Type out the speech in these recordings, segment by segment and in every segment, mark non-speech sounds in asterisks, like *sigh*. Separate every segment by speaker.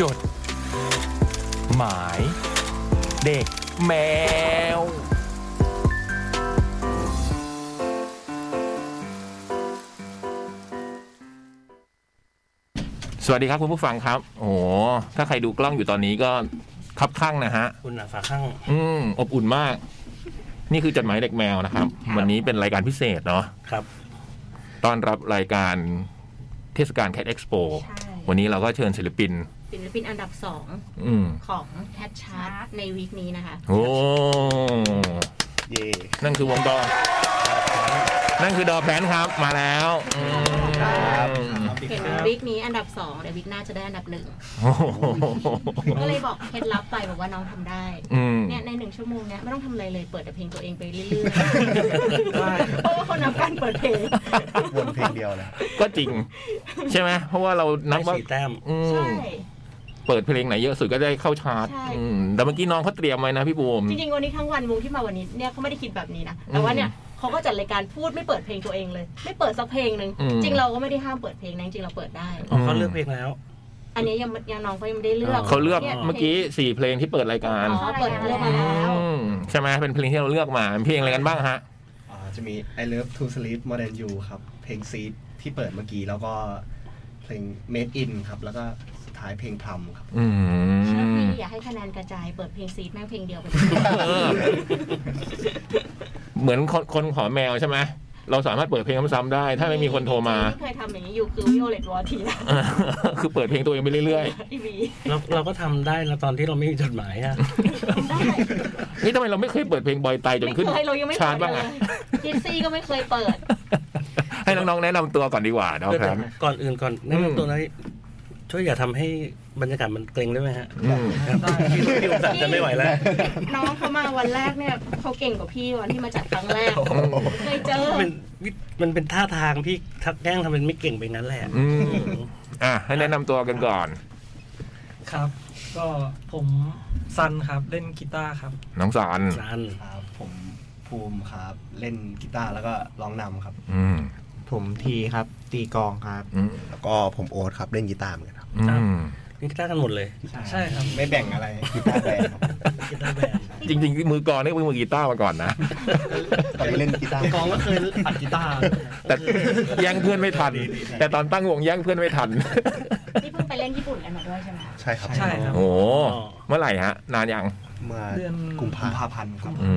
Speaker 1: จด หมาย เด็กแมว สวัสดีครับคุณผู้ฟังครับ โอ้โหถ้าใครดูกล้องอยู่ตอนนี้ก็คับข้างนะฮะ
Speaker 2: คุณอ่ะฝาข้าง
Speaker 1: อืมอบอุ่นมาก นี่คือจดหมายเด็กแมวนะครับ
Speaker 2: ครับ
Speaker 1: วันนี้เป็นรายการพิเศษเนาะ
Speaker 2: ครับ
Speaker 1: ต้อนรับรายการเทศกาล Cat Expo
Speaker 3: ใช่
Speaker 1: วันนี้เราก็เชิญศิลปิน
Speaker 3: ศิลปินอันดับสอง
Speaker 1: อืม
Speaker 3: ของแคทชาร์ตในวีคนี้นะคะ
Speaker 1: โอ้
Speaker 2: เย่
Speaker 1: นั่นคือวงดอ นั่นคือดอแพลนครับ มาแล้วอืม
Speaker 2: ครับ
Speaker 3: เห็นวีคนี้อันดับสองแต่วีคหน้าจะได้อันดับหนึ่ง
Speaker 1: โอ้โห
Speaker 3: ก็เลยบอกเคล็ดลับไปบอกว่าน้องทำได้
Speaker 1: อืม
Speaker 3: เนี่ยในหนึ่งชั่วโมงเนี่ยไม่ต้องทำอะไรเลยเปิดแต่เพลงตัวเองไปเรื่อยๆเพราะว่าคนนับการเปิดเพลง
Speaker 4: วนเพลงเดียวเลย
Speaker 1: ก็จริง ใช่ไหมเพราะว่าเรานั
Speaker 2: นั
Speaker 1: บบ ว่า
Speaker 2: สี่แต้ม
Speaker 1: อืม
Speaker 3: ใช่
Speaker 1: เปิดเพลงไหนเยอะสุดก็ได้เข้าชาร์ต
Speaker 3: ใช่
Speaker 1: อืมแต่เมื่อกี้น้องเขาเตรียมไว้นะพี่บูม
Speaker 3: จริงๆวันนี้ทั้งวันวงที่มาวันนี้เนี่ยเขาไม่ได้คิดแบบนี้นะแต่ว่าเนี่ยเขาก็จัดรายการพูดไม่เปิดเพลงตัวเองเลย ไม่เปิดสักเพลงหนึ่ง
Speaker 1: อืม
Speaker 3: จริงเราก็ไม่ได้ห้ามเปิดเพลงนะจริงเราเปิดได้
Speaker 2: ของเขาเลือกเพลงแล้ว
Speaker 3: อันนี้ยังไม่ยังน้องเขายังไม่ได้เลือก
Speaker 1: เขาเลือก
Speaker 3: นี่ย
Speaker 1: เมื่อกี้สี่เพลงที่เปิดรายการ
Speaker 3: อ๋อเปิดเรื่องมาแล้ว
Speaker 1: อืมใช่ไหมเป็นเพลงที่เราเลือกมาเพลงอะไรกันบ้างฮะ
Speaker 4: อ่าจะมี I Love to Sleep More Than You ครับ เพลง Seed ที่เปิดเมื่อกี้ แล้วก็เพลง Made In ครับ แล้วก็สุดท้ายเพลงพลัมครับ
Speaker 1: อื
Speaker 3: เชื่อ
Speaker 1: ม
Speaker 3: พี่อย่าให้คะแนนกระจายเปิดเพลงซีดแม่งเพลงเดียวไปเลย
Speaker 1: เออเหมือนคนคนขอแมวใช่ไหมเราสามารถเปิดเพลงซ้ำๆได้ ถ้าไม่มีคนโทรมา *laughs*
Speaker 3: ที่เคยทำอย่างนี้อยู่คือวิโอเลตวอทีนะ
Speaker 1: คือเปิดเพลงตัวเองไปเรื่อย
Speaker 3: อีวี
Speaker 2: เราเราก็ทำได้แล้วตอนที่เราไม่มีจดหมายอะ
Speaker 3: ได้
Speaker 1: ๆนี่ทำไมเราไม่เคยเปิดเพลงบอยไตจน
Speaker 3: ไม่
Speaker 1: ขึ้น
Speaker 3: เคยเรายังไม่
Speaker 1: ชา
Speaker 3: เปิ
Speaker 1: ร์ต
Speaker 3: ด
Speaker 1: บ้าง
Speaker 3: เล
Speaker 1: อ่ะ
Speaker 3: ยกิฟซี่ก็ไม่เคยเปิด
Speaker 1: ให้น้องๆแนะนำตัวก่อนดีกว่าเนาะ
Speaker 2: เดี๋ยว
Speaker 1: ค
Speaker 2: แต่
Speaker 1: รับ
Speaker 2: ก่อนอื่นก่อนแนะ
Speaker 1: อืม
Speaker 2: นำตัวหน้อยช่วยอย่าทำให้บรรยากาศมันเกรงได้ไหมฮะ
Speaker 1: อืม
Speaker 2: ครับพี่พี่อุปสันจะไม่ไหวแล้ว
Speaker 3: น้องเขามาวันแรกเนี่ยเขาเก่งกว่าพี่วันที่มาจัดครั้งแรกเคยเจอ
Speaker 2: มันมันเป็นท่าทางพี่ทักแกล้งทำเป็นไม่เก่งไปงั้นแหละ
Speaker 1: อืมอ่ะให้แนะนำตัวกันก่อน
Speaker 5: ครับ ก็ผมซันครับเล่นกีตาร์ครับ
Speaker 1: น้องสาร
Speaker 2: สัน
Speaker 4: ครับ ผมภูมิครับ เล่นกีตาร์แล้วก็ร้องนำครับ
Speaker 1: อืม
Speaker 6: ผมทีครับ ตีกลองครับ
Speaker 1: อืม
Speaker 4: แล้วก็ผมโอ๊ตครับ เล่นกีตาร์เหมือนกันครับ
Speaker 1: อืม
Speaker 2: นี่กีตาร์กันหมดเลย
Speaker 5: ใช่ครับ
Speaker 4: ไม่แบ่งอะไรกีตาร์แบน
Speaker 2: *laughs*
Speaker 4: ครับ
Speaker 2: กีตาร์แบน
Speaker 1: จริงๆมือกลองนี่มือกีตาร์มาก่อนนะ
Speaker 4: ตอนนี้เล่นกีตาร์
Speaker 5: กลองก็เคยอัดกีตาร์
Speaker 1: แต่แย่งเพื่อนไม่ทัน แต่ตอนตั้งวงแย่งเพื่อนไม่ทัน
Speaker 3: นี่เพิ่งไปเล่นญี่ปุ่นกันมาด้วยใช่ไหม
Speaker 4: ใช่ครับ
Speaker 5: ใช่ครับ
Speaker 1: โอ้เมื่อไหร่ฮะ นานยัง
Speaker 4: เมื่อ
Speaker 5: เดือน
Speaker 4: กุมภาพันธ์ครับ
Speaker 1: อื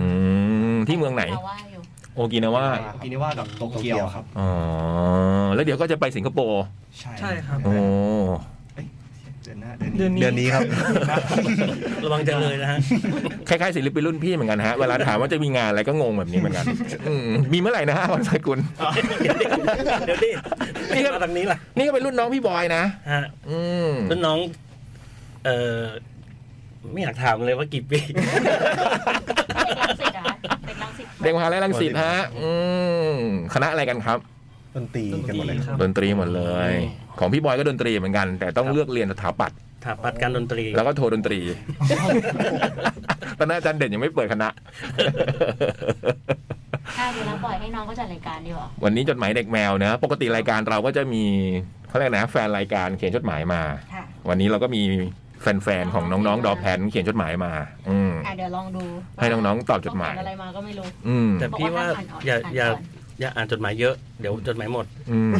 Speaker 1: มที่เมืองไหน
Speaker 3: เราว่าอยู่
Speaker 1: โอกินาว่า
Speaker 4: กินว่ากับโตเกียวครับ
Speaker 1: อ๋อแล้วเดี๋ยวก็จะไปสิงคโปร์
Speaker 5: ใช่ครับ
Speaker 1: โอ้
Speaker 4: เดือนหน้าเดือน
Speaker 5: เดือน
Speaker 4: นี้
Speaker 5: นี้ครับ
Speaker 2: ระวังจะเลยนะฮะ
Speaker 1: คล้ายๆศิลปินรุ่นพี่เหมือนกันฮะ เวลาถามว่าจะมีงานอะไรก็งงแบบนี้เหมือนกันอืมมีเมื่อไหร่นะฮะวันสกุล
Speaker 2: เดี๋ยวดิเดี๋ยวดิ
Speaker 1: นี่
Speaker 2: นี่
Speaker 1: ก็
Speaker 2: มาทางนี้ล่ะ
Speaker 1: นี่ก็เป็นรุ่นน้องพี่บอยนะ
Speaker 2: ฮะ
Speaker 1: อืม
Speaker 2: รุ่นน้อง เออไม่อยากถามเลยว่ากี่ปี
Speaker 3: เด็กลังสิตเหรอ่ะเด็กลังสิต
Speaker 1: เด็กมหาลัยรังสิตฮะ อืมคณะอะไรกันครับ
Speaker 4: ดนตรีกันหมดเลยครับ
Speaker 1: ดนตรีหมดเลย ของพี่บอยก็ดนตรีเหมือนกัน แต่ต้องเลือกเรียนสถาปัตย์
Speaker 2: ถาปัดการดนตรี
Speaker 1: แล้วก็โทรดนตรี
Speaker 2: *laughs*
Speaker 1: ตอนนั้นอาจารย์เด่นยังไม่เปิดคณะ
Speaker 3: ถ้าเดี๋ยวเราปล่อยให้น้องเขาจัดรายการดีกว่า
Speaker 1: วันนี้จดหมายเด็กแมวนะ ปกติรายการเราก็จะมีเขาเรียกนะแฟนรายการเขียนจดหมายมา
Speaker 3: ค่ะ
Speaker 1: วันนี้เราก็มีแฟนๆของน้องๆดอแพนเขียนจดหมายมา อืม
Speaker 3: อ่ะเดี๋ยวลองดู
Speaker 1: ให้น้องๆตอบจดหมาย
Speaker 3: เขเนอะไรมาก็ไม่รู้
Speaker 1: อืม
Speaker 2: แต่พี่ว่า
Speaker 3: บอกว่าอ่าน
Speaker 2: อย่า
Speaker 3: อ่าน
Speaker 2: อย่า
Speaker 3: ก่อน
Speaker 2: อย่าอ่านจดหมายเยอะเดี๋ยวจดหมายหมด
Speaker 1: อืม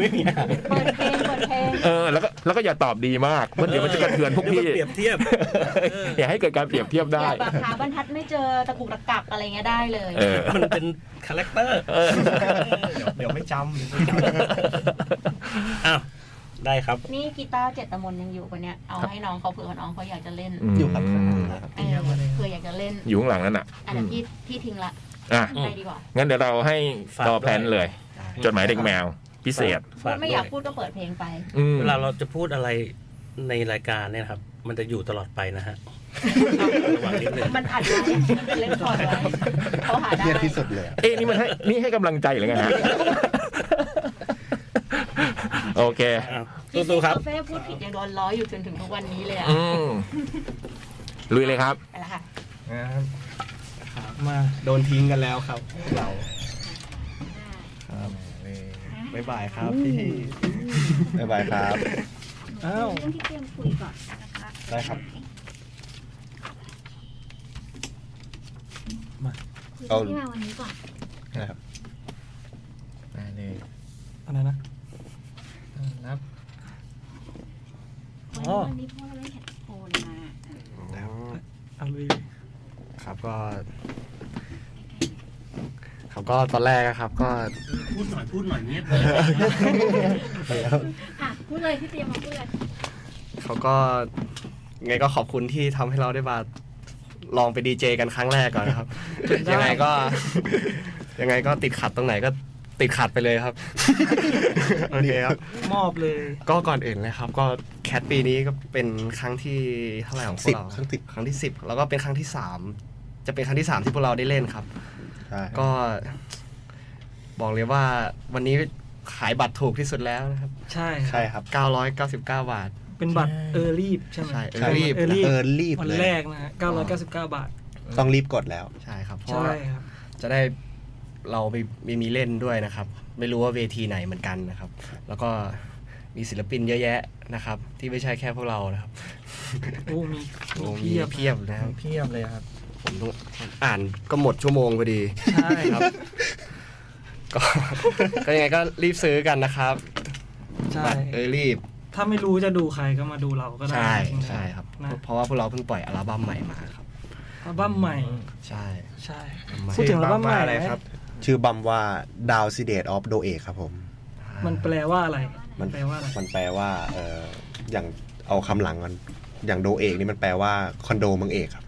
Speaker 2: ไม่มีอ่าน
Speaker 3: เปิดเพลงเปิดเพลง
Speaker 1: เออ แล้วก็แล้วก็อย่าตอบดีมากเพราะเดี๋ยวมันจะกระเทือนพวก
Speaker 2: ดี๋ย
Speaker 1: พี่
Speaker 2: มันเปรียบเทียบ เออ
Speaker 1: อย่าให้เกิดการเปรียบเทียบได้
Speaker 3: แบบหาบรรทัดไม่เจอตะกุกตะกักอะไรเงี้ยได้เลย
Speaker 1: เออ
Speaker 2: มันเป็นคาแรคเตอร์
Speaker 4: เดี๋ยวเดี๋ยวไม่จำเดี๋ยวไม่จำ
Speaker 2: *laughs* อ้าวได้ครับ
Speaker 3: นี่กีตาร์เจตมนยังอยู่ปะเนี่ยเอาให้น้องเขาเผื่อน้องเขาอยากจะเล่น
Speaker 1: อ
Speaker 4: อยู่ ยู่ครับ
Speaker 3: เออเผื่ออยากจะเล่น
Speaker 1: อยู่ข้างหลังนั่นอ่ะ
Speaker 3: อ่ะเดี๋ยวพี่พี่ทิ้งละ
Speaker 1: อ่ะ
Speaker 3: ไปดีกว่า
Speaker 1: งั้นเดี๋ยวเราให้
Speaker 2: ฝาก
Speaker 1: ต่อแพลน
Speaker 2: ด้วย
Speaker 1: เลย จดหมายเด็กแมว พิเศษ
Speaker 3: พูดไม่อยาก
Speaker 2: ด้ว
Speaker 3: พูดก็เปิดเพลงไป
Speaker 1: อืม
Speaker 2: เวลาเราจะพูดอะไรในรายการเนี่ยนะครับ มันจะอยู่ตลอดไปนะฮะระวังนิดนึง
Speaker 3: มันอัดไว้มันเป็นเล่นคอร์ดไว้เขาหาได้
Speaker 4: เครียดที่สุดเลยอะ
Speaker 1: เอ๊ะนี่มันให้นี่ให้กำลังใจหรือไงฮะ โอเค
Speaker 2: อ้าว
Speaker 3: พี่
Speaker 2: สู้ๆครับ
Speaker 3: กาแฟพูดผิดยังโดนล้ออยู่จนถึงทุกวันนี้เลยอ่ะ
Speaker 1: อืมลุยเลยครับ
Speaker 3: เอาละค่ะ
Speaker 5: ครับมา
Speaker 4: โดนทิ้งกันแล้วครับพวกเราบ๊ายบายครับพี่บ๊ายบายครับ
Speaker 3: หนู
Speaker 5: อ้าว
Speaker 7: เรื่องที่เตรียมคุยก่อนนะคะ
Speaker 4: ได้ครับ
Speaker 7: คุยกันที่มาวันนี้ก่อน
Speaker 1: นะครับได้เลย
Speaker 5: อะไรนะ
Speaker 1: รับ
Speaker 7: วันนี้วันนี้เพราะว่าเราได้เห็นโอนมาอ่ะ
Speaker 5: อันลุย
Speaker 8: ครับก็ ครับก็ตอนแรกอะครับ ก็
Speaker 2: พูดหน่อยพูดหน่อยเงียบ
Speaker 7: อ่ะพูดเลยที่เตรียมมาพูดเลย
Speaker 4: เขาก็ไงก็ขอบคุณที่ทำให้เราได้มาลองไปดีเจกันครั้งแรกก่อนนะครับ ยังไงก็ *laughs* ยังไงก็ติดขัดตรงไหนก็ติดขัดไปเลยครับ โอเคครับ
Speaker 5: มอบเลย
Speaker 4: ก็ก่อนอื่นเลยครับ ก็แคทปีนี้ก็เป็นครั้งที่เท่าไหร่ของพวกเรา
Speaker 8: ครั้งติด
Speaker 4: ครั้งที่สิบแล้วก็เป็นครั้งที่สามจะเป็นครั้งที่สามที่พวกเราได้เล่นครับ
Speaker 8: ก็
Speaker 4: ก็บอกเลยว่าวันนี้ขายบัตรถูกที่สุดแล้วนะครับ
Speaker 5: ใช่
Speaker 6: ใช่ครับ
Speaker 4: 999 บาท
Speaker 5: เป็นบัตรเออรีบใช่ไหม
Speaker 4: ใช่
Speaker 6: ใช่
Speaker 4: early
Speaker 5: เออรี
Speaker 6: เออรีบ
Speaker 5: วัน
Speaker 6: เลย
Speaker 5: แรกนะฮะ999 บาท
Speaker 6: ต้องรีบกดแล้ว
Speaker 4: ใช่ครับเพราะ
Speaker 5: ใช่
Speaker 4: ว่า
Speaker 5: ครับ
Speaker 4: จะได้เราไปมีมีเล่นด้วยนะครับ ไม่รู้ว่าเวทีไหนเหมือนกันนะครับ แล้วก็มีศิลปินเยอะแยะนะครับ ที่ไม่ใช่แค่พวกเรานะครับ
Speaker 5: โอ้มี
Speaker 4: โอ้มี
Speaker 5: เพียบ
Speaker 4: เพียบนะครับ
Speaker 8: เพียบเลยครับ
Speaker 4: ผมต้องอ่านก็หมดชั่วโมงพอดี
Speaker 5: ใช่
Speaker 4: ครับ ก็ *laughs* ก็ยังไงก็รีบซื้อกันนะครับ
Speaker 5: ใช่
Speaker 4: บัตรเออรีบ
Speaker 5: ถ้าไม่รู้จะดูใครก็มาดูเราก็ได้
Speaker 4: ใช่
Speaker 5: จริงๆ
Speaker 4: ใช่ครับ
Speaker 5: นะ
Speaker 4: เพราะว่าพวกเราเพิ่งปล่อยอัลบั้มใหม่มาครับ
Speaker 5: อัลบั้มใหม่
Speaker 4: ใช่
Speaker 5: ใช่
Speaker 4: อัลบั้มใหม่
Speaker 5: พูดถึงอัลบั้มใหม่อะไรครับ
Speaker 6: ชื่อบัมว่า Down s i d e t of d o e ครับผม
Speaker 5: มันแปลว่าอะไร
Speaker 6: มัน
Speaker 5: แปลว่าอะไร
Speaker 6: มันแปลว่าเอออย่างเอาคำหลังมันอย่างโดเอกนี่มันแปลว่าคอนโดเมืองเอกครับ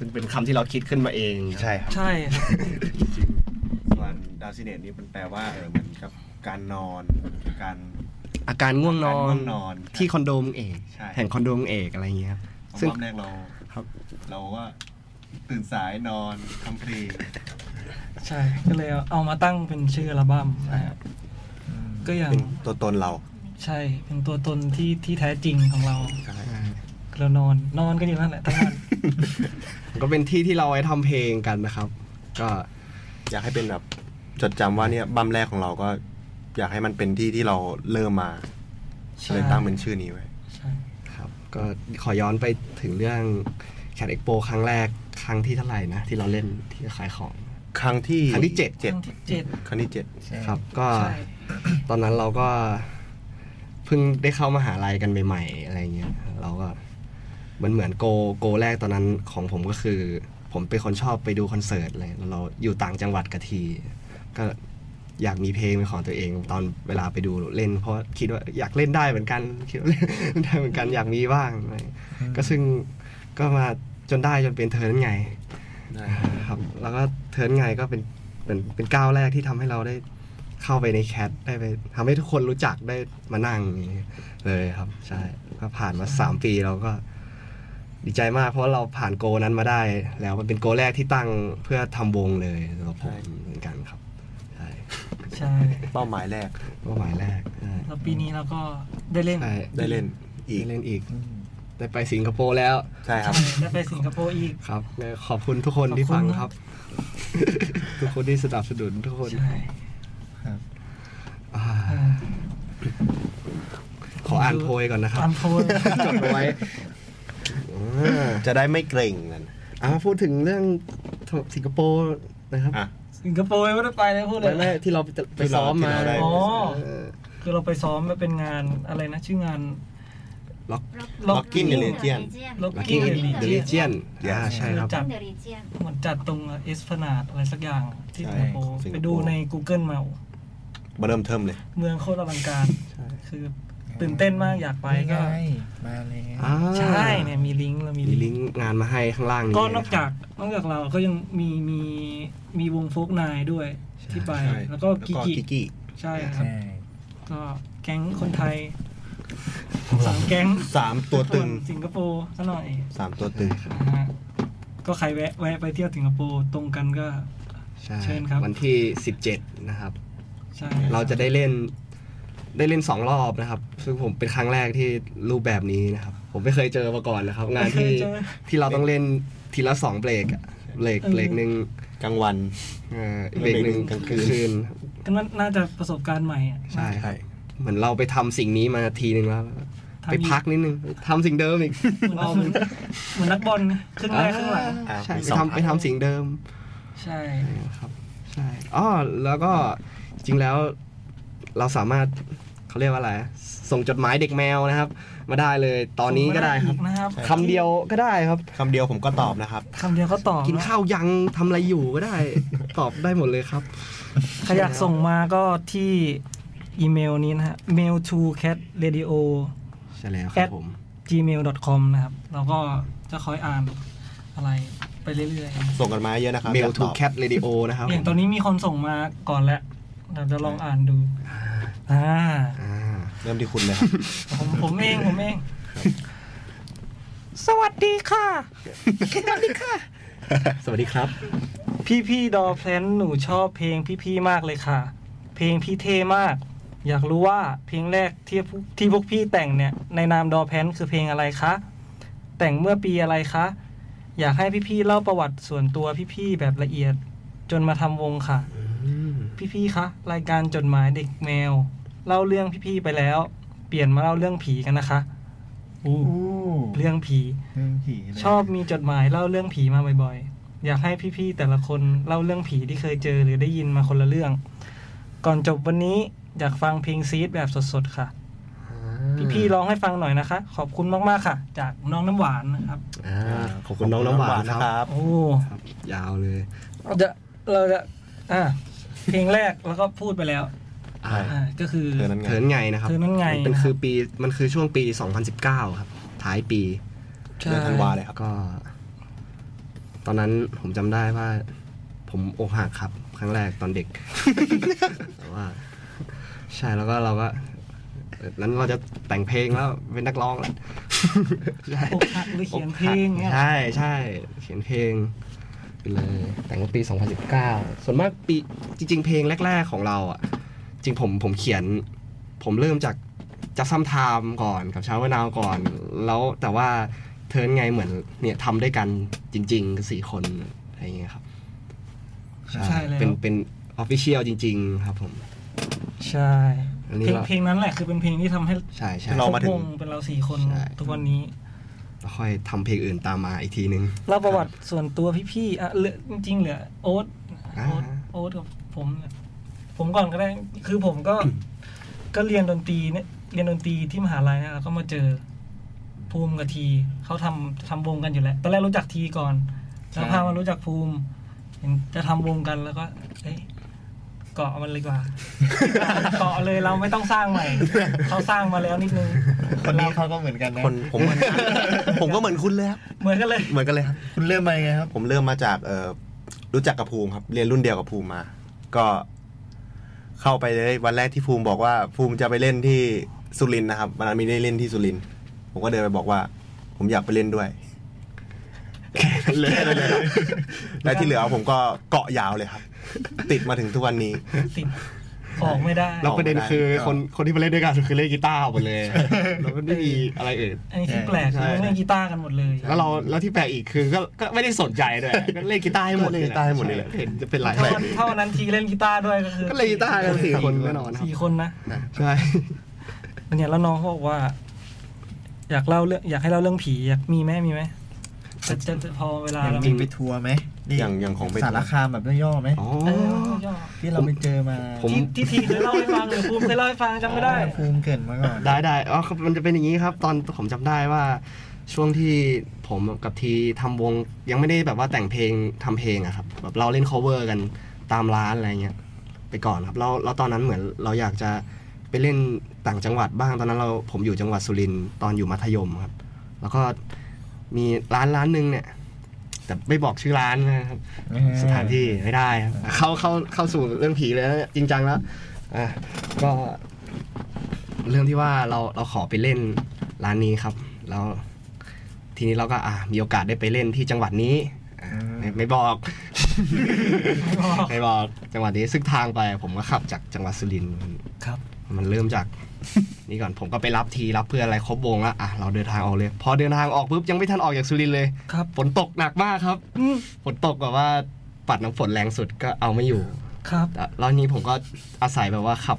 Speaker 4: ซึ่งเป็นคำที่เราคิดขึ้นมาเอง
Speaker 6: ใช่ครับ
Speaker 5: ใช่ครับ
Speaker 6: ส่วนดาวซิเนตนี่มันแปลว่าเออเหมือนกับการนอนการ
Speaker 4: อาการง่วงนอ
Speaker 6: อา
Speaker 4: น
Speaker 6: การง่วงนอน
Speaker 4: ที่คอนโดมึงเอก
Speaker 6: ใช่
Speaker 4: แห่งคอนโดมึงเอกอะไรอย่างเงี้ยครับ ซึ่
Speaker 6: ซึ่
Speaker 4: ง
Speaker 6: งแรกเรา
Speaker 4: ครับ
Speaker 6: เราก็ตื่นสายนอนทำเพลง
Speaker 5: ใช่ก็เลยเอามาตั้งเป็นชื่ออัลบั้มนะครับก็อย่าง
Speaker 6: เป็นตัวตนเรา
Speaker 5: ใช่เป็นตัวตนที่ที่แท้จริงของเราเรานอนนอนกันอยู่นั่นแหละทั้งวัน
Speaker 4: ก็เป็นที่ที่เราไว้ทำเพลงกันนะครับ ก็
Speaker 6: อยากให้เป็นแบบจดจำว่าเนี่ยบัมแรกของเราก็ อยากให้มันเป็นที่ที่เราเริ่มมา
Speaker 5: ใช่
Speaker 6: เลยตั้งเป็นชื่อนี้ไว้
Speaker 5: ใช่
Speaker 4: ครับก็ขอย้อนไปถึงเรื่องแคดเอ็กโปครั้งแรกครั้งที่เท่าไหร่นะ ที่เราเล่นที่ขายของ
Speaker 6: ครั้งที่
Speaker 4: ครั้งที่เจ็ด
Speaker 5: ค
Speaker 6: เจ็ด
Speaker 5: รั้งที่เจ็ด
Speaker 6: ครั้งที่เจ็ด
Speaker 4: ครับ ก็
Speaker 5: ใช่
Speaker 4: ตอนนั้นเราก็เพิ่งได้เข้ามาหาลัยกันใหม่ๆอะไรเงี้ยเราก็เหมันเหมือนโกโกแรกตอนนั้นของผมก็คือ ผมเป็นคนชอบไปดูคอนเสิร์ตเลยแล้วเราอยู่ต่างจังหวัดกะที ก็อยากมีเพลงเป็นของตัวเอง ตอนเวลาไปดูเล่น เพราะคิดว่าอยากเล่นได้เหมือนกันคิดว่าเล่นได้เหมือนกันอยากมีบ้างอะไรก็ซึ่งก็มาจนได้จนเป็นเทิร์นไงครับแล้วก็เทิร์นไงก็เป็นเป็นเป็นก้าวแรกที่ทำให้เราได้เข้าไปในแคทได้ไปทำให้ทุกคนรู้จักได้มานั่งอย่างนี้เลยครับใช่ก็ผ่านมาสามปีเราก็ดีใจมาก เพราะเราผ่านโกลนั้นมาได้ แล้วมันเป็นโกลแรกที่ตั้งเพื่อทำวงเลยสำหรับผมเหมือนกันครับใช่
Speaker 5: ใช่
Speaker 6: เป้าหมายแรก
Speaker 4: เป้าหมายแรกใช่
Speaker 5: แล้วปีนี้เราก็ได้เล่น
Speaker 4: ใช่
Speaker 6: ได้เล่นอีก
Speaker 4: ได้เล่นอีก ได้ไปสิงคโปร์แล้ว
Speaker 6: ใช่ครับ
Speaker 5: ได้ไปสิงคโปร์อีก
Speaker 4: ครับขอบคุณทุกคนที่
Speaker 5: ขอบคุณ
Speaker 4: ฟังครับ *laughs* ทุกคนที่สนับสนุนทุกคน
Speaker 5: ใช่
Speaker 4: อ่า
Speaker 5: อ่า
Speaker 4: ขออ่านโพยก่อนนะครับ
Speaker 5: อันโพล
Speaker 4: จดเอาไว้อ่า
Speaker 6: จะได้ไม่เกรงกัน
Speaker 4: อ่าพูดถึงเรื่องสิงคโปร์นะครับ
Speaker 6: อ่ะ
Speaker 5: สิงคโปร์ยังไม่ได้ไปเลยพูดเล
Speaker 4: วั
Speaker 5: ย
Speaker 4: นแรกที่เราไปซ้อมมา
Speaker 6: ที่เราได้
Speaker 5: อ๋อ
Speaker 4: เออ
Speaker 5: คือเราไปซ้อมมันเป็นงานอะไรนะ ชื่องาน
Speaker 7: ล็อก
Speaker 6: Locking the Region
Speaker 4: ลักกี้
Speaker 5: Lucky
Speaker 4: เดลิเจียน
Speaker 6: Yes
Speaker 4: อ่าใช่ครับ
Speaker 7: Locking the Region
Speaker 5: เหมือนจัดตรงเอสพนาดอะไรสักอย่างที่
Speaker 6: ใช่
Speaker 5: สิงคโปร์
Speaker 6: สิงคโปร์
Speaker 5: ไปดูใน Google มา
Speaker 6: มาเริ่มเทิมเลย
Speaker 5: เมืองโคตรอลังการ คือตื่นเต้นมากอยากไปก็
Speaker 8: มาแล้ว
Speaker 4: อ่า
Speaker 5: ใช่เนี่ยมีลิงก์เรามี
Speaker 4: มีลิ
Speaker 5: ลิง
Speaker 4: ง
Speaker 5: ก์
Speaker 4: ก์งานมาให้ข้างล่างนี้
Speaker 5: ก็
Speaker 4: เลย
Speaker 5: น
Speaker 4: นะ
Speaker 5: อก
Speaker 4: ครับ
Speaker 5: จากนอกจากเราก็ยังมีมีมีวงโฟกนายด้วยที่ไป
Speaker 6: ใช่
Speaker 5: แล้วก็กิกิ
Speaker 6: กิกิ
Speaker 5: ใช่ครับ ก็แก๊งคนไทยสามแก๊ง
Speaker 6: สามตัวตึง
Speaker 5: สิงคโปร์ซะหน่อย
Speaker 6: สามตัวตึง
Speaker 5: นะฮะก็ใครแวะแวะไปเที่ยวสิงคโปร์ตรงกันก็
Speaker 4: ใช่
Speaker 5: เชิญครับ
Speaker 4: วันที่ 17 นะครับ
Speaker 5: ใช่
Speaker 4: เราจะได้เล่นได้เล่นสองรอบนะครับ ซึ่งผมเป็นครั้งแรกที่รูปแบบนี้นะครับ ผมไม่เคยเจอมาก่อนนะครับ งาน
Speaker 5: *laughs*
Speaker 4: ที่
Speaker 5: เคยเจอ
Speaker 4: ที่เราต้องเล่นทีละสองเบรกอะเบรก
Speaker 5: เออ
Speaker 4: เบรกหนึ่ง
Speaker 6: กลางวัน
Speaker 4: เอ่ออีกเบรกหนึ่ง
Speaker 6: เบรกหนึ่งกลางคืน
Speaker 4: คืน
Speaker 5: ก็น่าน่าจะประสบการณ์ใหม่อะ
Speaker 4: ใช่ครับเหมือนเราไปทำสิ่งนี้มาทีหนึ่งแล้ว
Speaker 5: ท ทำ
Speaker 4: ไป
Speaker 5: อีก
Speaker 4: พักนิดนึงทำสิ่งเดิมอีก
Speaker 5: เหมือน
Speaker 4: รอบ
Speaker 5: เหมื
Speaker 4: นึ
Speaker 5: อน
Speaker 4: ง
Speaker 5: เหมือนนักบอลครึ่งแรกครึ่งหลัง
Speaker 6: อ่า
Speaker 4: ใช่
Speaker 6: มี
Speaker 4: ไป
Speaker 6: สอง
Speaker 4: ทำไปทำสิ่งเดิม
Speaker 5: ใช่
Speaker 4: ครับใช่อ๋อแล้วก็จริงแล้วเราสามารถเขาเรียกว่าอะไร ส่งจดหมายเด็กแมวนะครับ มาได้เลยตอนนี้ก็ได้ครับ
Speaker 5: ส่งมาอีนะครับ
Speaker 4: คำเดียวก็ได้ครับ
Speaker 6: คำเดียวผมก็ตอบนะครับ
Speaker 5: คำเดียวก็ตอบ
Speaker 4: กินข้าวยังทำอะไรอยู่ก็ได้ *laughs* ตอบได้หมดเลยครับ
Speaker 5: ใครอยากส่งมาก็ที่อีเมลนี้นะฮะ mail to cat radio
Speaker 4: ใช่แล้วครับผม
Speaker 5: gmail com นะครับ เราก็จะคอยอ่านอะไรไปเรื่อย
Speaker 6: ส่งกันมาเยอะนะครับ
Speaker 4: mail
Speaker 6: อยากต
Speaker 4: to
Speaker 6: อบ
Speaker 4: cat radio นะครับ
Speaker 5: ๆอย่างตอนนี้มีคนส่งมาก่อนแล้วเราจะลองอ่านดูอ่า
Speaker 4: อ่า
Speaker 6: เริ่มที่คุณเลยครับ
Speaker 5: ผมผมเองผมเอง สวัสดีค่ะ สวัสดีค่ะ
Speaker 4: สวัสดีครับ
Speaker 5: พี่พี่ดอแพลนหนูชอบเพลงพี่พี่ๆมากเลยค่ะ เพลงพี่เท่มาก อยากรู้ว่าเพลงแรกที่พวกที่พวกพี่แต่งเนี่ยในนามดอแพลนคือเพลงอะไรคะ แต่งเมื่อปีอะไรคะ อยากให้พี่พี่ๆเล่าประวัติส่วนตัวพี่พี่ๆแบบละเอียด จนมาทำวงค่ะ พี่พี่ๆคะรายการจดหมายเด็กแมว เล่าเรื่องพี่พี่ๆไปแล้ว เปลี่ยนมาเล่าเรื่องผีกันนะคะอู้
Speaker 8: อู้
Speaker 5: เรื่องผี
Speaker 8: เรื่อง
Speaker 5: *laughs*
Speaker 8: ผีเลย
Speaker 5: ชอบมีจดหมายเล่าเรื่องผีมาบ่อยๆ อยากให้พี่ๆ แต่ละคนเล่าเรื่องผีที่เคยเจอหรือได้ยินมาคนละเรื่อง ก่อนจบวันนี้อยากฟังเพลงซีดแบบสดๆ ค่ะ พี่ๆ ร้องให้ฟังหน่อยนะคะ ขอบคุณมากๆ ค่ะ จากน้องน้ำหวานนะครับ
Speaker 4: อ่าขอบคุณน้องน้ำหวานนะครับ
Speaker 5: โอ้
Speaker 4: ยาวเลย
Speaker 5: เราจะเราจะอ่ะเพลงแรกแล้วก็พูดไปแล้ว
Speaker 6: อ่า
Speaker 5: อ่าก็คือ
Speaker 6: เธอนั้นไง
Speaker 4: เถินไงนะครับ
Speaker 5: เถินนั้นไง
Speaker 4: มัเป็นคือปีมันคือช่วงปี 2019 ครับท้ายปี
Speaker 5: ใช่
Speaker 6: เดือนธันวาเลยครับ
Speaker 4: ก็ ตอนนั้นผมจำได้ว่า ผมอกหักครับ ครั้งแรกตอนเด็ก แต่ว่า ใช่แล้วก็เราก็เออนั้นเราจะแต่งเพลงแล้ว เป็นนักร้องแล้ว ใช่
Speaker 5: อกหักหรือเขียนเพลงเนี่ย
Speaker 4: ใช่ใช่เขียนเพลงไปเลย แต่งเมื่อปี 2019 ส่วนมากปีจริง ๆ เพลงแรก ๆ ของเราอ่ะ จริงผมผมเขียน ผมเริ่มจากจะซ้ำไทม์ก่อนกับเช้ามะนาวก่อน แล้วแต่ว่าเทิร์นไงเหมือนเนี่ยทำด้วยกันจริงๆสี่คนอะไรอย่างเงี้ยครับ
Speaker 5: ใช่แล้ว
Speaker 4: เป็นเป็นออฟฟิเชียลจริง ๆ ครับผม
Speaker 5: ใช่
Speaker 4: อันนี้
Speaker 5: เพลง
Speaker 4: เรา
Speaker 5: เพลงนั้นแหละคือเป็นเพลงที่ทำให้
Speaker 4: ใช่ใช่
Speaker 6: เรามาถึง
Speaker 5: คบวเป็นเราสี่คน
Speaker 4: ใช่
Speaker 5: ทุกวันนี้
Speaker 4: แล้วค่อยทำเพลงอื่นตามมาอีกทีนึง
Speaker 5: เล่าประวัติส่วนตัวพี่ๆอ่ะเหลือจริงๆเหลือโอ๊ต
Speaker 4: อ่า
Speaker 5: โอ๊ตโอ๊ตกับผมเนี่ยผมก่อนก็ได้ คือผมก็ *coughs* ก็เรียนดนตรีเนี่ย เรียนดนตรีที่มหาลัยนะแล้วก็มาเจอภูมิกับทีเขาทำทำวงกันอยู่แล้ว ตอนแรกรู้จักทีก่อน แล้วพามารู้จักภูมิเห็นจะทำวงกันแล้วก็ เอ้ยเกาะมันเลยดีกว่า *laughs* เกาะเลยเราไม่ต้องสร้างใหม่เขาสร้างมาแล้วนิดนึง
Speaker 8: คนนี้เขาก็เหมือนกันนะ
Speaker 6: คนผมเหมือนกันผมก็เหมือนคุณเลยครับ
Speaker 5: เหมือนกันเลย
Speaker 6: เหมือนกันเลยครับ
Speaker 8: คุณเริ่มมายังไงครับ
Speaker 6: ผมเริ่มมาจากเออรู้จักกับภูมิครับ เรียนรุ่นเดียวกับภูมิมา ก็เข้าไปเลยวันแรกที่ภูมิบอกว่า ภูมิจะไปเล่นที่สุรินทร์นะครับวันนั้นมีได้เล่นที่สุรินทร์ผมก็เดินไปบอกว่า ผมอยากไปเล่นด้วย
Speaker 4: เลย
Speaker 6: และที่เหลือผมก็เกาะยาวเลยครับ ติดมาถึงทุกวันนี้
Speaker 5: ติดออกไม่ได้
Speaker 4: แล้วประเด็นคือ
Speaker 6: ออกไม่ได้
Speaker 4: คนคนที่มาเล่นด้วยกันคือเล่นกีตาร์หมด
Speaker 5: *laughs*
Speaker 4: เลยแล้วมันไม่มีอะไรอื่น
Speaker 5: อันนี้ที่แปลกคือมันเล่นกีตาร์กันหมดเลย
Speaker 4: แล้วเราแล้วที่แปลกอีกคือก็ก็ไม่ได้สนใจด้วยก็เล่นกีตาร์ให้หมด
Speaker 6: ก็เล่นกีตาร์ให้หมดเลยแหละ
Speaker 4: เห็นจะเป็นไร
Speaker 5: เท่านั้นเท่านั้นทีเล่นกีตาร์ด้วยก็คือ
Speaker 4: ก็เล่นกีตาร์กันสี่คนแน่นอนครับ
Speaker 5: สี่คนนะ
Speaker 4: ใช่
Speaker 5: เนี่ยแล้วน้องเขาบอกว่า อยากเล่าเรื่องอยากให้เล่าเรื่องผีอยากมีไหมมีไหมจะจะจะพอเวลา
Speaker 8: อย่าง
Speaker 5: เรา
Speaker 8: มีไปทัวร์ไหมนี่
Speaker 6: อย่างอย่างของไปทัวร์
Speaker 8: สารคามแบบย่อๆไหม
Speaker 4: อ๋อ
Speaker 5: เออย่อ
Speaker 8: ที่เราไปเจอมา
Speaker 4: ผม
Speaker 5: ที่ที่ทีเคยเล่าให้ฟังหรือภูมิเคยเล่าให้ฟังจำไม่ได้
Speaker 8: ภูมิเกรินมาก่อน
Speaker 4: ได้ได้อ๋อครับมันจะเป็นอย่างนี้ครับ ตอนผมจำได้ว่า ช่วงที่ผมกับทีทำวงยังไม่ได้แบบว่าแต่งเพลงทำเพลงอะครับแบบเราเล่น cover กันตามร้านอะไรเงี้ยไปก่อนครับแล้วแล้วตอนนั้นเหมือนเราอยากจะไปเล่นต่างจังหวัดบ้างตอนนั้นเราผมอยู่จังหวัดสุรินทร์ตอนอยู่มัธยมครับ แล้วก็มีร้านร้านหนึงเนี่ย แต่ไม่บอกชื่อร้านนะครับ สถานที่ไม่ได้ครับเข้าเข้าเข้าสู่เรื่องผีเลยนะจริงจังแล้วอ่ะก็ เรื่องที่ว่าเราเราขอไปเล่นร้านนี้ครับ แล้ว ทีนี้เราก็อ่ะมีโอกาสได้ไปเล่นที่จังหวัดนี้อ่ะ
Speaker 8: อืม
Speaker 4: ไม่ไม่บอก *laughs*
Speaker 5: ไม่บอก
Speaker 4: ไม่บอกจังหวัดนี้ซึ่งทางไป ผมก็ขับจากจังหวัดสุรินทร์
Speaker 5: ครับ
Speaker 4: มันเริ่มจาก *laughs* นี่ก่อนผมก็ไปรับทีรับเพื่อนอะไรครบวงแล้วอ่ะเราเดินทางออกเลย พอเดินทางออกปุ๊บยังไม่ทันออกจากสุรินทร์เลย
Speaker 5: ครับ
Speaker 4: ฝนตกหนักมากครับ
Speaker 5: อืม
Speaker 4: ฝนตกแบบว่าปัดน้ำฝนแรงสุดก็เอาไม่อยู่
Speaker 5: ครับ
Speaker 4: แล้วนี้ผมก็อาศัยแบบว่าขับ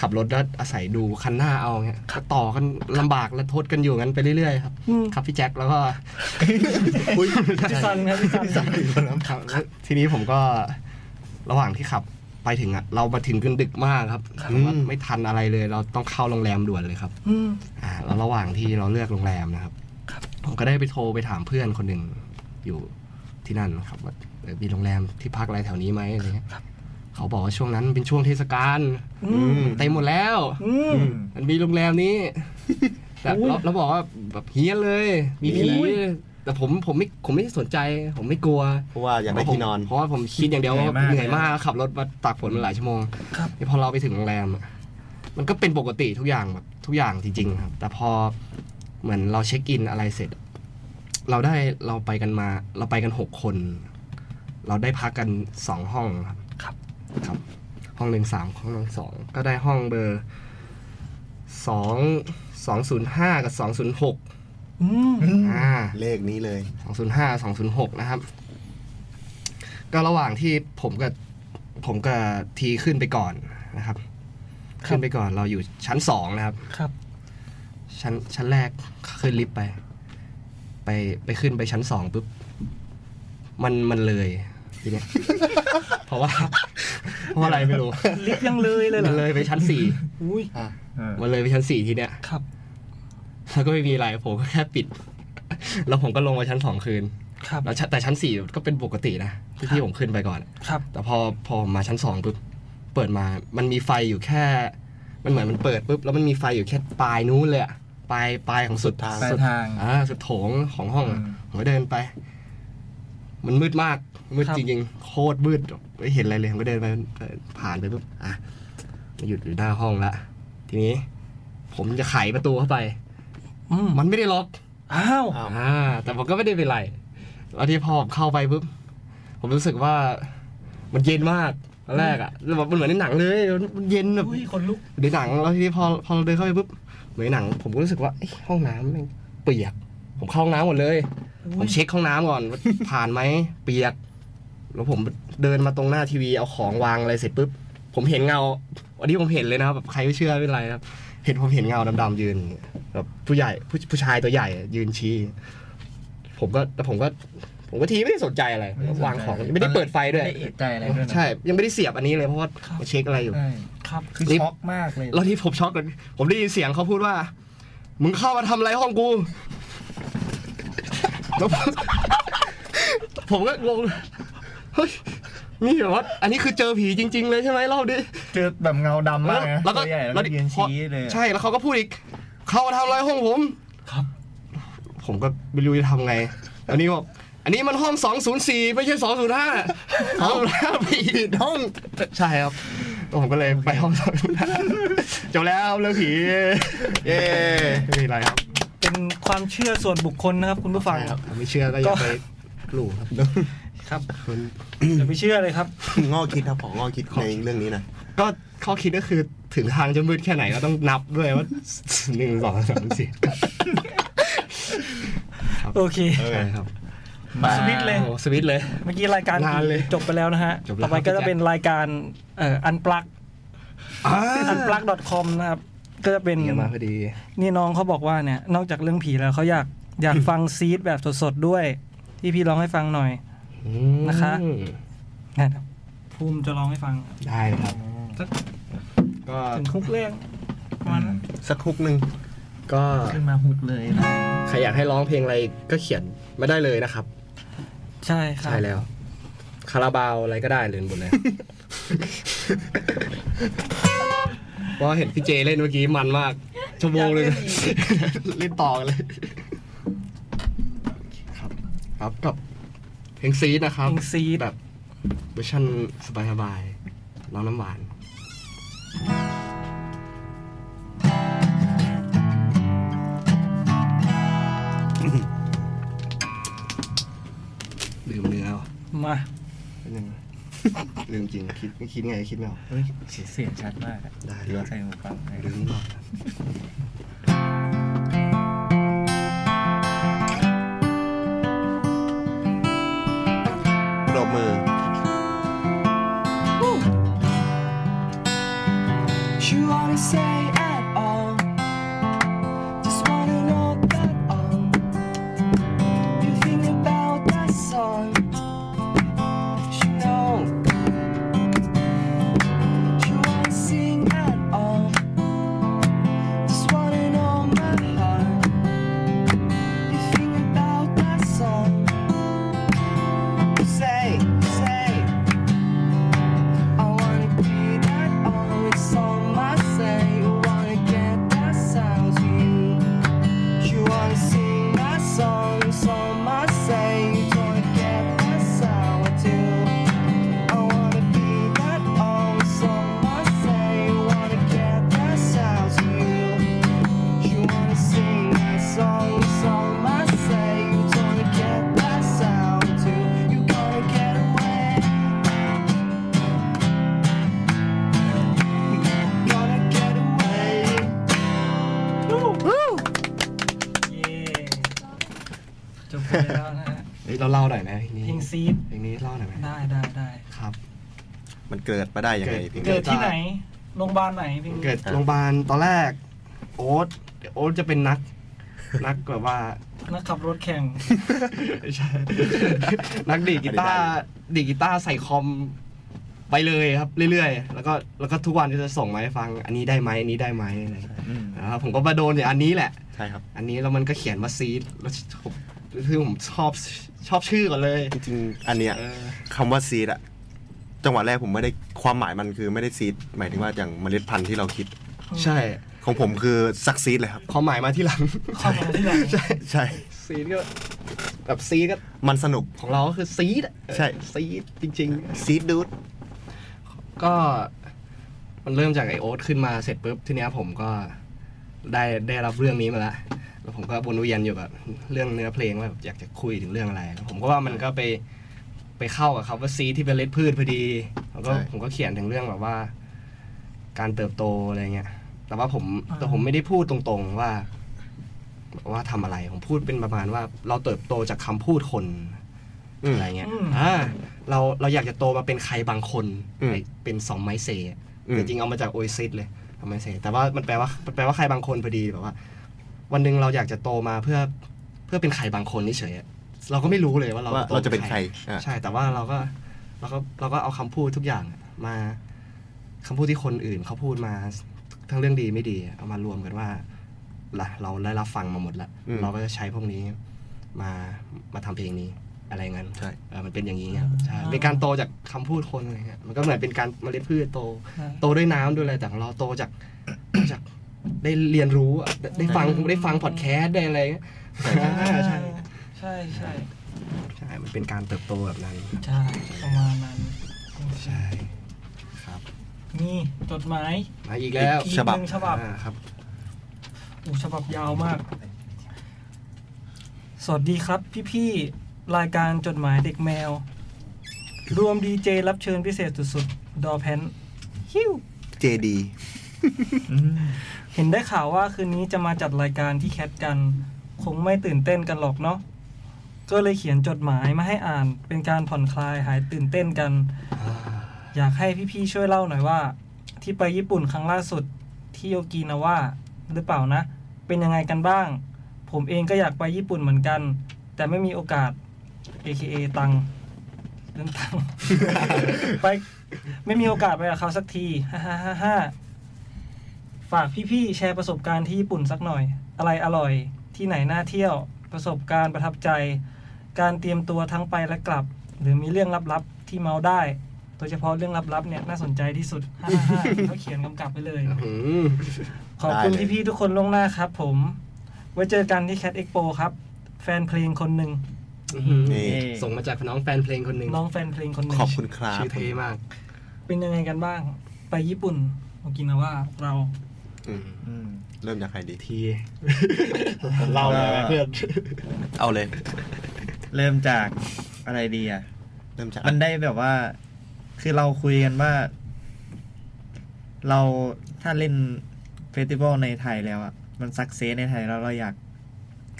Speaker 4: ขับรถแล้วอาศัยดูคันหน้าเอาเงี้ยขับต่อกันลำบากและทดกันอยู่งั้นไปเรื่อยๆครับ
Speaker 5: อืม
Speaker 4: ครับพี่แจ็คแล้วก็ *laughs*
Speaker 6: อุ้ย
Speaker 5: พี่ซันครับพี่ซัน
Speaker 4: สามสี่คนครับแล้วทีนี้ผมก็ระหว่างที่ขับไปถึงอะเรามาถึงกันดึกมากครับผมว่าไม่ทันอะไรเลย เราต้องเข้าโรงแรมด่วนเลยครับ
Speaker 5: อืม
Speaker 4: อ่าแล้วระหว่างที่เราเลือกโรงแรมนะครับ ผมก็ได้ไปโทรไปถามเพื่อนคนหนึ่งอยู่ที่นั่นครับว่าเออมีโรงแรมที่พักอะไรแถวนี้ไหมอะไรเงี้ยเขาบอกว่าช่วงนั้นเป็นช่วงเทศกาล
Speaker 5: อืม
Speaker 4: เต็มหมดแล้ว
Speaker 5: อืม
Speaker 8: อืม
Speaker 4: มันมีโรงแรมนี้ *laughs* แบบ
Speaker 5: อุ้ย
Speaker 4: เราเราบอกว่าแบบเฮี้ยนเลย มีผีแต่ผมผมไม่ผมไม่สนใจ ผมไม่กลัว
Speaker 6: เพราะว่าอยากได้ที่นอน
Speaker 4: เพราะว่าผมคิดอย่างเดียวว่าเหนื่อยมากขับรถมาตากฝนมาหลายชั่วโมง
Speaker 5: ครับ
Speaker 4: นี่พอเราไปถึงโรงแรมอะมันก็เป็นปกติทุกอย่างแบบทุกอย่างจริงๆครับ แต่พอเหมือนเราเช็คอินอะไรเสร็จ เราได้เราไปกันมา เราไปกันหกคน เราได้พักกันสองห้องครับ ครับ ห้องหนึ่งสามห้องหนึ่งสองก็ได้ห้องเบอร์สองสองศูนย์ห้ากับสองศูนย์หก
Speaker 5: อืม
Speaker 4: อ่า
Speaker 6: เลขนี้เลย
Speaker 4: สองศูนย์ห้าสองศูนย์หกนะครับ ก็ระหว่างที่ผมกับผมกับทีขึ้นไปก่อนนะครับ
Speaker 5: ครับ
Speaker 4: ขึ้นไปก่อนเราอยู่ชั้นสองนะครับ
Speaker 5: ครับ
Speaker 4: ชั้นชั้นแรกขึ้นลิฟต์ไป ไปไปขึ้นไปชั้นสองปุ๊บมันมันเลยทีเนี้ย *laughs* เพราะว่า เพราะอะไรไม่รู้
Speaker 5: ลิฟต์ยังเลยเลยเหร
Speaker 4: มั
Speaker 5: อน
Speaker 4: เลยไปชั้นสี่
Speaker 5: อุ้ย
Speaker 8: เออ
Speaker 4: มันเลยไปชั้นสี่ทีเนี้ย
Speaker 5: ครับ
Speaker 4: แล้วก็ไม่มีอะไรผมก็แค่ปิด *laughs* แล้วผมก็ลงมาชั้นสองคืน
Speaker 5: ครับ
Speaker 4: แล้วชั้นแต่ชั้นสี่ก็เป็นปกตินะที่ที่ผมขึ้นไปก่อน
Speaker 5: ครับ
Speaker 4: แต่พอพอผมมาชั้นสองปุ๊บเปิดมามันมีไฟอยู่แค่ มันเหมือนมันเปิดปุ๊บแล้วมันมีไฟอยู่แค่ปลายนู้นเลยอะปลายปลายของสุดทาง
Speaker 8: ปลาย
Speaker 4: สุด
Speaker 8: ทาง
Speaker 4: อ่าสุดโถงของห้องอะ
Speaker 8: อืม
Speaker 4: ผมก็เดินไป มันมืดมากมืดจริงๆโคตรมืดไม่เห็นอะไรเลยผมก็เดินไปผ่านไปปุ๊บอ่ะหยุดอยู่หน้าห้องละทีนี้ ผมจะไขประตูเข้าไป
Speaker 5: อืม
Speaker 4: มันไม่ได้ล็อก
Speaker 5: อ้าว
Speaker 6: อ้าว
Speaker 4: อ่าแต่ผมก็ไม่ได้เป็นไรแล้วที่พอผมเข้าไปปุ๊บผมรู้สึกว่า มันเย็นมากตอนแรกอะแล้วแบบมันเหมือนในหนังเลยมันเย็นแบบ
Speaker 5: อุ้ยคนลุก
Speaker 4: ในหนังแล้วทีนี้พอพอเราเดินเข้าไปปุ๊บเหมือนในหนัง ผมก็รู้สึกว่าเอ๊ะห้องน้ำแม่งเปียก ผมเข้าห้องน้ำหมดเลย ผมเช็คห้องน้ำ *laughs* ก่อนว่า ผ่านไหมเปียก แล้วผมเดินมาตรงหน้าทีวีเอาของวางอะไรเสร็จปุ๊บผมเห็นเงาอันนี้ผมเห็นเลยนะครับแบบใครไม่เชื่อไม่เป็นไรนะครับเห็นผมเห็นเงาดำๆยืนอย่างเงี้ยแบบผู้ใหญ่ผู้ผู้ชายตัวใหญ่ยืนชี้ ผมก็แต่ผมก็ ผมก็ทีไม่ได้สนใจอะไรวางของไม่ได้เปิดไฟด้วย
Speaker 8: ไม่ได้เอะใจอะไรด้วยนะ
Speaker 4: ใช่ ยังไม่ได้เสียบอันนี้เลยเพราะว่าเช็คอะไรอยู่
Speaker 8: ใช่
Speaker 5: ครับ
Speaker 8: คือช็อกมากเลย
Speaker 4: แล้วที่ผมช็อกเลยผมได้ยินเสียงเขาพูดว่า มึงเข้ามาทำอะไรห้องกู แล้วผม *laughs* ผมก็งง เฮ้ย นี่แบบว่าอันนี้คือเจอผีจริง ๆ เลยใช่ไหมรอบนี้
Speaker 8: เจอแบบเงาดำมากนะ
Speaker 4: แล้วก็
Speaker 8: ตัวใหญ่แล้วก็ยืนชี้เลย
Speaker 4: ใช่ แล้วเขาก็พูดอีก เข้ามาทำอะไรห้องผม
Speaker 5: ครับ
Speaker 4: ผมก็ไม่รู้จะทำไง อันนี้บอกอันนี้มันห้อง 204 ไม่ใช่ 205เอาแล้วไปอีกห้อง ใช่ครับ ผมก็เลยไปห้อง205จบแล้วเรื่องผี
Speaker 6: เย้
Speaker 4: ไม่มีอะไรครับ
Speaker 5: เป็นความเชื่อส่วนบุคคลนะครับ คุณผู้ฟัง
Speaker 4: ครับไม่เชื่อก็อย่าไปหลู่ครับ
Speaker 5: ครับอย่าไปเชื่อเลยครับ
Speaker 6: งอคิดครับของงอคิดในเรื่องนี้นะ
Speaker 4: ก็ข้อคิดก็คือถึงทางจะมืดแค่ไหนก็ต้องนับด้วยว่า *laughs* หนึ่งสองสามสี่
Speaker 5: โอเค
Speaker 4: ใช่ครับ
Speaker 8: มา
Speaker 5: สวิตช์เลย
Speaker 4: โอ้สวิตช์เลย
Speaker 5: เมื่อกี้รายการ
Speaker 4: นานเลย
Speaker 5: จบไปแล้วนะฮะ
Speaker 4: จบแล้ว
Speaker 5: ต่อไป
Speaker 4: ครับ
Speaker 5: ก็จะ
Speaker 4: พี่แจ็ค
Speaker 5: เป็นรายการเอ่อ unplug
Speaker 4: อ่า
Speaker 5: unplug com นะครับ ก็จะเป็น
Speaker 4: เนี่ยมาพอดี
Speaker 5: นี่น้องเขาบอกว่าเนี่ย นอกจากเรื่องผีแล้วเขาอยากอยากฟังซีดแบบสดๆด้วย ที่พี่ร้องให้ฟังหน่อย นะคะ นะครับภูมิจะร้องให้ฟัง
Speaker 4: ได้เลยครับ ก็
Speaker 5: ถึงคุกเรื่องประมาณนั้น
Speaker 6: สักฮุกหนึ่ง
Speaker 4: ก็
Speaker 8: ขึ้นมาฮุกเลยนะ
Speaker 4: ใครอยากให้ร้องเพลงอะไรก็เขียนมาได้เลยนะครับ
Speaker 5: ใช่ครับ
Speaker 4: ใช่แล้ว คาราบาวอะไรก็ได้เลยห
Speaker 8: *laughs*
Speaker 4: มดเลยเพราะเห็นพี่เจเล่นเมื่อกี้มันมาก ชั่วโมงเลยนะเล่นต่อกันเลย ครับ ครับกับเพลงซีดนะค
Speaker 5: เพ
Speaker 4: รับ
Speaker 5: ลงซีด
Speaker 4: แบบเวอร์ชันสบายๆน้องน้ำหวาน ลืมเนื้อว่ะ
Speaker 5: มา
Speaker 4: นิดนึง ลืมจริง คิดไม่คิดไงคิดไม่ออก
Speaker 8: เฮ้ยเสียงชัดมากอะ
Speaker 4: ได้เลย
Speaker 8: ใส่หูฟังเลย
Speaker 4: ลืมก่อน
Speaker 6: ปรบมือ
Speaker 5: She wanted ไปแล้วนะฮะ
Speaker 4: เฮ้ยเราเล่าหน่อยนะเพลงนี้
Speaker 5: เพลงซีด
Speaker 4: เพลงนี้เล่าหน่อยไหม
Speaker 5: ได้ได้ได้
Speaker 4: ครับ
Speaker 6: มันเกิดมาได้ยังไงพี่
Speaker 5: เกิดที่ไหนโรงพยาบาลไหนเพลงนี้
Speaker 4: เกิดโรงพยาบาลตอนแรก โอ๊ตเดี๋ยวโอ๊ตจะเป็นนัก *laughs* นักแบบว่า
Speaker 5: นักขับรถแข่ง
Speaker 4: ไม่ใช่ นักดีดกีตาร์ดีดกีตาร์ใส่คอมไปเลยครับ เรื่อยๆ แล้วก็แล้วก็ทุกวันก็จะส่งมาให้ฟัง อันนี้ได้ไหมอันนี้ได้ไหมอะไรอย่างเงี้ย
Speaker 6: อืม
Speaker 4: นะครับผมก็มาโดนอย่างอันนี้แหละ
Speaker 6: ใช่ครับ
Speaker 4: อันนี้แล้วมันก็เขียนว่าซีดแล้วผมคือผมชอบชอบชื่อก่อนเลย
Speaker 6: จริงๆอันเนี้ย
Speaker 4: เออ
Speaker 6: คำว่าซีดอะจังหวะแรกผมไม่ได้ความหมายมันคือไม่ได้ซีดหมายถึงว่าอย่างเมล็ดพันธุ์ที่เราคิด
Speaker 4: ใช่
Speaker 6: ของผมคือซักซีดเลยครับ
Speaker 4: ความหมายมาที่หลัง
Speaker 5: ความหมายที่หลัง
Speaker 4: ใช่
Speaker 6: ใช่
Speaker 4: ซีดก็แบบซีดก็
Speaker 6: มันสนุก
Speaker 4: ของเราก็คือซีดอะ
Speaker 6: ใช่
Speaker 4: ซีดจริง ๆ
Speaker 6: ซีดดูด
Speaker 4: ก็มันเริ่มจากไอโอ๊ตขึ้นมาเสร็จปุ๊บทีเนี้ยผมก็ได้ได้รับเรื่องนี้มาละแล้วผมก็วนเวียนอยู่แบบเรื่องเนื้อเพลงว่าแบบอยากจะคุยถึงเรื่องอะไรแล้วผมก็ว่ามันก็ไปไปเข้ากับคำว่าซีที่เป็นเล็ดพืชพอดีแล้วก็ผมก็เขียนถึงเรื่องแบบว่า การเติบโตอะไรเงี้ย แต่ว่าผม
Speaker 5: อ่า
Speaker 4: แต่ผมไม่ได้พูดตรงๆว่า ว่าทำอะไรผมพูดเป็นประมาณว่า เราเติบโตจากคำพูดคนอะไรเงี้ย
Speaker 5: อืม
Speaker 4: อ่าเราเราอยากจะโตมาเป็นใครบางคนไอ้เป็นสองไม้เซ
Speaker 6: อืม
Speaker 4: จริงๆเอามาจากโอซิสเลยทำไมเสแต่ว่ามันแปลว่ามันแปลว่าใครบางคนพอดีแบบว่า วันหนึ่งเราอยากจะโตมาเพื่อเพื่อเป็นใครบางคนนี่เฉยๆอะเราก็ไม่รู้เลยว่าเรา
Speaker 6: ว่า
Speaker 4: โต
Speaker 6: เราจะเป็นใครอ่ะ
Speaker 4: ใช่ แต่ว่าเราก็เราก็เราก็เอาคำพูดทุกอย่างอะมาคำพูดที่คนอื่นเขาพูดมาทั้งเรื่องดีไม่ดีอะเอามารวมกันว่าละเราได้รับฟังมาหมดละ
Speaker 6: อืม
Speaker 4: เราก็จะใช้พวกนี้มามาทำเพลงนี้อะไรเงี้ย
Speaker 6: ใช่
Speaker 4: เออมันเป็นอย่างนี้ครับใช่เป็นการโตจากคำพูดคนอะไรเงี้ยมันก็เหมือนเป็นการเมล็ดพืชโต โตด้วยน้ำด้วยอะไรแต่ของเราโตจาก จากได้เรียนรู้อะได้ได้ฟัง
Speaker 5: อืม
Speaker 4: ได้ฟังพอดแคสต์ได้อะไรเงี้ยอ่าใช่
Speaker 5: ใช่ใช่
Speaker 4: ใช่ มันเป็นการเติบโตแบบนั้น
Speaker 5: ใช่ประมาณนั้น
Speaker 4: ใช่ครับ
Speaker 5: นี่จดหมาย
Speaker 4: มาอีกแล้ว
Speaker 5: อีกฉบับ
Speaker 4: อ่าครับ
Speaker 5: โอ้ฉบับยาวมาก สวัสดีครับ พี่ๆ รายการจดหมายเด็กแมว รวมดีเจรับเชิญพิเศษสุดๆ ดอแพนฮิว
Speaker 6: JD
Speaker 5: เห็นได้ข่าวว่าคืนนี้จะมาจัดรายการที่แคทกัน คงไม่ตื่นเต้นกันหรอกเนาะก็เลยเขียนจดหมายมาให้อ่าน เป็นการผ่อนคลายหายตื่นเต้นกัน อยากให้พี่ๆช่วยเล่าหน่อยว่า ที่ไปญี่ปุ่นครั้งล่าสุดที่โยกินาว่าหรือเปล่านะ เป็นยังไงกันบ้าง ผมเองก็อยากไปญี่ปุ่นเหมือนกัน แต่ไม่มีโอกาส AKA ตังค์เรื่องตังค์ *laughs* ไปไม่มีโอกาสไปกับเขาสักทีฮ่าฮ่าฮ่าฮ่า ฝากพี่ๆแชร์ประสบการณ์ที่ญี่ปุ่นสักหน่อย อะไรอร่อย ที่ไหนน่าเที่ยว ประสบการณ์ประทับใจ การเตรียมตัวทั้งไปและกลับ หรือมีเรื่องลับๆที่เมาได้ โดยเฉพาะเรื่องลับๆเนี่ยน่าสนใจที่สุด ฮ่าๆๆเขาเขียนกำกับไปเลย
Speaker 4: อืม
Speaker 5: ขอบคุณ
Speaker 6: ได้เลย
Speaker 5: พี่ๆทุกคนล่วงหน้าครับผม ไว้เจอกันที่แคดเอ็กโปครับ แฟนเพลงคนหนึ่ง
Speaker 6: นี่
Speaker 4: ส่งมาจากน้องแฟนเพลงคนหนึ่ง
Speaker 5: น้องแฟนเพลงคนหนึ่ง
Speaker 6: ขอบคุณครับ
Speaker 4: ชื่อเท่มาก
Speaker 5: เป็นยังไงกันบ้าง ไปญี่ปุ่นโอกินาว่าเรา
Speaker 6: อืม
Speaker 8: อืม
Speaker 6: เริ่มจากใครดี
Speaker 4: ที
Speaker 8: เล่าเลยไหมเพื่อน
Speaker 6: เอาเลย
Speaker 8: เริ่มจากอะไรดีอ่ะ
Speaker 6: เริ่มจาก
Speaker 8: มันได้แบบว่า คือเราคุยกันว่า เราถ้าเล่นเฟสติวัลในไทยแล้วอ่ะ มันสักเซสในไทยแล้วเราอยาก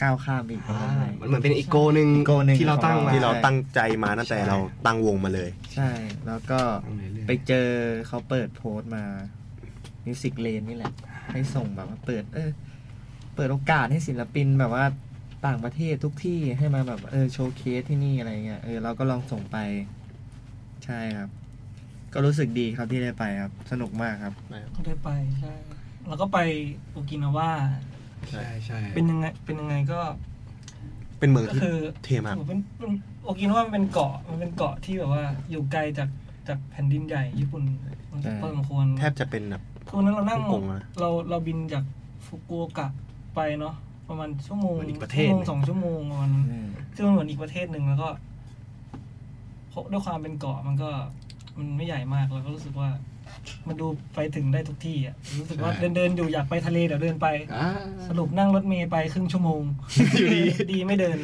Speaker 8: ก้าวข้ามอีกประมาณไหน
Speaker 4: มันเหมือนเป็นอีโก้หนึ่ง
Speaker 8: อีโก้หนึ่ง
Speaker 4: ที่เราตั้ง
Speaker 8: ของ
Speaker 4: มา
Speaker 6: ที่เราตั้งใจมาตั้งแต่เราตั้งวงมาเลย
Speaker 8: ใช่ แล้วก็
Speaker 4: ตั้งเรื่อยๆ
Speaker 8: ไปเจอเขาเปิดโพสต์มา มิวสิกเลนนี่แหละ ให้ส่งแบบว่าเปิด เออ เปิดโอกาสให้ศิลปินแบบว่าต่างประเทศทุกที่ให้มาแบบเออโชว์เคสที่นี่อะไรเงี้ย เออเราก็ลองส่งไป ใช่ครับ ก็รู้สึกดีครับที่ได้ไปครับ สนุกมากครับ
Speaker 5: ก็ได้ไปใช่แล้วก็ไปโอกินาว่า
Speaker 4: ใช่ใช่
Speaker 5: เป็นยังไง เป็นยังไงก็
Speaker 6: เป็นเมือง
Speaker 5: ก็
Speaker 6: ที่
Speaker 5: คือ
Speaker 6: เท่มาก
Speaker 5: โอ้โหเป็นเป็นโอกินว่ามันเป็นเกาะ มันเป็นเกาะที่แบบว่า อยู่ไกลจากจากแผ่นดินใหญ่ญี่ปุ่น
Speaker 8: ใช่
Speaker 5: พอสมควร
Speaker 6: แทบจะเป็นแบบ
Speaker 5: คือวันนั้นเรานั่ง
Speaker 6: ฮ่องกงนะ
Speaker 5: เราเราบินจากฟุกุโอกะไปเนาะ ประมาณชั่วโมง
Speaker 6: เหมือนอีกประเทศ
Speaker 5: ชั่วโมง
Speaker 6: หนึ่ง
Speaker 5: สองชั่วโมงประมาณนั้นซึ่งมันเหมือนอีกประเทศหนึ่งแล้วก็เพราะด้วยความเป็นเกาะมันก็ มันไม่ใหญ่มากเราก็รู้สึกว่า มันดูไปถึงได้ทุกที่อ่ะ รู้สึกว่า
Speaker 6: ใช่
Speaker 5: เดินเดินๆอยู่อยากไปทะเลเดี๋ยวเดินไป
Speaker 4: อ่า
Speaker 5: สรุปนั่งรถเมย์ไปครึ่งชั่วโมง อยู่ดี ดีไม่เดิน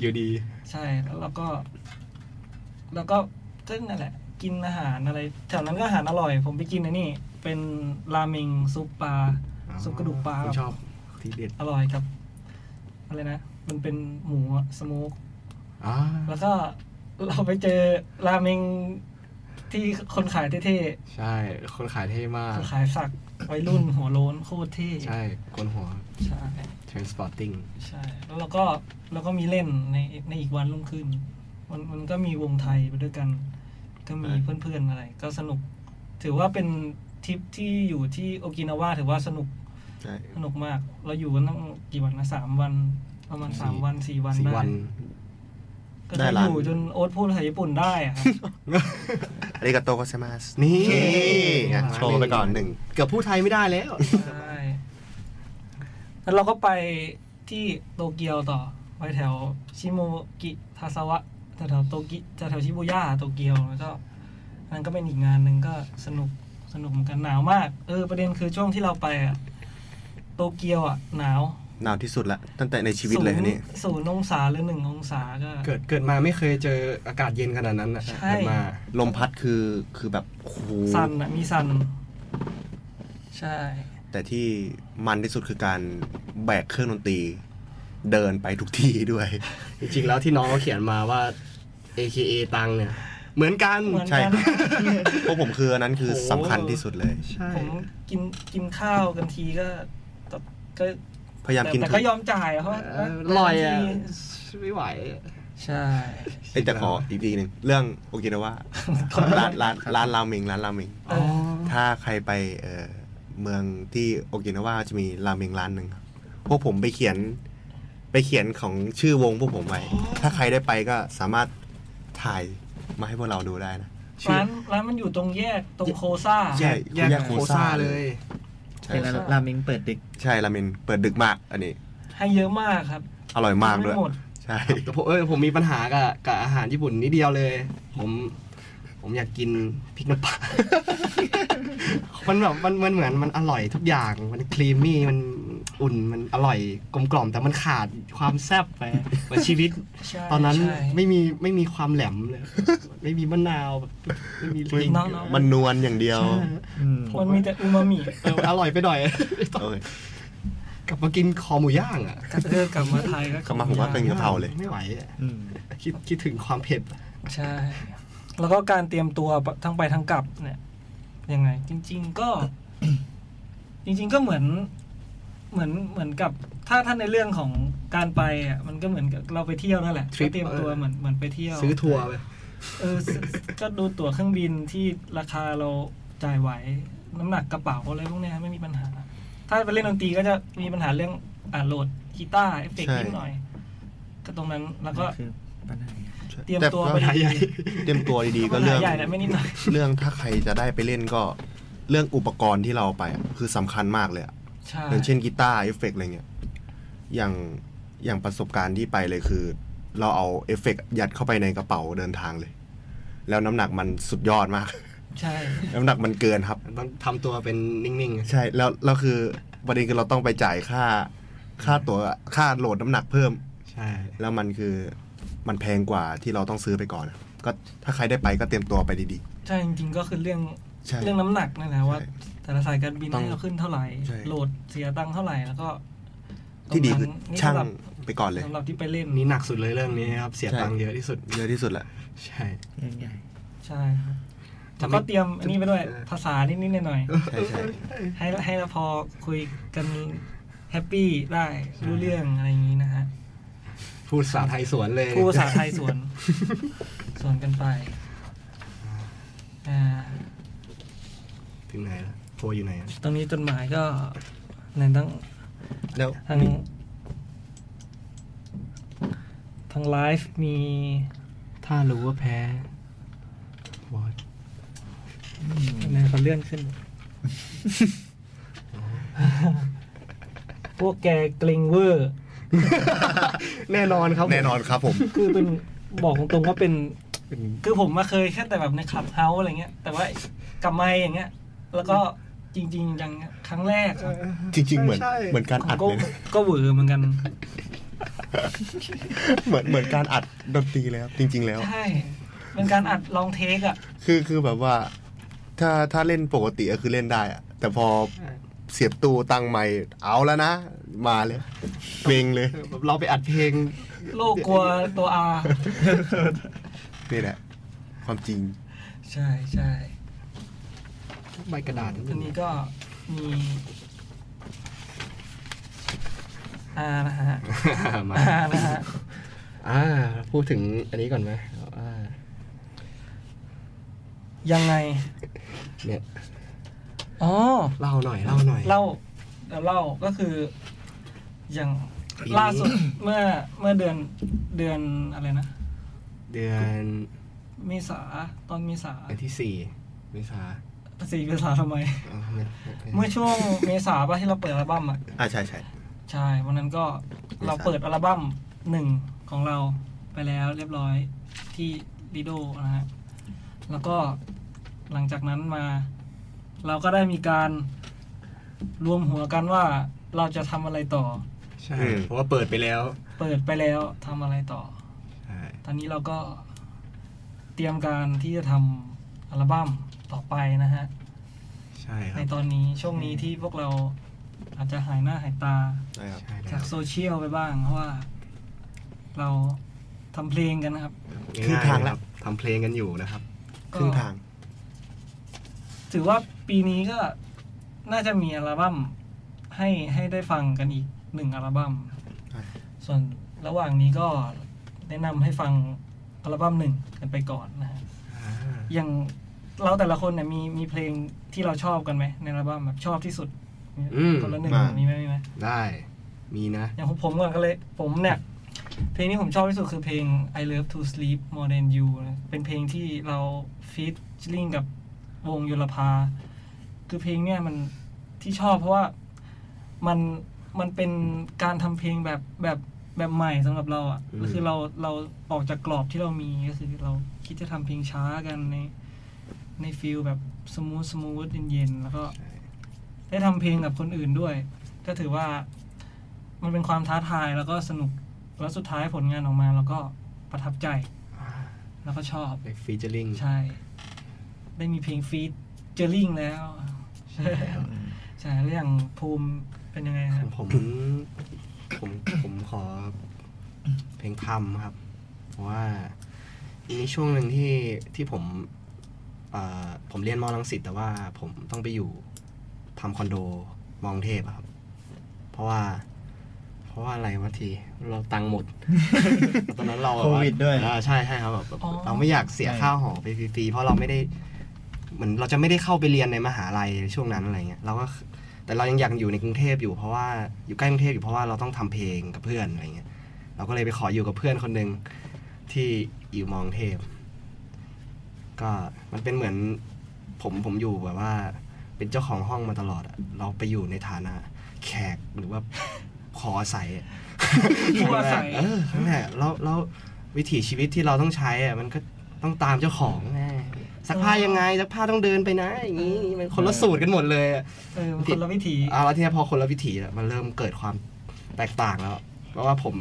Speaker 4: อยู่ดี
Speaker 5: ใช่แล้วเราก็ แล้วก็ซึ่งนั่นแหละ กินอาหารอะไรแถวนั้นก็อาหารอร่อย ผมไปกินไอ้นี่ เป็นราเมงซุปปลา ซุปกระดูกปลา
Speaker 4: ผมชอบทีเด็ด
Speaker 5: อร่อยครับอะไรนะ มันเป็นหมูอะสโมก
Speaker 4: อ่า
Speaker 5: แล้วก็เราไปเจอราเมงที่คนขายเท่
Speaker 4: ใช่ คนขายเท่มา
Speaker 5: ๆ
Speaker 4: ก
Speaker 5: คนขายสักวัยรุ่นหัวโล้นโคตรเท่
Speaker 4: ใช่คนหัว
Speaker 5: ใช่
Speaker 4: transporting
Speaker 5: ใช่ แล้วเราก็เราก็มีเล่นในในอีกวันรุ่งขึ้น มันมันก็มีวงไทยไปด้วยกัน ก็มีเพื่อนๆอะไร ก็สนุก ถือว่าเป็นทริปที่อยู่ที่โอกินาวาถือว่าสนุก
Speaker 6: ใช่
Speaker 5: สนุกมาก เราอยู่กันตั้งกี่วันนะสามวัน ประมาณสามวันสี่วัน
Speaker 4: สี่
Speaker 5: ได้
Speaker 4: วัน
Speaker 5: ก็ได้อยู่จนโอ๊ตพูดภาษาญี่ปุ่นได้อะครับ
Speaker 6: อาริกาโตโกเซมาสนี่ไงโชว์ไปก่อนหนึ่ง
Speaker 4: เกือบพูดไทยไม่ได้แล้ว
Speaker 5: ใช่แล้วเราก็ไปที่โตเกียวต่อ ไปแถวชิโมกิทาซาวะแถวๆโตกิแถวๆชิบูย่าโตเกียวแล้วก็อันนั้นก็เป็นอีกงานหนึ่งก็สนุกสนุกเหมือนกันหนาวมาก เออ ประเด็นคือช่วงที่เราไปอะโตเกียวอะหนาว
Speaker 6: หนาวที่สุดละ ตั้งแต่ในชีวิตเลยอันนี่
Speaker 5: ศูนย์องศาหรือหนึ่งองศาก็
Speaker 4: เกิดเกิดมาไม่เคยเจออากาศเย็นขนาดนั้นนะ
Speaker 5: ใช่
Speaker 4: เกิดมา
Speaker 6: ลมพัดคือคือแบบโอ้โห
Speaker 5: สันอะมีสัน ใช่
Speaker 6: แต่ที่มันที่สุดคือการแบกเครื่องดนตรี เดินไปทุกที่ด้วย
Speaker 4: จริงๆแล้วที่น้องเขาเขียนมาว่า AKA ตังเนี่ย เหมือนกัน
Speaker 5: เหมือน
Speaker 6: ใช่
Speaker 5: กัน
Speaker 6: ครับ พวกผมคืออันนั้นคือ
Speaker 4: โอ้โห
Speaker 6: สำคัญที่สุดเลย
Speaker 4: ใช่
Speaker 5: ผมกินกินข้าวกันทีก็แต่ก็
Speaker 6: พยายาม
Speaker 5: แต่
Speaker 6: กิน
Speaker 5: แต่ก็ยอมจ่ายอะเพราะว่า
Speaker 4: เอออร่อยอ่ะ ไม่ไหว
Speaker 5: ใช่
Speaker 6: เอ้ยแต่ขออีกทีหนึ่งเรื่องโอกินาวาร้านร้านร้านราเมงร้านราเมง
Speaker 5: เออ
Speaker 6: ถ้าใครไปเอ่อเมืองที่โอกินาวาจะมีราเมงร้านหนึ่งครับพวกผมไปเขียนไปเขียนของชื่อวงพวกผมไว้ ถ้าใครได้ไปก็สามารถถ่ายมาให้พวกเราดูได้นะ
Speaker 5: ร้านร้านมันอยู่ตรงแยกตรงโคซ่า
Speaker 6: แยก
Speaker 4: แยก
Speaker 6: แยก
Speaker 4: โค
Speaker 6: โค
Speaker 4: ซ่า
Speaker 6: ซ่า
Speaker 4: เล
Speaker 6: เลย ย
Speaker 8: เป็นร้านราเมงเปิดดึก
Speaker 6: ใช่ราเมนเปิดดึกมากอันนี้
Speaker 5: ให้เยอะมากครับ
Speaker 6: อร่อยมากด้วย
Speaker 5: ไม่หมด
Speaker 6: ใช่
Speaker 4: แต่ *laughs* ผมเออผมมีปัญหากับกับอาหารญี่ปุ่นนิดเดียวเลย ผม ผมอยากกินพริกน้ำปลา *laughs* มันแบบมันมันเหมือนมันอร่อยทุกอย่าง มันครีมมี่มันอุ่นมันอร่อยกลมกล่อม แต่มันขาดความแซ่บไปเหมือนชี
Speaker 5: *laughs*
Speaker 4: วิต
Speaker 5: ใช่
Speaker 4: ตอนนั้น
Speaker 5: ใช่
Speaker 4: ไม่มีไม่มีความแหลมเลย ไม่มีมะนาวแบบไม่มีพริก
Speaker 5: น้องๆ
Speaker 6: มันนวลอย่างเดียว
Speaker 5: มันมีแต่อูมามิ
Speaker 4: เอออร่อยไปหน่อย *laughs*
Speaker 6: เออก
Speaker 4: ลับมากินคอหมูย่างอ่ะ
Speaker 5: กลับเดินกลับมาไทยก็
Speaker 6: กลับมาผมว่าเป็นกะเพราเลย
Speaker 4: ไม่ไหวอะคิดคิดถึงความเผ็ด
Speaker 5: ใช่ แล้วก็การเตรียมตัวทั้งไปทั้งกลับเนี่ยยังไง จริง ๆก็ *coughs* จริง ๆ ก็เหมือน เหมือนเหมือนกับ ถ้าท่านในเรื่องของการไปอ่ะมันก็เหมือนกับเราไปเที่ยวนั่นแหละ
Speaker 4: ทริป
Speaker 5: ก็เตรียมตัวเหมือนเหมือนไปเที่ยว
Speaker 4: ซื้อทัวร์ไป
Speaker 5: เออซก็ดูตั๋วเครื่องบินที่ราคาเราจ่ายไหว น้ำหนักกระเป๋าอะไรพวกเนี้ยไม่มีปัญหา ถ้าไปเล่นดนตรีก็จะมีปัญหาเรื่องอ่าโหลดกีตาร์เอฟเฟกต์
Speaker 6: ใช่
Speaker 5: นิดหน่อย ก็ตรงนั้นแล้วก็
Speaker 8: คือปัญหา
Speaker 5: เตรียมตัว
Speaker 6: แก็
Speaker 5: ไป
Speaker 6: เตรียมตัวดี
Speaker 5: *laughs*
Speaker 6: ๆก็
Speaker 5: ปัญ
Speaker 6: เรื่
Speaker 5: หา
Speaker 6: อง
Speaker 5: ใหญ่นะไม่นิดหน่อย
Speaker 6: เรื่องถ้าใครจะได้ไปเล่นก็เรื่องอุปกรณ์ที่เราเอาไปอะคือสำคัญมากเลยอะ
Speaker 5: ใช่
Speaker 6: อย่างเช่นกีตาร์เอฟเฟกต์อะไรเงี้ย อย่างอย่างประสบการณ์ที่ไปเลยคือ เราเอาเอฟเฟกต์ยัดเข้าไปในกระเป๋าเดินทางเลย แล้วน้ำหนักมันสุดยอดมาก *laughs*
Speaker 5: ใช่
Speaker 6: น้ำหนักมันเกินครับ
Speaker 4: ต้องทำตัวเป็นนิ่ง
Speaker 6: ใช่แล้วแล้วคือประเด็นคือเราต้องไปจ่ายค่าค่าตัวค่าโหลดน้ำหนักเพิ่ม
Speaker 4: ๆ ใช่
Speaker 6: แล้วมันคือมันแพงกว่าที่เราต้องซื้อไปก่อนอะก็ถ้าใครได้ไปก็เตรียมตัวไปดี
Speaker 5: ใช่จริงๆก็คือเรื่อง
Speaker 6: ๆ ใช่
Speaker 5: เรื่องน้ำหนักนั่นแหละว่า
Speaker 6: ใช่
Speaker 5: แต่ละสายการบิน
Speaker 6: ต้อง
Speaker 5: ให้เราขึ้นเท่าไหร่
Speaker 6: ใช่
Speaker 5: โหลดเสียตังค์เท่าไหร่แล้วก็
Speaker 6: ที่ดีคือ
Speaker 5: ตรนั้นนี่
Speaker 6: ช่าง
Speaker 5: สำหรับ
Speaker 6: ไปก่อนเลย
Speaker 5: สำหรับที่ไปเล่น
Speaker 4: นี่หนักสุดเลยเรื่องนี้ครับ เสีย
Speaker 6: ใช่
Speaker 4: ตังค์เยอะที่สุด
Speaker 6: เยอะที่สุดแหละ
Speaker 4: ใช่
Speaker 8: ใหญ่
Speaker 5: ใช่ครับแล้วก็เตรียมอันนี้ไปด้วย ภาษานิดๆหน่อยๆ
Speaker 6: ใช่ใช่
Speaker 5: ให้ให้เราพอคุยกันแฮปปี้ได้รู้เรื่องอะไรอย่างนี้นะฮะ
Speaker 4: พูดภาษาไทยสวนเลย
Speaker 5: พูดภาษาไทย
Speaker 4: *laughs*
Speaker 5: สวน สวนกันไปอ่า
Speaker 4: ถึงไหนแล้วโพลอยู่ไหนอะ
Speaker 5: ตรงนี้จดหมายก็ในทั้ง
Speaker 6: แล้ว
Speaker 5: ทั้งทั้งไลฟ์มี
Speaker 4: ถ้ารู้ว่าแพ้วอด
Speaker 5: อะไรเขาเลื่อนขึ้น *laughs* พวกแกเกรงเวอร์
Speaker 4: แน่นอนครับผม
Speaker 6: แน่นอนครับผม
Speaker 5: คือเป็นบอกตรงๆว่าเป็น
Speaker 4: เป็น
Speaker 5: คือผมมาเคยแค่แต่แบบในคลับเฮาส์อะไรเงี้ย แต่ว่ากับไมค์อย่างเงี้ย แล้วก็จริงๆยังครั้งแรกอะ
Speaker 6: จริงๆ เหมือนเหมือนการ
Speaker 5: ผม
Speaker 6: อัด
Speaker 5: ก็
Speaker 6: เลยนะ
Speaker 5: ก็หวือเหมือนกัน
Speaker 6: *laughs* เหมือนเหมือนการอัดดนตรีเลยครับจริง ๆ แล้ว
Speaker 5: ใช่เป็นการอัดลองเทคอะ
Speaker 6: คือคือแบบว่า ถ้าถ้าเล่นปกติก็คือเล่นได้อะแต่พอเสียบตูตั้งไมค์เอาแล้วนะ มาเลยเพลงเลย
Speaker 4: เราไปอัดเพลง
Speaker 5: โลกกลัวตัวอา
Speaker 6: นี่แหละ ความจริง
Speaker 5: ใช่ใช่
Speaker 4: ใบกระดาษ
Speaker 5: อันนี้ก็มีอานะฮะ
Speaker 4: *laughs* มา
Speaker 5: อานะฮะ
Speaker 4: อ่าพูดถึงอันนี้ก่อนไหมอ่า
Speaker 5: ยังไง
Speaker 4: เนี่ย
Speaker 5: อ๋อ
Speaker 4: เล่าหน่อยเล่าหน่อย
Speaker 5: เล่าเดี๋ยวเล่าก็คือ
Speaker 4: *coughs*
Speaker 5: อย่าง
Speaker 4: ปีนี้
Speaker 5: ล่าสุดเมื่อเมื่อเดือนเดือนอะไรนะ
Speaker 4: เดือน
Speaker 5: เมษาตอนเมษา
Speaker 4: อันที่สี่เมษา
Speaker 5: สี่เมษาทำไม
Speaker 4: อ่าไม่
Speaker 5: เมื่อช่วงเมษาป่ะที่เราเปิดอัลบั้มอ่ะ
Speaker 6: อ่าใช่ใช่
Speaker 5: ใช่วันนั้นก็เราเปิดอัลบั้มหนึ่งของเราไปแล้วเรียบร้อยที่ลีโดนะฮะแล้วก็หลังจากนั้นมา เราก็ได้มีการรวมหัวกันว่าเราจะทำอะไรต่อ
Speaker 4: ใช่เพราะว่าเปิดไปแล้ว
Speaker 5: เปิดไปแล้วทำอะไรต่อ
Speaker 4: ใช่
Speaker 5: ตอนนี้เราก็เตรียมการที่จะทำอัลบั้มต่อไปนะฮะ
Speaker 4: ใช่ค
Speaker 5: ใน
Speaker 4: รับ
Speaker 5: ตอนนี้ช่วงนี้ที่พวกเราอาจจะหายหน้าหายตา
Speaker 6: ใช่ครับ
Speaker 4: ใช่แล้
Speaker 5: จาว กโซเชียลไปบ้าง เพราะว่า เราทำเพลงกันนะครับ
Speaker 6: ครึ่งทาง
Speaker 4: ง่ยๆ
Speaker 6: แล้ว
Speaker 4: รับทำเพลงกันอยู่นะครับ
Speaker 6: ครึ่งทาง
Speaker 5: ถือว่าปีนี้ก็น่าจะมีอัลบั้มให้ให้ได้ฟังกันอีกหนึ่งอัลบั้ม
Speaker 6: ใช่
Speaker 5: ส่วนระหว่างนี้ก็แนะนำให้ฟังอัลบั้มหนึ่งกันไปก่อนนะฮะอย่างเราแต่ละคนเนี่ยมีมีเพลงที่เราชอบกันไหมในอัลบั้มแบบชอบที่สุด
Speaker 4: อืม
Speaker 5: คนละหนึ่ง
Speaker 6: มามี
Speaker 5: มีไหมมีไหม
Speaker 4: ได้มีนะ
Speaker 5: อย่างของผมก่อนก็เลยผมเนี่ย เพลงที่ผมชอบที่สุดคือเพลง I Love to Sleep More Than You นะเป็นเพลงที่เราฟีดลิงกับวงยุรพา คือเพลงเนี่ยมันที่ชอบเพราะว่ามันมันเป็นการทำเพลงแบบแบบแบบใหม่สำหรับเราอะ่ะ
Speaker 4: อืม
Speaker 5: ก็คือเราเราออกจากกรอบที่เรามีก็คือเราคิดจะทำเพลงช้ากันในในฟิลแบบสมูทสมูทเย็นๆแล้วก็ได้ทำเพลงกับคนอื่นด้วย ก็ถือว่ามันเป็นความท้าทายแล้วก็สนุกแล้วสุดท้ายผลงานออกมาเราก็ประทับใจ แล้วก็ชอบ
Speaker 4: ในฟีเจอริง
Speaker 5: ใช่ ได้มีเพลงฟีดเจอริงแล้ว *laughs* ใช่แล้วอย่างภูมิเป็นยังไง
Speaker 4: ข
Speaker 5: ครั
Speaker 4: อบ งผม ผมผมขอเพลงพัมครับ เพราะว่ามีช่วงหนึ่งที่ที่ผมเอ่อผมเรียนมอลังสิตแต่ว่าผมต้องไปอยู่ทำคอนโดมอกรุงเทพอะครับ เพราะว่า เพราะว่าอะไรวะที เราตัง
Speaker 8: *laughs*
Speaker 4: ค์หมด ตอนนั้นเราแบบา
Speaker 8: โควิดด้วย
Speaker 4: อ่าใช่ใช่ครับแบบแบบ
Speaker 5: อ๋อ
Speaker 4: เราไม่อยากเสียค่าหอไปฟรีๆเพราะเราไม่ได้ เหมือนเราจะไม่ได้เข้าไปเรียนในมหาลัยช่วงนั้นอะไรเงี้ยเราก็แต่เรายังอยากอยู่ในกรุงเทพอยู่เพราะว่าอยู่ใกล้กรุงเทพอยู่เพราะว่าเราต้องทำเพลงกับเพื่อนอะไรเงี้ยเราก็เลยไปขออยู่กับเพื่อนคนหนึ่งที่อยู่มอกรุงเทพก็มันเป็นเหมือน ผมผมอยู่แบบว่า เป็นเจ้าของห้องมาตลอดอะเราไปอยู่ในฐานะแขกหรือว่า *laughs* ขออาศั
Speaker 5: *laughs*
Speaker 4: ยอะ
Speaker 5: ผู้อาศัย
Speaker 4: เออครั้งแรกแล้วแล้ววิถีชีวิตที่เราต้องใช้อะมันก็ต้องตามเจ้าของไงซักผ้ายังไงซักผ้าต้องเดินไปนะ อย่างนี้มันคนละสูตรกันหมดเลยอะ
Speaker 5: เออมันคนละวิถี
Speaker 4: อ่าแล้วทีเนี้ยพอคนละวิถีอะมันเริ่มเกิดความแตกต่างแล้ว เพราะว่าผม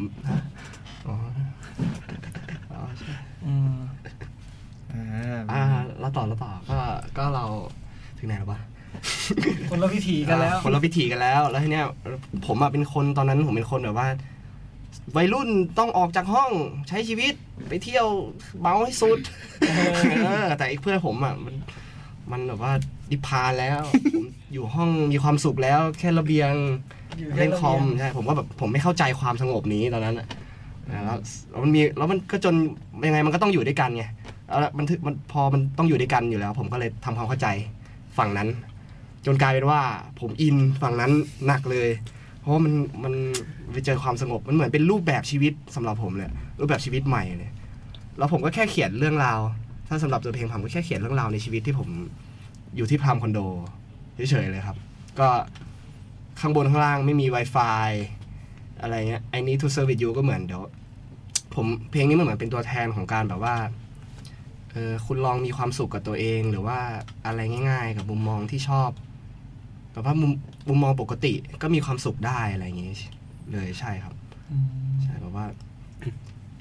Speaker 4: อ๋ออ๋อใช่
Speaker 5: อืม
Speaker 8: อ่
Speaker 4: อ่า
Speaker 8: า
Speaker 4: แล้วต่อแล้วต่อก็ก็เราถึงไหนแล้ววะ
Speaker 5: คนละวิถีกันแล้ว
Speaker 4: อ่าคนละวิถีกันแล้วแล้วทีเนี้ยผมอะเป็นคนตอนนั้นผมเป็นคนแบบว่า วัยรุ่นต้องออกจากห้องใช้ชีวิตไปเที่ยวเมาให้สุดเออแต่อีกเพื่อนผมอ่ะมันมันแบบว่าดิพพานแล้ว *laughs* ผมอยู่ห้องมีความสุขแล้วแค่ระเบียง
Speaker 5: อยู่
Speaker 4: เล่น
Speaker 5: ระ
Speaker 4: คอม
Speaker 5: บียง
Speaker 4: ใช่ผมก็แบบผมไม่เข้าใจความสงบนี้ตอนนั้นอะนะแล้วแล้วมันมีแล้วมันก็จนยังไงมันก็ต้องอยู่ด้วยกันไงแล้วมันถึงมันพอมันต้องอยู่ด้วยกันอยู่แล้ว ผมก็เลยทำความเข้าใจฝั่งนั้น จนกลายเป็นว่าผมอินฝั่งนั้นหนักเลย เพราะว่ามันมันไปเจอความสงบมันเหมือนเป็นรูปแบบชีวิตสำหรับผมเลยรูปแบบชีวิตใหม่เลยแล้วผมก็แค่เขียนเรื่องราว ถ้าสำหรับตัวเพลงผมก็แค่เขียนเรื่องราวในชีวิตที่ผมอยู่ที่พรามคอนโดเฉยๆเลยครับ ก็ข้างบนข้างล่างไม่มี Wi-Fi อะไรเงี้ยไอ้นี้ to service you ก็เหมือนเดี๋ยว ผมเพลงนี้มันเหมือนเป็นตัวแทนของการแบบว่าเออคุณลองมีความสุขกับตัวเองหรือว่าอะไรง่าย ๆ กับมุมมองที่ชอบแบบว่ามุมมุมมองปกติก็มีความสุขได้อะไรอย่างเงี้ยเลยใช่ครับ
Speaker 5: อืม
Speaker 4: ใช่แบบว่า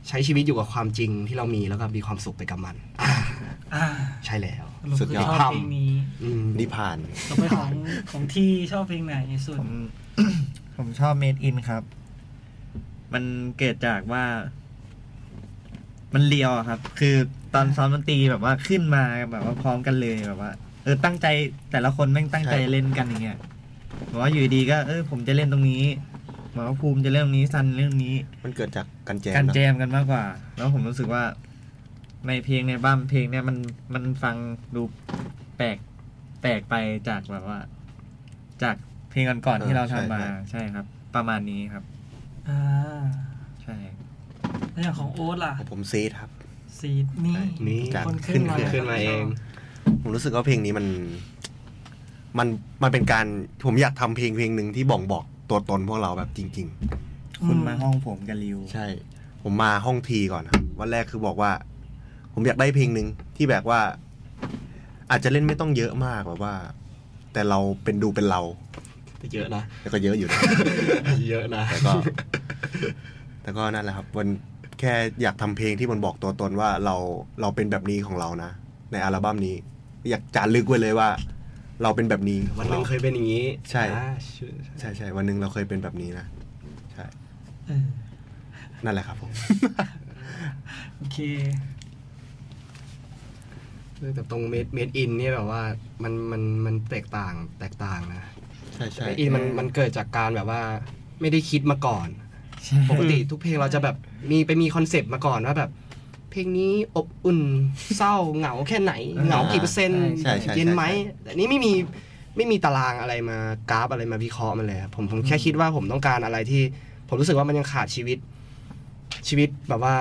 Speaker 4: ใช้ชีวิตอยู่กับความจริงที่เรามีแล้วก็มีความสุขไปกับมัน
Speaker 5: *laughs* อ่า
Speaker 4: ใช่แล้ว
Speaker 6: สุดยอด
Speaker 5: เราคือชอบเพลงนี้
Speaker 4: อืม
Speaker 6: นิพพาน
Speaker 5: ต่อไปของของที่ชอบเพลงไหนสุด
Speaker 8: *coughs* ผม ผม ชอบ Made in ครับ มันเกิดจากว่า มันเลียวอะครับ คือตอนซ้อมดนตรีแบบว่าขึ้นมาแบบว่าพร้อมกันเลยแบบว่า เออตั้งใจแต่ละคนแม่งตั้งใจ
Speaker 6: ใช่
Speaker 8: เล่นกันอย่างเงี้ยบอกว่าอยู่ดีๆก็เออผมจะเล่นตรงนี้บอกว่าภูมิจะเล่นตรงนี้ซันเรื่องนี้
Speaker 6: มันเกิดจากการแจม
Speaker 8: การ
Speaker 6: เนอะ
Speaker 8: แจมกันมากกว่า แล้วผมรู้สึกว่า ในเพลงในอัลบั้มเพลงเนี่ยมันมันฟังดูแปลกแปลกไปจากแบบว่า จากเพลงก่อนๆที่เรา
Speaker 6: เออใช่
Speaker 8: ทำมา
Speaker 6: ใช่
Speaker 8: ใช่ครับ ประมาณนี้ครับ
Speaker 5: อ่า
Speaker 8: ใช่
Speaker 5: แล้วอย่างของโอ๊ตล่ะ
Speaker 6: ของผมซีดครับ
Speaker 5: ซีดนี่
Speaker 4: นี่
Speaker 6: จาก
Speaker 5: คนขึ้
Speaker 6: ขึ้
Speaker 5: น
Speaker 6: น
Speaker 5: มา
Speaker 6: ขึ้น
Speaker 4: ขึ้นมาเอง
Speaker 6: ผมรู้สึกว่าเพลงนี้มัน มันมันเป็นการผมอยากทำเพลงเพลงหนึ่งที่บ่งบอกตัวตนพวกเราแบบจริง
Speaker 8: คุณมาห้องผมกับริว
Speaker 6: ๆ ใช่ ผมมาห้องทีก่อนครับวันแรกคือบอกว่า ผมอยากได้เพลงหนึ่งที่แบบว่า อาจจะเล่นไม่ต้องเยอะมากแบบว่า แต่เราเป็นดูเป็นเรา
Speaker 4: แต่เยอะนะ
Speaker 6: แต่ก็เยอะอยู่นะ
Speaker 4: เยอะนะ
Speaker 6: แต่ก็ *laughs* แต่ก็นั่นแหละครับมันแค่อยากทำเพลงที่มันบอกตัวตนว่าเราเราเป็นแบบนี้ของเรานะ ในอัลบั้มนี้ อยากจารึกไว้เลยว่า เราเป็นแบบนี้
Speaker 4: วันหนึง
Speaker 6: ขอ
Speaker 4: เค
Speaker 6: เรา
Speaker 4: ยเป็นอย่างนี้
Speaker 6: ใช่
Speaker 4: อ่าชื่อ
Speaker 6: ใช่ใช่วันหนึ่งเราเคยเป็นแบบนี้นะใช่
Speaker 5: เออ
Speaker 6: นั่นแหละครับผม *laughs*
Speaker 5: โอเค
Speaker 4: แต่ตรงเมดเมดอินเนี่ยแบบว่ามันมันมันแตกต่างแตกต่างนะ
Speaker 6: ใช่ใช่
Speaker 4: ไออินมันมันเกิดจากการแบบว่าไม่ได้คิดมาก่อน ปกติทุกเพลงเราจะแบบมีไปมีคอนเซปต์มาก่อนว่าแบบ เพลงนี้อบอุ่นเศร้าเหงาแค่ไหน เหงากี่เปอร์เซ็นต์
Speaker 6: ใช่ใช่ใช่
Speaker 4: เย็นไหม
Speaker 6: ใช่
Speaker 4: แต่นี่ไม่มีไม่มีตารางอะไรมากราฟอะไรมาวิเคราะห์มันเลยครับผมผมแค่คิดว่าผมต้องการอะไรที่ ผมรู้สึกว่ามันยังขาดชีวิต ชีวิตแบบว่า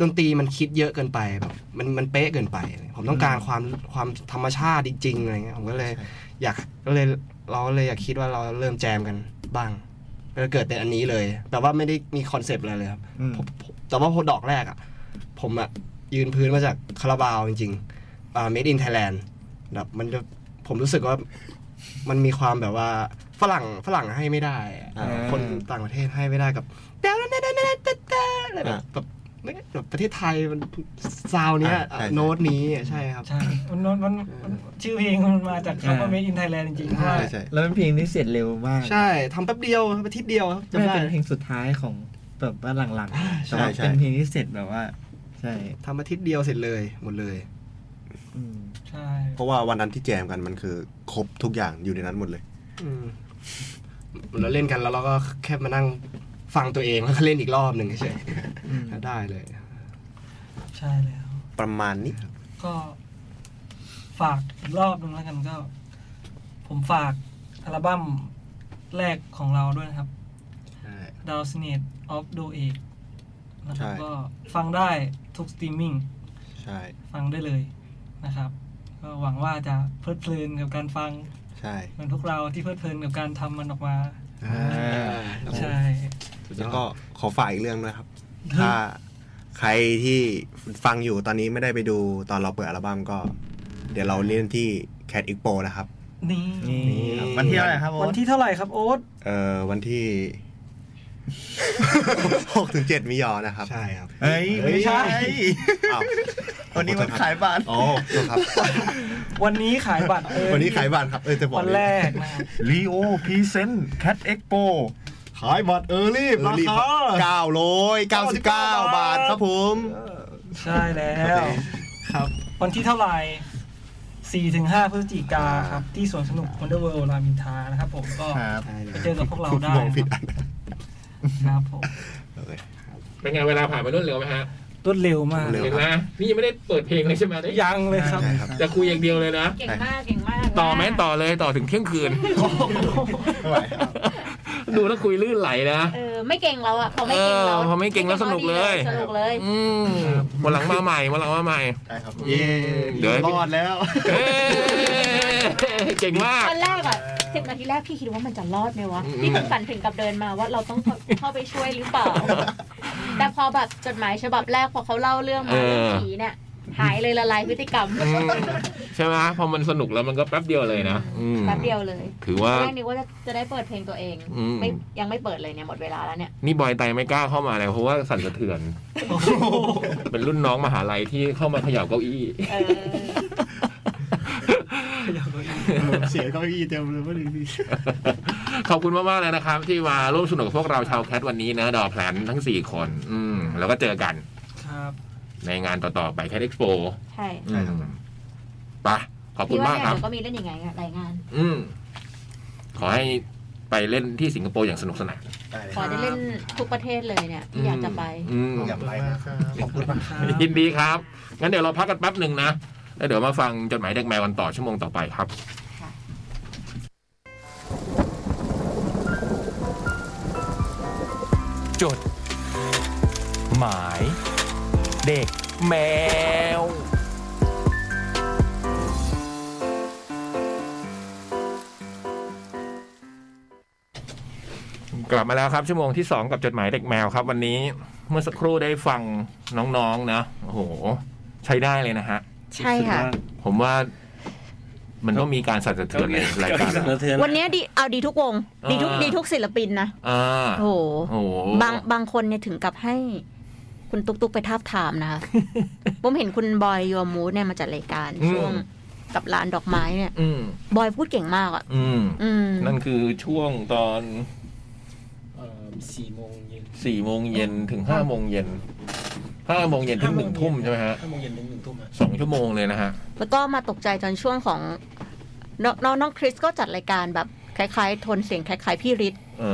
Speaker 4: ดนตรีมันคิดเยอะเกินไปแบบมันมันเป๊ะเกินไป ผมต้องการความความธรรมชาติจริงๆอะไรเงี้ยผมก็เลย อยากก็เลยเราก็เลยอยากคิดว่าเราเริ่มแจมกันบ้างก็เกิดเป็นอันนี้เลย แต่ว่าไม่ได้มีคอนเซปต์อะไรเลยครับ
Speaker 8: อืม
Speaker 4: ผมผมแต่ว่าพอดอกแรกอ่ะ ผมอ่ะ ยืนพื้นมาจากคาราบาวจริงๆอ่า made in Thailand แบบมันจะผมรู้สึกว่ามันมีความแบบว่าฝรั่งฝรั่งให้ไม่ได้อะ
Speaker 6: อ่า
Speaker 4: คนต่างประเทศให้ไม่ได้กับแต่แต่แต่แต่แต่แต่อะไรแบบ
Speaker 6: อ่า
Speaker 4: แบบไม่แบบประเทศไทยมันซาวเนี้ย
Speaker 6: อ่าใช่ใช่
Speaker 4: โน้ตนี้อ่ะใช่ครับ
Speaker 5: ใช่มันมันมันมันชื่อเพลงมันมาจากคำว่า made in Thailand จริงๆ
Speaker 4: ใช่
Speaker 5: ว่า
Speaker 6: ใช่ใช่
Speaker 8: แล้วเป็นเพลงที่เสร็จเร็วมาก
Speaker 4: ใช่ทำแป๊บเดียวครับอาทิตย์เดียวครับ
Speaker 8: จะ
Speaker 4: จำได้
Speaker 8: เป็นเพลงสุดท้ายของแบบว่าหลังๆแต่
Speaker 6: ใช่
Speaker 8: ว่า
Speaker 6: ใช่
Speaker 8: เป็นเพลงที่เสร็จแบบว่า ใช่
Speaker 4: ทำอาทิตย์เดียวเสร็จเลยหมดเลย
Speaker 8: อืม
Speaker 5: ใช่
Speaker 6: เพราะว่าวันนั้นที่แจมกันมันคือ ครบทุกอย่างอยู่ในนั้นหมดเลย
Speaker 4: อืมเราเล่นกันแล้วเราก็แค่มานั่งฟังตัวเองแล้วก็เล่นอีกรอบหนึ่งเฉย
Speaker 8: อืม
Speaker 4: ๆได้เลย
Speaker 5: ใช่แล้ว
Speaker 6: ประมาณนี้
Speaker 5: ก็ฝากอีกรอบหนึงแล้วกันก็ ผมฝากอัลบั้มแรกของเราด้วยนะครับ d o w n s n a t e of Do e นะครับ
Speaker 6: ใช่
Speaker 5: ก็ฟังได้ทุกสตรีมมิ่ง
Speaker 6: ใช่
Speaker 5: ฟังได้เลยนะครับ ก็หวังว่าจะเพลิดเพลินกับการฟัง
Speaker 6: ใช่
Speaker 5: เหมือนพวกเราที่เพลิดเพลินกับการทำมันออกมา
Speaker 6: ครับผม
Speaker 5: ใช่
Speaker 6: แล้วก็ขอฝากอีกเรื่องด้วยครับ ถ้าใครที่ฟังอยู่ตอนนี้ไม่ได้ไปดูตอนเราเปิดอัลบั้มก็ เดี๋ยวเราเล่นที่ Cat Expo นะครับ
Speaker 5: นี่
Speaker 8: นี่ครับ
Speaker 4: นี่
Speaker 8: วันที่เท่าไหร่ครับ
Speaker 5: วั
Speaker 8: โอ๊
Speaker 5: น
Speaker 8: ต
Speaker 5: ที่เท่าไหร่ครับโอ๊ต
Speaker 6: เอ่อวันที่ *laughs* หกถึงเจ็ดมิยอนะครับ
Speaker 4: ใช่ครับ
Speaker 8: เฮ้ย ไม่ใช่
Speaker 6: อ้าว
Speaker 8: วันนี้วันขายบัตร
Speaker 6: อ๋อตัวครับ
Speaker 5: วันนี้ขายบัตรเออ
Speaker 6: วันนี้ขายบัตรครับ เออจะบอก
Speaker 5: วันแรกนะครับ
Speaker 8: ลีโอพรีเซนต์แคทเอ็กโปขายบัตรเออร์ลี่
Speaker 6: เออรีบเก้าร้อยเก้าสิบเก้าบาทครับผม
Speaker 5: ใช่แล้
Speaker 6: โอ
Speaker 5: ว
Speaker 6: เค
Speaker 5: ครับวันที่เท่าไหร่4ถึง5พฤศจิกาครับ ที่สวนสนุก Wonder World รามอินทรานะครับผมก็
Speaker 8: ครับ
Speaker 5: ไปเจอกับพวกเราได้
Speaker 6: มองผิดอัน
Speaker 5: นะครับผม
Speaker 6: โอเค
Speaker 1: เป็นไงเวลาผ่านไปรวดเร็วไหมฮะ
Speaker 5: รวดเร็วมาก
Speaker 6: เร็ว
Speaker 1: เห็นไหมนี่ยังไม่ได้เปิดเพลงเลยใช่ไหมได้
Speaker 5: ยังเลยครับ
Speaker 6: ใช่ครับ
Speaker 1: จะคุยอย่างเดียวเลยนะ
Speaker 7: เก่งมากเก่งมาก
Speaker 1: ต่อไหมต่อเลยต่อถึงเที่ยงคืน
Speaker 8: ไม่ไหวครับ
Speaker 1: ดูแล้วคุยลื่นไหลนะ
Speaker 7: เออไม่เก่งเราอะพอไม่เก่งเรา
Speaker 1: เออพอไม่เก่งแล้วสนุกเลย
Speaker 7: สนุกเลย
Speaker 1: อืมวันหลังมาใหม่วันหลังมาใหม่
Speaker 6: ได้ครับ
Speaker 8: เย้
Speaker 1: เดี๋ยว
Speaker 8: รอดแล้ว
Speaker 1: เอ้ยเก่งมาก
Speaker 7: ตอนแรกอะสิบนาทีแรกพี่คิดว่ามันจะรอดไหมวะ
Speaker 1: อืม
Speaker 7: พี่ถึงฝันถึงกับเดินมาว่าเราต้องเข้าเข้าไปช่วยหรือเปล่า แต่พอแบบจดหมายฉบับแรกพอเขาเล่าเรื่องมาเรื่องผีเนี่ยหายเลยละลายพฤติกรรม
Speaker 1: อืมใช่ไหมพอมันสนุกแล้วมันก็แป๊บเดียวเลยนะอืม
Speaker 7: แป๊บเดียวเลย
Speaker 1: ถือว่า
Speaker 7: แรกนึกว่าจะจะได้เปิดเพลงตัวเอง
Speaker 1: อืม
Speaker 7: ไม่ยังไม่เปิดเลยเนี่ยหมดเวลาแล้วเนี่ย
Speaker 1: นี่บอยไตไม่กล้าเข้ามาเลยเพราะว่าสั่นสะเทือน เป็นรุ่นน้องมหาลัยที่เข้ามาเขย่าเก้าอี้
Speaker 7: เออ
Speaker 5: อยากรู้อีก
Speaker 4: *laughs*
Speaker 8: เสียงเก็อีเต็มเลยว่าดี
Speaker 1: ขอบคุณมากๆเลยนะครับ ที่มาร่วมสนุกกับพวกเราชาวแคทวันนี้นะดอแพลนทั้งสี่คน อืมแล้วก็เจอกัน
Speaker 5: ครับ
Speaker 1: ในงานต่อ ๆ ไปแคทเอ็กซ์โป
Speaker 7: ใช่
Speaker 6: ใช่ครับ
Speaker 1: ไปขอบคุณ
Speaker 7: พี่ว่
Speaker 1: มาก
Speaker 7: เนี่ย
Speaker 1: ครับ
Speaker 7: เดี๋ยวก็มีเล่นอย่างไงอะรายงาน
Speaker 1: อืม ขอให้ไปเล่นที่สิงคโปร์อย่างสนุกสนาน
Speaker 6: ได้เลย
Speaker 7: ขอจะเล่นทุกประเทศเลยเนี่ยที่อยากจะไป
Speaker 1: อืม
Speaker 6: อย่าไปนะครับขอบคุณมาก
Speaker 1: ยินดีครับ งั้นเดี๋ยวเราพักกันแป๊บหนึ่งนะ แล้วเดี๋ยวมาฟังจดหมายเด็กแมวกันต่อชั่วโมงต่อไปครับ
Speaker 9: จด หมาย เด็กแมว
Speaker 1: กลับมาแล้วครับ ชั่วโมงที่สองกับจดหมายเด็กแมวครับ วันนี้เมื่อสักครู่ได้ฟังน้องๆนะโอ้โห ใช้ได้เลยนะฮะ
Speaker 3: ใช่ค่ะ
Speaker 1: ผมว่ามันต้องมีการสั่นสะเทือนในรายการ
Speaker 2: สะเทือน
Speaker 3: วันนี้ดีเอาดีทุกวง ดีทุกดีทุกศิลปินนะ
Speaker 1: อ่า
Speaker 3: โอ้โห
Speaker 1: โอ้โห
Speaker 3: บางบางคนเนี่ยถึงกับให้ คุณตุ๊กตุ๊กไปทาบทาม
Speaker 1: *laughs*
Speaker 3: นะคะ ผมเห็นคุณบอยยัวมูดเนี่ยมาจัดรายการช่วงกับร้านดอกไม้เนี่ย
Speaker 1: อืม
Speaker 3: บอยพูดเก่งมากอ่ะ
Speaker 1: อืม
Speaker 3: อืม
Speaker 1: นั่นคือช่วงตอน
Speaker 2: สี่โมงเย็น
Speaker 1: สี่โมงเย็นถึงห้าโมงเย็นห้าโมงเย็นถึงหนึ่งทุ่มใช่ไหมฮะ
Speaker 2: ห้าโมงเย็นถึงหนึ่งทุ่มฮะ
Speaker 1: สองชั่วโมงเลยนะฮะ
Speaker 3: แล้วก็มาตกใจตอนช่วงของน้องน้องน้องคริสก็จัดรายการแบบคล้ายๆ โทนเสียงคล้ายๆพี่ฤทธิ์
Speaker 1: เอ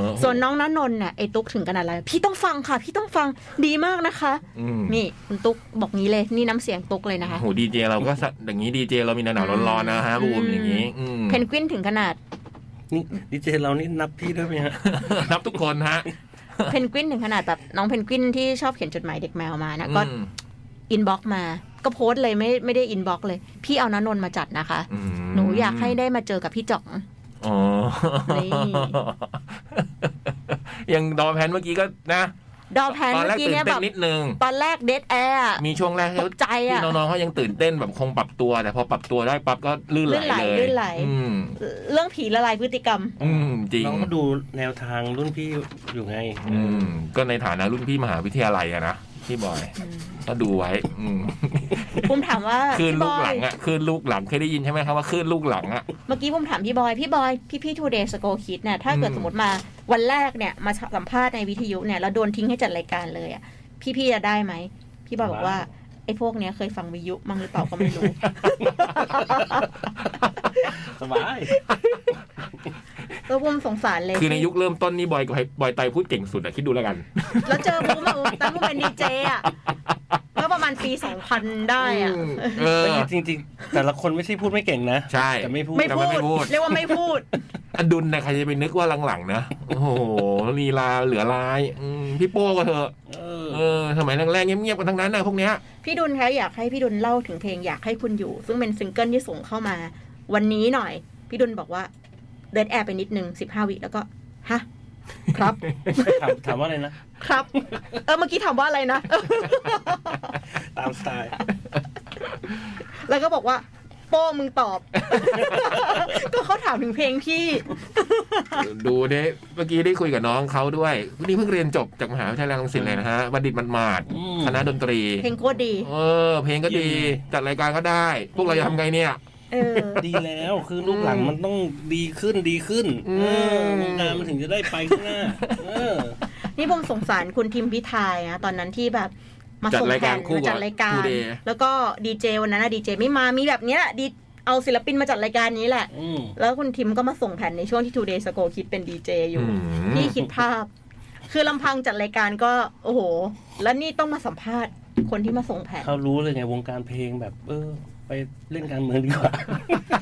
Speaker 1: อ
Speaker 3: ส่วนน้องนันนนท์เนี่ยไอ้ตุ๊กถึงขนาดอะไรพี่ต้องฟังค่ะ พี่ต้องฟังดีมากนะคะ
Speaker 1: อืม
Speaker 3: นี่คุณตุ๊กบอกงี้เลยนี่น้ำเสียงตุ๊กเลยนะคะ
Speaker 1: โหดีเจเราก็สะอย่างนี้ดีเจเรามีหนาวๆร้อนๆนะฮะบูมอย่างนี้อืม
Speaker 3: เพนกวินถึงขนาด
Speaker 2: นี่ดีเจเรานี่นับพี่ด้วยไหมฮะ
Speaker 1: *laughs* นับทุกคนฮะ
Speaker 3: *laughs* เพนกวินถึงขนาดแบบน้องเพนกวินที่ชอบเขียนจดหมายเด็กแมวมานะก็
Speaker 1: อืม
Speaker 3: อินบ็อกมา ก็โพสต์เลยไม่ไม่ได้อินบ็อกเลย พี่เอานนนท์มาจัดนะคะ
Speaker 1: อืม
Speaker 3: หนูอยากให้ได้มาเจอกับพี่จ่อง
Speaker 1: อ๋อยังดอแพนเมื่อกี้ก็นะ
Speaker 3: ดอแพน
Speaker 1: ตอน
Speaker 3: เมื่อ
Speaker 1: แรก
Speaker 3: กี้
Speaker 1: ตื่น
Speaker 3: เนี่ย
Speaker 1: เต้
Speaker 3: แบ
Speaker 1: น
Speaker 3: บ
Speaker 1: นิดนึง
Speaker 3: ตอนแรกเดทแอร์
Speaker 1: มีช่วงแรก
Speaker 3: ตกใจอะ
Speaker 1: ที่น้องๆเขายังตื่นเต้นแบบคงปรับตัว แต่พอปรับตัวได้ปั๊บก็ลื่นไหลเลย
Speaker 3: ลื่นไหล
Speaker 1: อืม
Speaker 3: เรื่องผีละลายพฤติกรรม
Speaker 1: อืมจริง
Speaker 2: เราก็ดูแนวทางรุ่นพี่อยู่ไง
Speaker 1: อืมก็ในฐานะรุ่นพี่มหาวิทยาลัยอะนะพี่บอย ก็ดูไว้ อืม
Speaker 3: ปุ้มถามว่า
Speaker 1: คลื่น
Speaker 3: พี่บ
Speaker 1: ลูก
Speaker 3: อ
Speaker 1: หลั
Speaker 3: ย
Speaker 1: งอ่ะคลื่นลูกหลังเคยได้ยินใช่ไหมครับว่าคลื่นลูกหลังอ่ะ
Speaker 3: เมื่อกี้ปุ้มถามพี่บอย พี่บอย พี่พี่ทูเดย์สโกคิดเนี่ยถ้าเกิด
Speaker 1: อืม
Speaker 3: สมมติมาวันแรกเนี่ยมาสัมภาษณ์ในวิทยุเนี่ยแล้วโดนทิ้งให้จัดรายการเลยอ่ะพี่พี่จะได้ไหม พี่บอยบอกว่าไอ้พวกเนี้ยเคยฟังวิทยุมั้งหรือเปล่าก็ไม่รู้
Speaker 2: สบาย
Speaker 3: เออบุมสงสารเลย
Speaker 1: คือในยุคเริ่มต้นนี่บอยบอยไตพูดเก่งสุดอะคิดดูแล้วกัน
Speaker 3: แล้วเจอบุมอะบุมตอนบุมเป็นดีเจอะเมื่อประมาณปีสองพันได้อะ
Speaker 1: เออ
Speaker 2: จริงๆ แต่ละคนไม่ใช่พูดไม่เก่งนะ
Speaker 1: ใช่
Speaker 2: แต่ไม่พูด
Speaker 3: ไม่
Speaker 1: แต่
Speaker 3: พู
Speaker 1: ว่าไม่พูด
Speaker 3: ด เรียกว่าไม่พูด
Speaker 1: อดุลนะใครจะไปนึกว่าหลังๆนะ โอ้โหลีลาเหลือลายอืมพี่โป้ก็เถอะ
Speaker 2: เออ
Speaker 1: เออสมัยแรกๆเงียบๆกันทั้งนั้นนะพวกเนี้ย
Speaker 3: พี่ดุลคะอยากให้พี่ดุลเล่าถึงเพลงอยากให้คุณอยู่ ซึ่งเป็นซิงเกิลที่ส่งเข้ามา วันนี้หน่อย พี่ดุลบอกว่าเดินแอร์ไปนิดนึงสิบห้าวิแล้วก็ฮะครับ
Speaker 2: ถามถามว่าอะไรนะ
Speaker 3: ครับ เออเมื่อกี้ถามว่าอะไรนะ
Speaker 2: ตามสไตล์
Speaker 3: แล้วก็บอกว่า โป้มึงตอบ
Speaker 1: *laughs*
Speaker 3: ก็เขาถามถึงเพลงพี่
Speaker 1: ดูเด้เมื่อกี้ได้คุยกับน้องเขาด้วยนี่เพิ่งเรียนจบจากมหาวิทยาลัยรังสิตเลยนะฮะบัณฑิตมันมาด
Speaker 2: อืม
Speaker 1: คณะดนตรี
Speaker 3: เพลงโคตรดี
Speaker 1: เออ เพลงก็ดีจัดรายการก็ได้ พวกเราจะทำไงเนี่ย
Speaker 3: เออ
Speaker 2: ดีแล้วคือลูกหลังมันต้องดีขึ้นดีขึ้น
Speaker 1: อืม
Speaker 2: เออวงการมันถึงจะได้ไปข้างหน้า เออ
Speaker 3: นี่ผมสงสารคุณทิมพิทายนะตอนนั้นที่แบบมา
Speaker 1: จัด
Speaker 3: ส่ง
Speaker 1: ราย
Speaker 3: แท
Speaker 1: การ
Speaker 3: น
Speaker 1: คู่กับ
Speaker 3: จัดรายการ
Speaker 1: Today
Speaker 3: แล้วก็ดีเจวันนั้นนะดีเจไม่มามีแบบเนี้ยดีเอาศิลปินมาจัดรายการนี้แหละ
Speaker 2: อืม
Speaker 3: แล้วคุณทิมก็มาส่งแผ่นในช่วงที่ Today s c o คิดเป็นดีเจอยู่
Speaker 1: อืม
Speaker 3: นี่คิดภาพ คือลำพังจัดรายการก็ โอ้โห แล้วนี่ต้องมาสัมภาษณ์คนที่มาส่งแผ่น
Speaker 2: *laughs* เขารู้เลยไงวงการเพลงแบบ เออ ไปเล่นการเมืองดีกว่า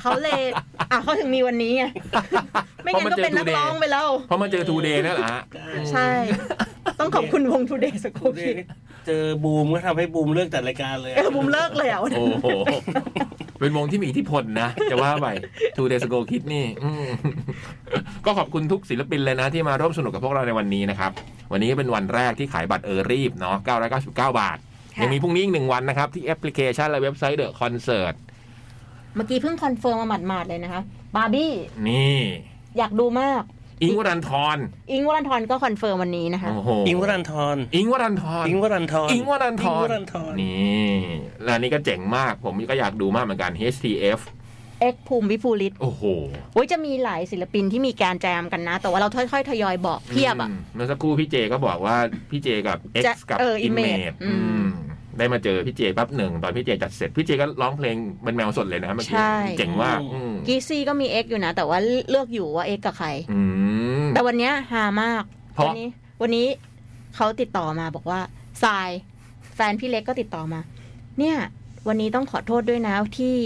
Speaker 3: เขาเลยอ่ะเขาถึงมีวันนี้ไงไม่งั้นก็เป็นนักร้องไปแล้ว
Speaker 1: *laughs* เพราะมาเจอทูเดย์นั่นแหละฮะ
Speaker 3: ใช่ ต้องขอบคุณวง Today s c o
Speaker 2: เ
Speaker 3: คิด
Speaker 2: จอบูมก็ทำให้บูมเลิกแต่รายการเลย
Speaker 3: เออบุมเลิกแล้ว
Speaker 1: โอ้โหเป็นวงที่มีอิทธิพลนะ *laughs* จะว่าไปทูเดย์สโกคิดนี่อืม *laughs* ก็ขอบคุณทุกศิลปินเลยนะ ที่มาร่วมสนุกกับพวกเราในวันนี้นะครับ วันนี้ก็เป็นวันแรกที่ขายบัตรเออรีบเนาะ999 บาท ยังมีพรุ่งนี้อีกหนึ่งวันนะครับ ที่แอปพลิเคชันและเว็บไซต์เดอะคอนเสิร์ต
Speaker 3: เมื่อกี้เพิ่งคอนเฟิร์มมาหมาดๆเลยนะคะบาร์บี้
Speaker 1: นี่
Speaker 3: อยากดูมาก
Speaker 1: อิงวรันทร
Speaker 3: อิงค์วรันทรก็คอนเฟิร์มวันนี้นะคะ
Speaker 1: โอ้โห
Speaker 2: อิงวรันทร
Speaker 1: อิงวรันทร
Speaker 2: อิงวรันทร
Speaker 1: อิงวรันทร
Speaker 2: อิงวรันทร
Speaker 1: นี่แล้วอันนี่ก็เจ๋งมาก ผมก็อยากดูมากเหมือนกัน HTF
Speaker 3: เอ็กซ์ภูมิวิภูริต
Speaker 1: โอ้โห
Speaker 3: โอ้ยจะมีหลายศิลปินที่มีการแจมกันนะ แต่ว่าเราค่อยๆทยอยบอกเพียบอ่ะ
Speaker 1: มเมื่อสักครู่พี่เจก็บอกว่าพี่เจกับ X
Speaker 3: จะ
Speaker 1: กับ
Speaker 3: เออ
Speaker 1: Image
Speaker 3: Image อืม
Speaker 1: อืมได้มาเจอพี่เจแปั๊บหนึ่งตอนพี่เจจัดเสร็จพี่เจก็ร้องเพลงเป็นแมวสดเลยนะเมื่อกี้
Speaker 3: ใช่
Speaker 1: เจ๋งมากอืม
Speaker 3: กีซี่ก็มีเอ็กอยู่นะ แต่ว่าเลือกอยู่ว่าเอ็กกับใคร
Speaker 1: อืม
Speaker 3: แต่วันเนี้ยฮามาก
Speaker 1: เพราะ
Speaker 3: วันี้ วันนี้เขาติดต่อมาบอกว่าทราย แฟนพี่เล็กก็ติดต่อมา เนี่ย วันนี้ต้องขอโทษด้วยนะที่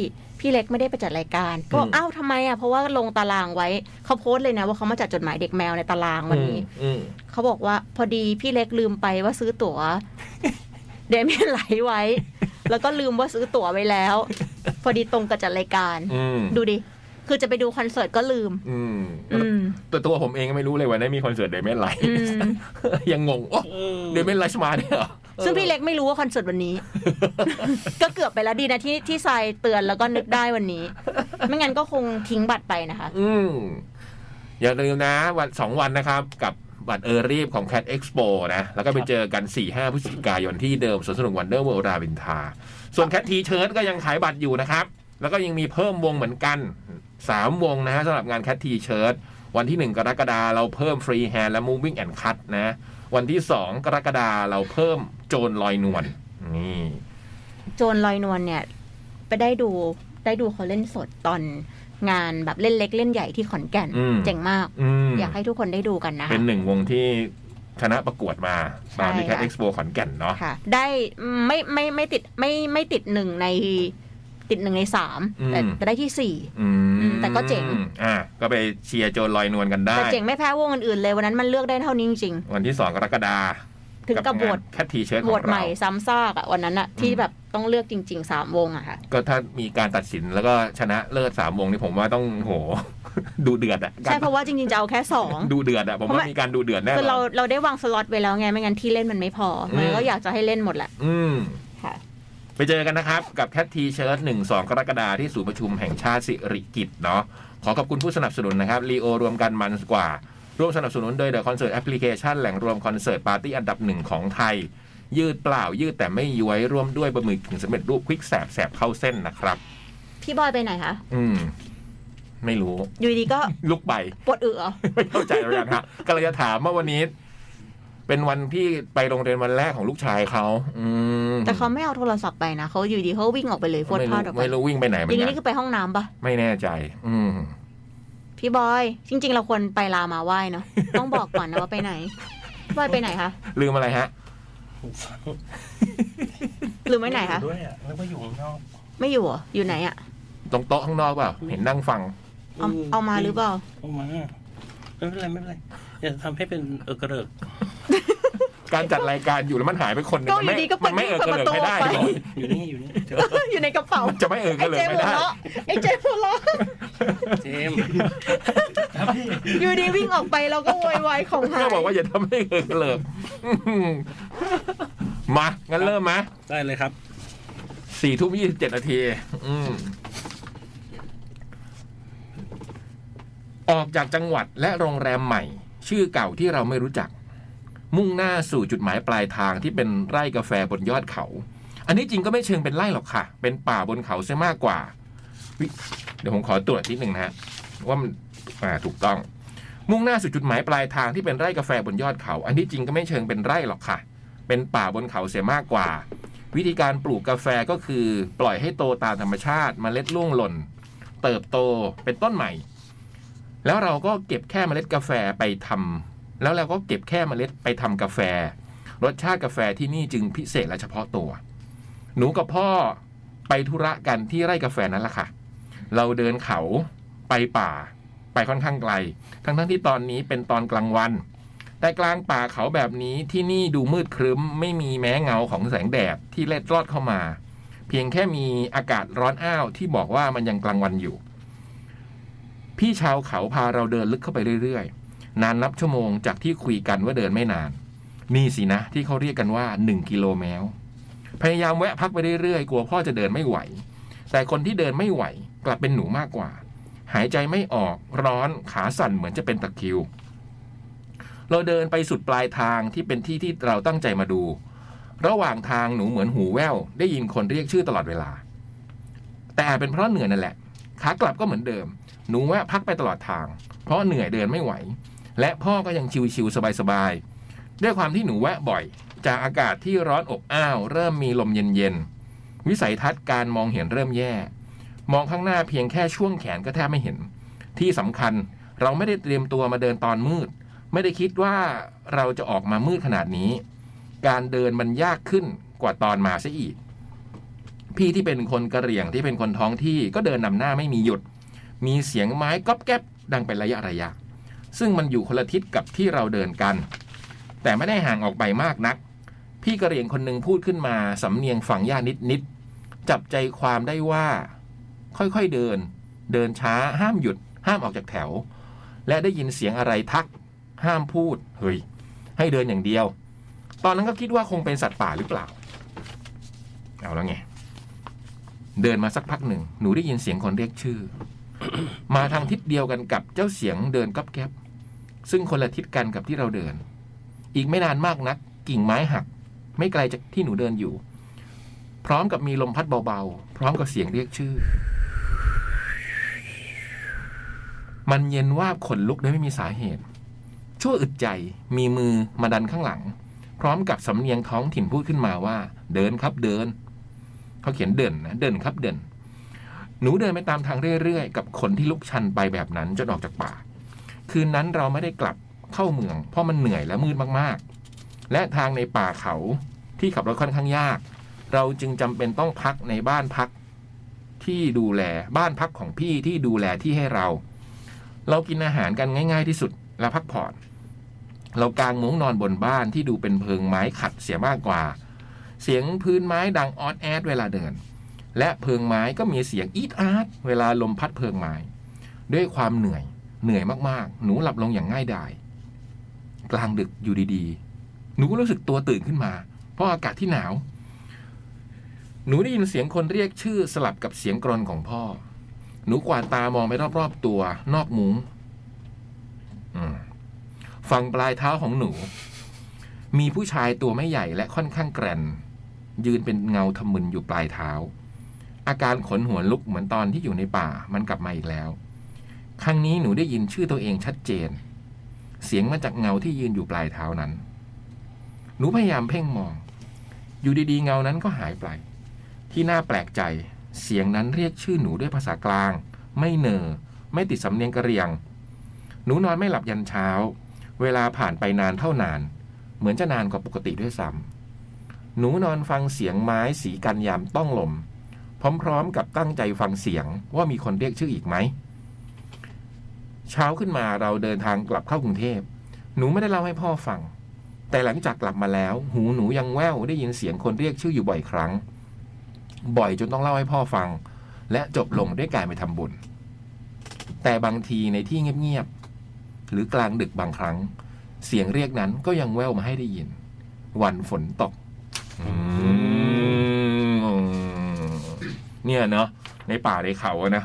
Speaker 3: พี่เล็กไม่ได้ไปจัดรายการ ก็บอกอ้าวทำไมอ่ะเพราะว่าลงตารางไว้เขาโพสต์เลยนะว่าเขามาจัดจดหมายเด็กแมวในตารางวันนี้
Speaker 1: อืม
Speaker 3: เขาบอกว่าพอดีพี่เล็กลืมไปว่าซื้อตั๋ว *laughs* เดเมียนไหลท์ไว้ แล้วก็ลืมว่าซื้อตั๋วไว้แล้ว พอดีตรงกับจัดรายการ
Speaker 1: อืม
Speaker 3: ดูดิ คือจะไปดูคอนเสิร์ตก็ลืม
Speaker 1: อืม
Speaker 3: อืม
Speaker 1: แต่ตัวผมเองก็ไม่รู้เลยวันนี้มีคอนเสิร์ตเดเมนไลท์
Speaker 3: อืม
Speaker 1: *laughs* ยังงงโอ้เดเมนไลท์มาเนี่ยเหรอ
Speaker 3: ซึ่งพี่เล็กไม่รู้ว่าคอนเสิร์ตวันนี้ *laughs* ก็เกือบไปแล้วดีนะที่ที่ทรายเตือนแล้วก็นึกได้วันนี้ ไม่งั้นก็คงทิ้งบัตรไปนะคะ
Speaker 1: อืมอย่าลืมนะ วันสองวันนะครับ กับบัตรเออรีบของ Cat Expo นะ แล้วก็ไปเจอกัน 4-5พฤศจิกายนที่เดิมสวนสนุกวันเดอร์เวิลด์ราบินทา ส่วน Cat T เชิร์ตก็ยังขายบัตรอยู่นะครับ แล้วก็ยังมีเพิ่มวงเหมือนกัน 3 วงนะฮะสำหรับงาน Cat T เชิร์ตวันที่ 1 กรกฎาเราเพิ่ม Free Hand และ Moving and Cut นะ วันที่ 2 กรกฎาเราเพิ่มโจรลอยนวลนี่
Speaker 3: โจรลอยนวลเนี่ย ไปได้ดูได้ดูเขาเล่นสดตอนงานแบบเล่นเล็กเล่นใหญ่ที่ขอนแก่น
Speaker 1: อืม
Speaker 3: เจ๋งมาก
Speaker 1: อืม
Speaker 3: อยากให้ทุกคนได้ดูกันนะคะ
Speaker 1: เป็นหนึ่งวงที่ชนะประกวดมาตอนที่
Speaker 3: ใช่
Speaker 1: Cat
Speaker 3: ค่ะ
Speaker 1: Expo ขอนแก่นเนาะ
Speaker 3: ค่ะ ได้ไม่ไม่ไม่ติดไม่ไม่ติดหนึ่งในติดหนึ่งในสาม
Speaker 1: อืม
Speaker 3: แต่แต่ได้ที่สี่
Speaker 1: อื
Speaker 3: อืมแต่ก็เจ๋ง
Speaker 1: อ่ะก็ไปเชียร์โจรลอยนวลกันได้
Speaker 3: แต่เจ๋งไม่แพ้วงอื่นๆเลยวันนั้นมันเลือกได้เท่านี้จริง
Speaker 1: วันที่สองกรกฎา
Speaker 3: ๆถึงกับโหวต
Speaker 1: แคททีเชิร์ต
Speaker 3: โห
Speaker 1: ข
Speaker 3: ว
Speaker 1: อ
Speaker 3: ต
Speaker 1: ง
Speaker 3: ให
Speaker 1: เรา
Speaker 3: ม่ซ้ำซากอะวันนั้นอะที่
Speaker 1: อืม
Speaker 3: แบบต้องเลือกจริงๆสามวงอะค่ะ
Speaker 1: ก็ถ้ามีการตัดสินแล้วก็ชนะเลิศสามวงนี่ผมว่าต้องโห *laughs* ดูเดือดอ่ะ
Speaker 3: ใช่เพราะว่าจริงๆจะเอาแค่สอง
Speaker 1: ดูเดือดอ่ะผม
Speaker 3: เพราะ
Speaker 1: ว่า
Speaker 3: ว่ามี
Speaker 1: มีการดูเดือดแน่น
Speaker 3: คือเรา
Speaker 1: อน
Speaker 3: เราได้วางสล็อตไว้แล้วไงไม่งั้นที่เล่นมันไม่พออ
Speaker 1: ม
Speaker 3: มันก็อยากจะให้เล่นหมดแหละ
Speaker 1: อืม
Speaker 3: ค่ะ
Speaker 1: ไปเจอกันนะครับ กับแคททีเชิร์ตหนึ่งสองกรกฎาที่ศูนย์ประชุมแห่งชาติสิริกิตเนาะขอขอบคุณผู้สนับสนุนนะครับรีโอรวมกันมันกว่า ร่วมสนับสนุนโดย The Concert Application แหล่งรวมคอนเสิร์ตปาร์ตี้อันดับหนึ่งของไทย ยืดเปล่า ยืดแต่ไม่ย้วยร่วมด้วยบะหมี่กึ่งสำเร็จรูปควิกแสบแสบเข้าเส้นนะครับ
Speaker 3: พี่บอยไปไหนคะ
Speaker 1: อืม ไม่รู้
Speaker 3: อยู่ดีก็
Speaker 1: ลุกไป
Speaker 3: ปวดเอือ
Speaker 1: ไม่เข้าใจเหมือนกันฮะก็เลยจะถามว่าวันนี้ เป็นวันที่ไปโรงเรียนวันแรกของลูกชายเขาอืม
Speaker 3: แต่เขาไม่เอาโทรศัพท์ไปนะเขาอยู่ดีเขาวิ่งออกไปเลยพวด
Speaker 1: ไม่
Speaker 3: พ
Speaker 1: รู้
Speaker 3: ลาดออกไป
Speaker 1: ไม่รู้วิ่งไปไหนเห
Speaker 3: อ
Speaker 1: มือน
Speaker 3: ย่างนี้
Speaker 1: กัน
Speaker 3: นี่คือไปห้องน้ำปะ
Speaker 1: ไม่แน่ใจ อืม
Speaker 3: พี่บอย จริง ๆ เราควรไปลามาไหว้เนาะต้องบอกก่อนนะว่าไปไหนพี่บอยไปไหนคะ
Speaker 1: ลืมอะไรฮะ
Speaker 3: หรือไม่ไหนคะ
Speaker 2: ด้วยอ่ะแล้วก็อยู่ข้างนอก
Speaker 3: ไม่อยู่เหรออยู่ไหนอะ
Speaker 1: ตรงโต๊ะข้างนอกเปล่า เห็นนั่งฟัง
Speaker 3: เอาเอามาหรือเปล่า
Speaker 2: เอามาไม่เป็นไรไม่เป็นไรอย่าทำให้เป็นเออกระเดิก
Speaker 1: การจัดรายการอยู่แล้วมันหายไปคนหนึง
Speaker 3: ก็อ
Speaker 1: มั
Speaker 3: ยู่
Speaker 1: ไม่
Speaker 3: ดีก็เปิ
Speaker 1: มั
Speaker 3: ด
Speaker 1: นไม่เออเกระเลิกไม่ได้
Speaker 3: เปิดประตูออกไป
Speaker 1: หรอก
Speaker 2: อยู่นี่อยู่นี่เจอ
Speaker 3: *laughs* อยู่ในกระเป๋า
Speaker 1: มันจะไม่เออเก
Speaker 3: ไอ้
Speaker 1: ระเลิ
Speaker 3: เจ
Speaker 1: ก
Speaker 3: มส์หั
Speaker 1: ไม่
Speaker 3: ว
Speaker 1: ได้
Speaker 3: เราะไอ้เจมส์หัว
Speaker 1: *laughs*
Speaker 3: เราะ
Speaker 2: เจมส์
Speaker 3: อยู่ดีวิ่งออกไปเราก็โวยวายของหาย
Speaker 1: ก็บอกว่าอย่าทำให้เออเกระเลิกอืมมา งั้นเริ่มมะ
Speaker 2: ได้เลยครับ
Speaker 1: สี่ทุ่มยี่สิบเจ็ดนาที อืม ออกจากจังหวัดและโรงแรมใหม่ ชื่อเก่าที่เราไม่รู้จัก มุ่งหน้าสู่จุดหมายปลายทางที่เป็นไร่กาแฟบนยอดเขา อันนี้จริงก็ไม่เชิงเป็นไร่หรอกค่ะ เป็นป่าบนเขาซะมากกว่าวิเดี๋ยวผมขอตรวจนิดหนึ่งนะฮะว่ามันอ่าถูกต้อง มุ่งหน้าสู่จุดหมายปลายทางที่เป็นไร่กาแฟบนยอดเขา อันที่จริงก็ไม่เชิงเป็นไร่หรอกค่ะ เป็นป่าบนเขาเสียมากกว่า วิธีการปลูกกาแฟก็คือ ปล่อยให้โตตามธรรมชาติมเมล็ดล่วงหล่น เติบโตเป็นต้นใหม่ แล้วเราก็เก็บแค่เมล็ดกาแฟไปทำแล้วเราก็เก็บแค่เมล็ดไปทำกาแฟ รสชาติกาแฟที่นี่จึงพิเศษและเฉพาะตัว หนูกับพ่อไปธุระกันที่ไร่กาแฟนั้นละค่ะ เราเดินเขาไปป่า ไปค่อนข้างไกล ทั้งๆที่ตอนนี้เป็นตอนกลางวัน แต่กลางป่าเขาแบบนี้ที่นี่ดูมืดครึ้ม ไม่มีแม้เงาของแสงแดดที่เล็ดรอดเข้ามา เพียงแค่มีอากาศร้อนอ้าวที่บอกว่ามันยังกลางวันอยู่ พี่ชาวเขาพาเราเดินลึกเข้าไปเรื่อยๆ นานนับชั่วโมงจากที่คุยกันว่าเดินไม่นาน นี่สินะที่เขาเรียกกันว่าหนึ่งกิโลแมวพยายามแวะพักไปเรื่อยๆ กลัวพ่อจะเดินไม่ไหว แต่คนที่เดินไม่ไหว กลับเป็นหนูมากกว่า หายใจไม่ออกร้อนขาสั่นเหมือนจะเป็นตะคริว เราเดินไปสุดปลายทางที่เป็นที่ที่เราตั้งใจมาดู ระหว่างทางหนูเหมือนหูแว่วได้ยินคนเรียกชื่อตลอดเวลา แต่อาจเป็นเพราะเหนื่อยนั่นแหละ ขากลับก็เหมือนเดิม หนูแวะพักไปตลอดทาง เพราะเหนื่อยเดินไม่ไหว และพ่อก็ยังชิวๆสบายๆด้วยความที่หนูแวะบ่อย จากอากาศที่ร้อนอบอ้าว เริ่มมีลมเย็นๆวิสัยทัศน์การมองเห็นเริ่มแย่ มองข้างหน้าเพียงแค่ช่วงแขนก็แทบไม่เห็น ที่สำคัญเราไม่ได้เตรียมตัวมาเดินตอนมืด ไม่ได้คิดว่าเราจะออกมามืดขนาดนี้ การเดินมันยากขึ้นกว่าตอนมาซะอีก พี่ที่เป็นคนกระเหรี่ยงที่เป็นคนท้องที่ก็เดินนำหน้าไม่มีหยุด มีเสียงไม้ก๊อบแก๊บดังเป็นระยะระยะ ซึ่งมันอยู่คนละทิศกับที่เราเดินกัน แต่ไม่ได้ห่างออกไปมากนัก พี่กระเหรี่ยงคนหนึ่งพูดขึ้นมาสำเนียงฝังย่านิดนิดๆจับใจความได้ว่า ค่อยๆเดิน เดินช้าห้ามหยุด ห้ามออกจากแถว และได้ยินเสียงอะไรทัก ห้ามพูดเฮ้ยให้เดินอย่างเดียว ตอนนั้นก็คิดว่าคงเป็นสัตว์ป่าหรือเปล่า เอาแล้วไง เดินมาสักพักหนึ่ง หนูได้ยินเสียงคนเรียกชื่อ มาทางทิศเดียวกันกับเจ้าเสียงเดินก๊อบแก๊บซึ่งคนละทิศกันกับที่เราเดิน อีกไม่นานมากนัก กิ่งไม้หัก ไม่ไกลจากที่หนูเดินอยู่ พร้อมกับมีลมพัดเบาๆ พร้อมกับเสียงเรียกชื่อ มันเย็นว่าบขนลุกโดยไม่มีสาเหตุ ชั่วอึดใจมีมือมาดันข้างหลัง พร้อมกับสำเนียงท้องถิ่นพูดขึ้นมาว่า เดินครับเดิน เขาเขียนเดินนะเดินครับเดิน หนูเดินไปตามทางเรื่อยๆ กับขนที่ลุกชันไปแบบนั้นจนออกจากป่า คืนนั้นเราไม่ได้กลับเข้าเมือง เพราะมันเหนื่อยและมืดมากๆ และทางในป่าเขาที่ขับรถค่อนข้างยาก เราจึงจำเป็นต้องพักในบ้านพักที่ดูแลบ้านพักของพี่ที่ดูแลที่ให้เรา เรากินอาหารกันง่าย ๆ ที่สุดและพักผ่อน เรากางมุ้งนอนบนบ้านที่ดูเป็นเพิงไม้ขัดเสียมากกว่า เสียงพื้นไม้ดังออดแอดเวลาเดิน และเพิงไม้ก็มีเสียงอีดอาดเวลาลมพัดเพิงไม้ ด้วยความเหนื่อย เหนื่อยมากๆ หนูหลับลงอย่างง่ายดายกลางดึกอยู่ดีๆ หนูก็รู้สึกตัวตื่นขึ้นมา เพราะอากาศที่หนาว หนูได้ยินเสียงคนเรียกชื่อสลับกับเสียงกรนของพ่อ หนูกวาดตามองไปรอบๆตัวนอกมุง้งอืม ฝั่งปลายเท้าของหนู มีผู้ชายตัวไม่ใหญ่และค่อนข้างแกรน ยืนเป็นเงาทะมึนอยู่ปลายเท้า อาการขนหัวลุกเหมือนตอนที่อยู่ในป่ามันกลับมาอีกแล้ว ครั้งนี้หนูได้ยินชื่อตัวเองชัดเจน เสียงมาจากเงาที่ยืนอยู่ปลายเท้านั้น หนูพยายามเพ่งมอง อยู่ดีๆเงานั้นก็หายไป ที่น่าแปลกใจ เสียงนั้นเรียกชื่อหนูด้วยภาษากลาง ไม่เหนอไม่ติดสำเนียงกะเหรียง หนูนอนไม่หลับยันเช้า เวลาผ่านไปนานเท่านาน เหมือนจะนานกว่าปกติด้วยซ้ำหนูนอนฟังเสียงไม้สีกันยามต้องลม พร้อมๆ กับตั้งใจฟังเสียงว่ามีคนเรียกชื่ออีกไหม เช้าขึ้นมาเราเดินทางกลับเข้ากรุงเทพ หนูไม่ได้เล่าให้พ่อฟัง แต่หลังจากกลับมาแล้ว หูหนูยังแว่วได้ยินเสียงคนเรียกชื่ออยู่บ่อยครั้ง บ่อยจนต้องเล่าให้พ่อฟัง และจบลงด้วยการไปทำบุญ แต่บางทีในที่เงียบๆหรือกลางดึกบางครั้ง เสียงเรียกนั้นก็ยังแว่วมาให้ได้ยิน วันฝนตกอืมเนี่ยเนาะในป่าในเขาอะนะ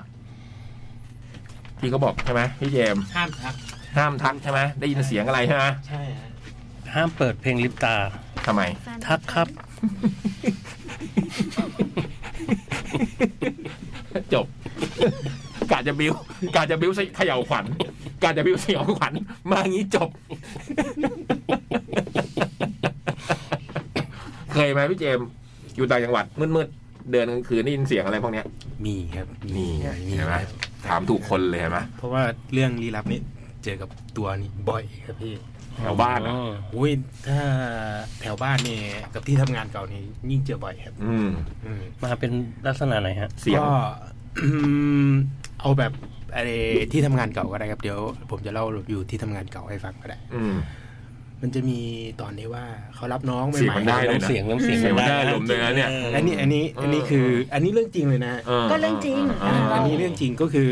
Speaker 1: ที่เขาบอกใช่ไหมพี่เจมส์
Speaker 2: ห้ามทัก
Speaker 1: ห้ามทักใช่ไหมได้ยินเสียงอะไรใช่ไหม
Speaker 2: ใช่ห้ามเปิดเพลงลิปตา *laughs*
Speaker 1: ทำไม
Speaker 2: ทักครับ
Speaker 1: จบกาจะบิวกาจะบิวเขย่าขวัญกาจะบิวสยองขวัญมาอย่างนี้จบ เคยไหมพี่เจมส์อยู่ต่างจังหวัดมืดๆเดินกลางคืนได้ยินเสียงอะไรพวกเนี้ย
Speaker 10: มีครับ
Speaker 1: นี่ไง
Speaker 10: มี
Speaker 1: เห็นไหม
Speaker 10: ครับ
Speaker 1: ถามถูกคนเลยเห็นไหม
Speaker 10: เพราะว่าเรื่องลี้ลับนี่เจอกับตัวนี่บ่อยครับพี่
Speaker 1: แถวบ้านอะ
Speaker 10: อุ้ยถ้าแถวบ้านเนี่ยกับที่ทำงานเก่านี่ยิ่งเจอบ่อยครับ
Speaker 1: อืม
Speaker 10: อืม
Speaker 2: มาเป็นลักษณะไหนฮะ
Speaker 1: เสียง
Speaker 10: ก็ *coughs* เอาแบบอะไรที่ทำงานเก่าก็ได้ครับเดี๋ยว ผมจะเล่าอยู่ที่ทำงานเก่าให้ฟังก็ได้
Speaker 1: อืม
Speaker 10: มันจะมีตอนที่ว่าเขารับน้องใหม่
Speaker 1: เสียง
Speaker 10: ๆ
Speaker 1: มันได้เลยนะ
Speaker 2: น้ำเสียงน้ำเสียง
Speaker 1: เสียงมันได้
Speaker 2: ะ
Speaker 1: ลมเลยนะเนี่ย
Speaker 10: อันนี้อันนี้อันนี้คืออันนี้เรื่องจริงเลยนะ
Speaker 3: ก็เรื่องจริง
Speaker 1: อ่า
Speaker 10: อันนี้เรื่องจริงก็คือ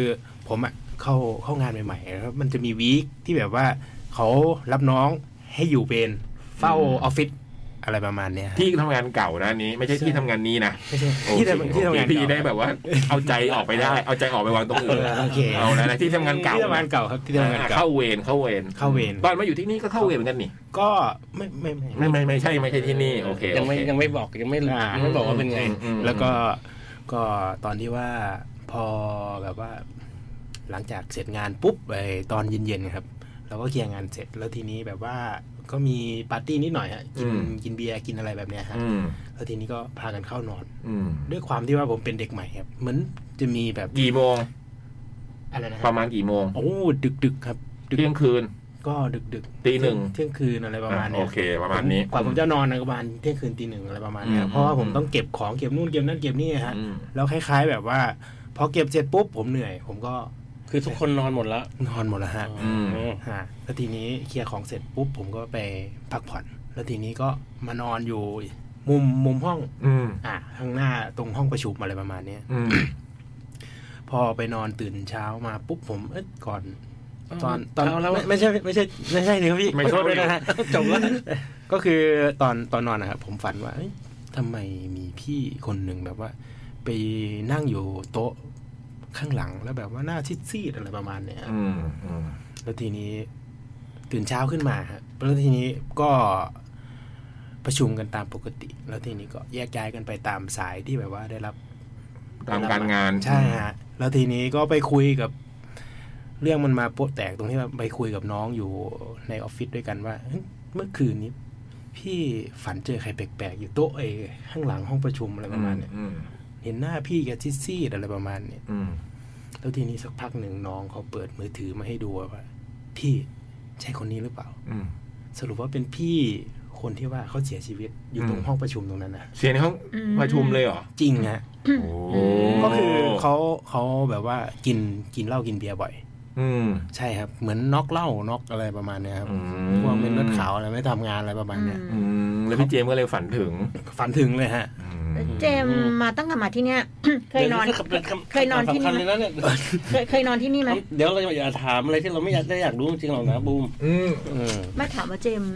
Speaker 10: ผมอ่ะเข้าเข้างานใหม่ๆแล้วมันจะมีวีคที่แบบว่าเขารับน้องให้อยู่เป็นเฝ้าออฟฟิศอะไรประมาณเนี้ย
Speaker 1: ที่ทำงานเก่านะอันนี้ ไม่ใช่ที่ทำงานนี้นะ
Speaker 10: ไม่ใช่
Speaker 1: โอเค
Speaker 10: ที่ทำที่ทำงานเก่า
Speaker 1: พี่ได้แบบว่า เอาใจออกไปได้ เอาใจออกไปวางตรงอื่
Speaker 10: เอน อโอเค
Speaker 1: เอาแล้วนะที่ทำงานเก่า
Speaker 10: ที่ทำงานเก่าครับที่ทำงานเก่า
Speaker 1: เข้าเวรเข้าเวร
Speaker 10: เข้าเวร
Speaker 1: ตอนมาอยู่ที่นี่ก็เข้าเวรเหมือนกันนี่
Speaker 10: ก็ไม่ไม่ไม่
Speaker 1: ไม่ไม่ไม่ใช่ไม่ใช่ที่นี่โอเค
Speaker 2: ยังไม่
Speaker 1: โอเค
Speaker 2: ยังไม่บอกยังไม่
Speaker 10: อ่า
Speaker 2: ยังไม่บอกว่าเป็นไง
Speaker 1: อืมอืม
Speaker 10: แล้วก็ก็ตอนที่ว่า พอแบบว่า หลังจากเสร็จงานปุ๊บไอตอนเย็นๆครับเราก็เคลียร์งานเสร็จแล้วทีนี้แบบว่าก็มีปาร์ตี้นิดหน่อยฮะกิน
Speaker 1: อืม
Speaker 10: กินเบียร์กินอะไรแบบเนี้ยฮะ
Speaker 1: อืม
Speaker 10: แล้วทีนี้ก็พากันเข้านอน
Speaker 1: อืม
Speaker 10: ด้วยความที่ว่าผมเป็นเด็กใหม่ครับเหมือนจะมีแบบ
Speaker 1: กี่โมง
Speaker 10: อะไรนะฮ
Speaker 1: ประมาณกี่โมง
Speaker 10: โอ้ดึกดึกๆครับดึก
Speaker 1: เที่ยงคืน
Speaker 10: ก็ดึกดึก
Speaker 1: ตีหนึ่ง
Speaker 10: เที่ยงคืนอะไรประมาณนี้ย
Speaker 1: อ่ะโอเคประมาณนี้
Speaker 10: กว่าผมจะนอนนะประมาณเที่ยงคืนตีหนึ่งอะไรประมาณเนี้ย
Speaker 1: อืม
Speaker 10: เพราะว่าผมต้องเก็บของเก็บนู่นเก็บนั่นเก็บนี่ฮะแล้วคล้าย ๆ แบบว่า พอเก็บเสร็จปุ๊บผมเหนื่อย ผมก็
Speaker 2: คือทุกคนนอนหมดแล้ว
Speaker 10: นอนหมดแล้วฮะ
Speaker 1: อืม
Speaker 10: ฮะแล้วทีนี้เคลียร์ของเสร็จปุ๊บผมก็ไปพักผ่อน แล้วทีนี้ก็มานอนอยู่มุมมุมห้อง
Speaker 1: อืม
Speaker 10: อ่ะข้างหน้าตรงห้องประชุมอะไรประมาณเนี้ย
Speaker 1: อืม
Speaker 10: พอไปนอนตื่นเช้ามาปุ๊บผมเอ้ยก่อน ตอน
Speaker 2: เอา
Speaker 10: ตอน
Speaker 2: เอาแล้ว
Speaker 10: ไม่ไม่ใช่ไม่ใช่ไม่ใช่เลยครับพี่
Speaker 1: ไม่
Speaker 10: ขอโทษด้วยนะฮะ
Speaker 2: จบแล้ว
Speaker 10: ก็คือตอนตอนนอนนะครับผมฝันว่าเอ้ยทำไมมีพี่คนหนึ่งแบบว่า ไปนั่งอยู่โต๊ะข้างหลังแล้วแบบว่าหน้าซีดๆอะไรประมาณเนี้ย
Speaker 1: อืมอืม
Speaker 10: แล้วทีนี้ตื่นเช้าขึ้นมาฮะแล้วทีนี้ก็ประชุมกันตามปกติ แล้วทีนี้ก็แยกย้ายกันไปตามสายที่แบบว่าได้รับ
Speaker 1: ตามการงาน
Speaker 10: ใช่ฮะ แล้วทีนี้ก็ไปคุยกับ เรื่องมันมาโป๊ะแตกตรงที่ว่าไปคุยกับน้องอยู่ในออฟฟิศด้วยกันว่าเฮ้ยเมื่อคืนนี้ พี่ฝันเจอใครแปลกๆอยู่โต๊ะไอ้ข้างหลังห้องประชุมอะไรประมาณเนี้ย
Speaker 1: อืม
Speaker 10: เห็นหน้าพี่แกซีดๆอะไรประมาณเนี้ย
Speaker 1: อืม
Speaker 10: แล้วทีนี้สักพักหนึ่งน้องเขาเปิดมือถือมาให้ดูว่า พี่ใช่คนนี้หรือเปล่า
Speaker 1: อืม
Speaker 10: สรุปว่าเป็นพี่คนที่ว่าเขาเสียชีวิตอยู่ตร
Speaker 1: อื
Speaker 10: ง
Speaker 1: ม
Speaker 10: ห้องประชุมตรงนั้นนะ
Speaker 1: เสียงในห้องประชุมเลยเหรอ
Speaker 10: จริงฮะ
Speaker 1: โอ้
Speaker 10: ก็คือเขาเขาแบบว่ากินกินเหล้ากินเบียร์บ่อย
Speaker 1: อืม
Speaker 10: ใช่ครับ เหมือนน็อกเหล้าน็อกอะไรประมาณเนี้ยครับ
Speaker 1: อืม
Speaker 10: พวกเป็นรถขาวอะไรไม่ทำงานอะไรประมาณเนี้ย
Speaker 1: อืม แล้วพี่เจมส์ก็เลยฝันถึง
Speaker 10: ฝันถึงเลยฮะ
Speaker 3: เจมส์มาตั้งแต่มาที่เนี้ย *coughs* เคยนอน เคยนอนที่นี่ไหม
Speaker 2: เลยนะเนี่ย
Speaker 3: เคยเคยนอนที่นี่ไหม
Speaker 2: เดี๋ยวเราอย่าถามอะไรที่เราไม่อยากได้อยากรู้จริงๆหรอกนะบูม
Speaker 1: อืม
Speaker 10: อืม
Speaker 3: ไม่ถามว่าเจมส์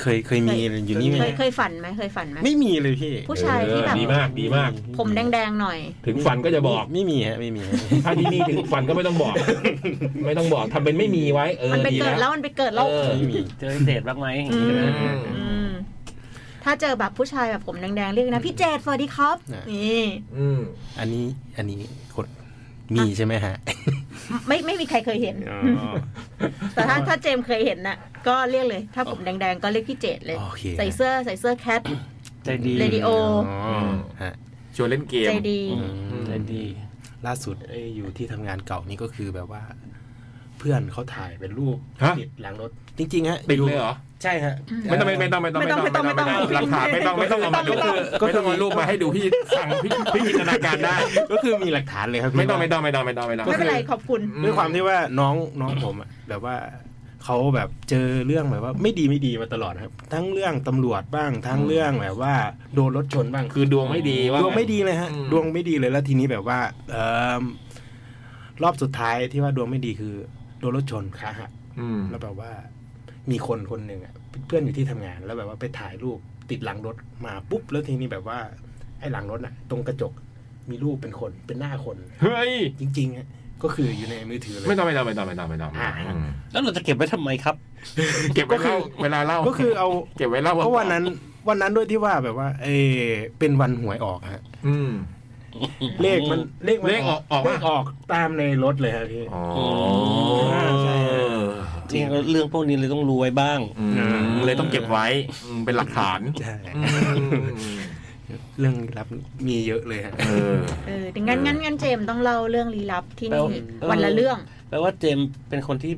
Speaker 10: เคยเคยมีอยู่นี่ไหม
Speaker 3: เคยเคยฝันไหมเคยฝันไหม
Speaker 10: ไม่มีเลยพี่
Speaker 3: ผู้ชายที่แบบ
Speaker 1: ดีมากดีมาก
Speaker 3: ผมแดงๆหน่อย
Speaker 1: ถึงฝันก็จะบอก
Speaker 10: ไม่มีฮะไม่มีฮะ
Speaker 1: ถ้าที่นี่ถึงฝันก็ไม่ต้องบอก ไม่ต้องบอกทำเป็นไม่มีไว้ เออ
Speaker 3: มันไป
Speaker 1: ดี
Speaker 3: เกิด
Speaker 1: นะ
Speaker 3: แล้วมันไปเกิดแล้ว
Speaker 1: เออ
Speaker 10: ไม่มี
Speaker 2: เจอพิเศษบ้างไหม
Speaker 3: อืมอืมถ้าเจอแบบผู้ชายแบบผมแดงๆเรียกนะ พี่เจดสวัสดีครับ
Speaker 10: นะ
Speaker 3: นี่
Speaker 1: อืม
Speaker 10: อันนี้อันนี้คนมีใช่ไหมฮะ
Speaker 3: ไม่ไม่มีใครเคยเห็น แต่ถ้าถ้าเจมส์เคยเห็นน่ะ ก็เรียกเลย ถ้าผมแดงๆ ก็เรียกพี่เจดเลย
Speaker 10: โอเค
Speaker 3: ใส่เสื้อใส่เสื้อแคท
Speaker 2: ใจดี
Speaker 3: เรดิโอ
Speaker 1: ม
Speaker 10: ฮะ
Speaker 1: ชวนเล่นเกม
Speaker 3: ใจดี
Speaker 2: ใจดี
Speaker 10: ล่าสุดไอ้อยู่ที่ทำงานเก่านี่ก็คือแบบว่า เพื่อนเขาถ่ายเป็นรูป
Speaker 1: ฮะ
Speaker 10: ติดหลังรถ จริงๆฮะ
Speaker 1: ติดเลยเหรอ
Speaker 10: ใช่ฮะ
Speaker 1: ไม่ต้องไม่ไม่ต้องไม่ต้อง
Speaker 3: ไม่ต้องไม่ต้องไม่ต้อง
Speaker 1: หลักฐานไม่ต้องไม่ต้องเอามาดูไม่ต้องเอารูปมาให้ดูพี่สั่งพี่พี่จินตนาการได้
Speaker 10: ก็คือมีหลักฐานเลยครับ
Speaker 1: ไม่ต้องไม่
Speaker 10: พี่ว่า
Speaker 1: ต้องไม่ต้องไม่ต้องไม่ต้อง
Speaker 3: ไม่เป็นไร
Speaker 10: ก็คือ
Speaker 3: ขอบคุณ
Speaker 1: อื
Speaker 10: ด้วยความที่ว่าน้องน้องผมอะแบบว่าเขาแบบเจอเรื่องแบบว่า ไม่ดีไม่ดีมาตลอดครับ ทั้งเรื่องตำรวจบ้างทั้งเรื่องแบบว่าโดนรถชนบ้าง
Speaker 1: คือดวงไม่ดีว่า
Speaker 10: ดวงไม่ดีเลยฮะ
Speaker 1: อืม
Speaker 10: ดวงไม่ดีเลยแล้วทีนี้แบบว่า เอมรอบสุดท้ายที่ว่าดวงไม่ดีคือโดนรถชนขาหัก
Speaker 1: อืม
Speaker 10: แล้วแบบว่า มีคนคนหนึ่งอะเพื่อนอยู่ที่ทำงาน แล้วแบบว่าไปถ่ายรูปติดหลังรถมาปุ๊บแล้วทีนี้แบบว่า ไอ้หลังรถอะตรงกระจกมีรูปเป็นคนเป็นหน้าคน
Speaker 1: เฮ้ย
Speaker 10: จริงๆอะก็คืออยู่ในมือถือเลย
Speaker 1: ไม่ต้องไม่ต้องไม่ต้องไม่ต้องไม่ต้อง
Speaker 10: อ่า
Speaker 1: อืม
Speaker 2: แล้วเราจะเก็บไว้ทำไมครับ
Speaker 1: เก็บไว้เล่าเวลาเล่า
Speaker 10: ก็คือเอา
Speaker 1: เก็บไว้เล่า
Speaker 10: ก็วันนั้น วันนั้นด้วยที่ว่าแบบว่า เออเป็นวันหวยออกฮะ
Speaker 1: อืม
Speaker 10: เลขมันเลขมัน
Speaker 1: เลขออกออก
Speaker 10: เล
Speaker 1: ปะ
Speaker 10: ขออกตามในรถเลยครับพี่
Speaker 1: อ๋อ
Speaker 10: ใช่
Speaker 2: จริงๆเรื่องพวกนี้เลยต้องรู้ไว้บ้าง
Speaker 1: อืมเลยต้องเก็บไว้อืมเป็นหลักฐาน
Speaker 10: ใช่
Speaker 1: อืม
Speaker 10: เรื่องลี้ลับมีเยอะเลยฮะ
Speaker 1: เออ
Speaker 3: เออดังนั้นงั้นงั้นเจมส์ต้องเล่าเรื่องลี้ลับที่นี่
Speaker 2: แล้ว
Speaker 3: วันละเรื่อง
Speaker 2: แปลว่าเจมส์เป็นคนที่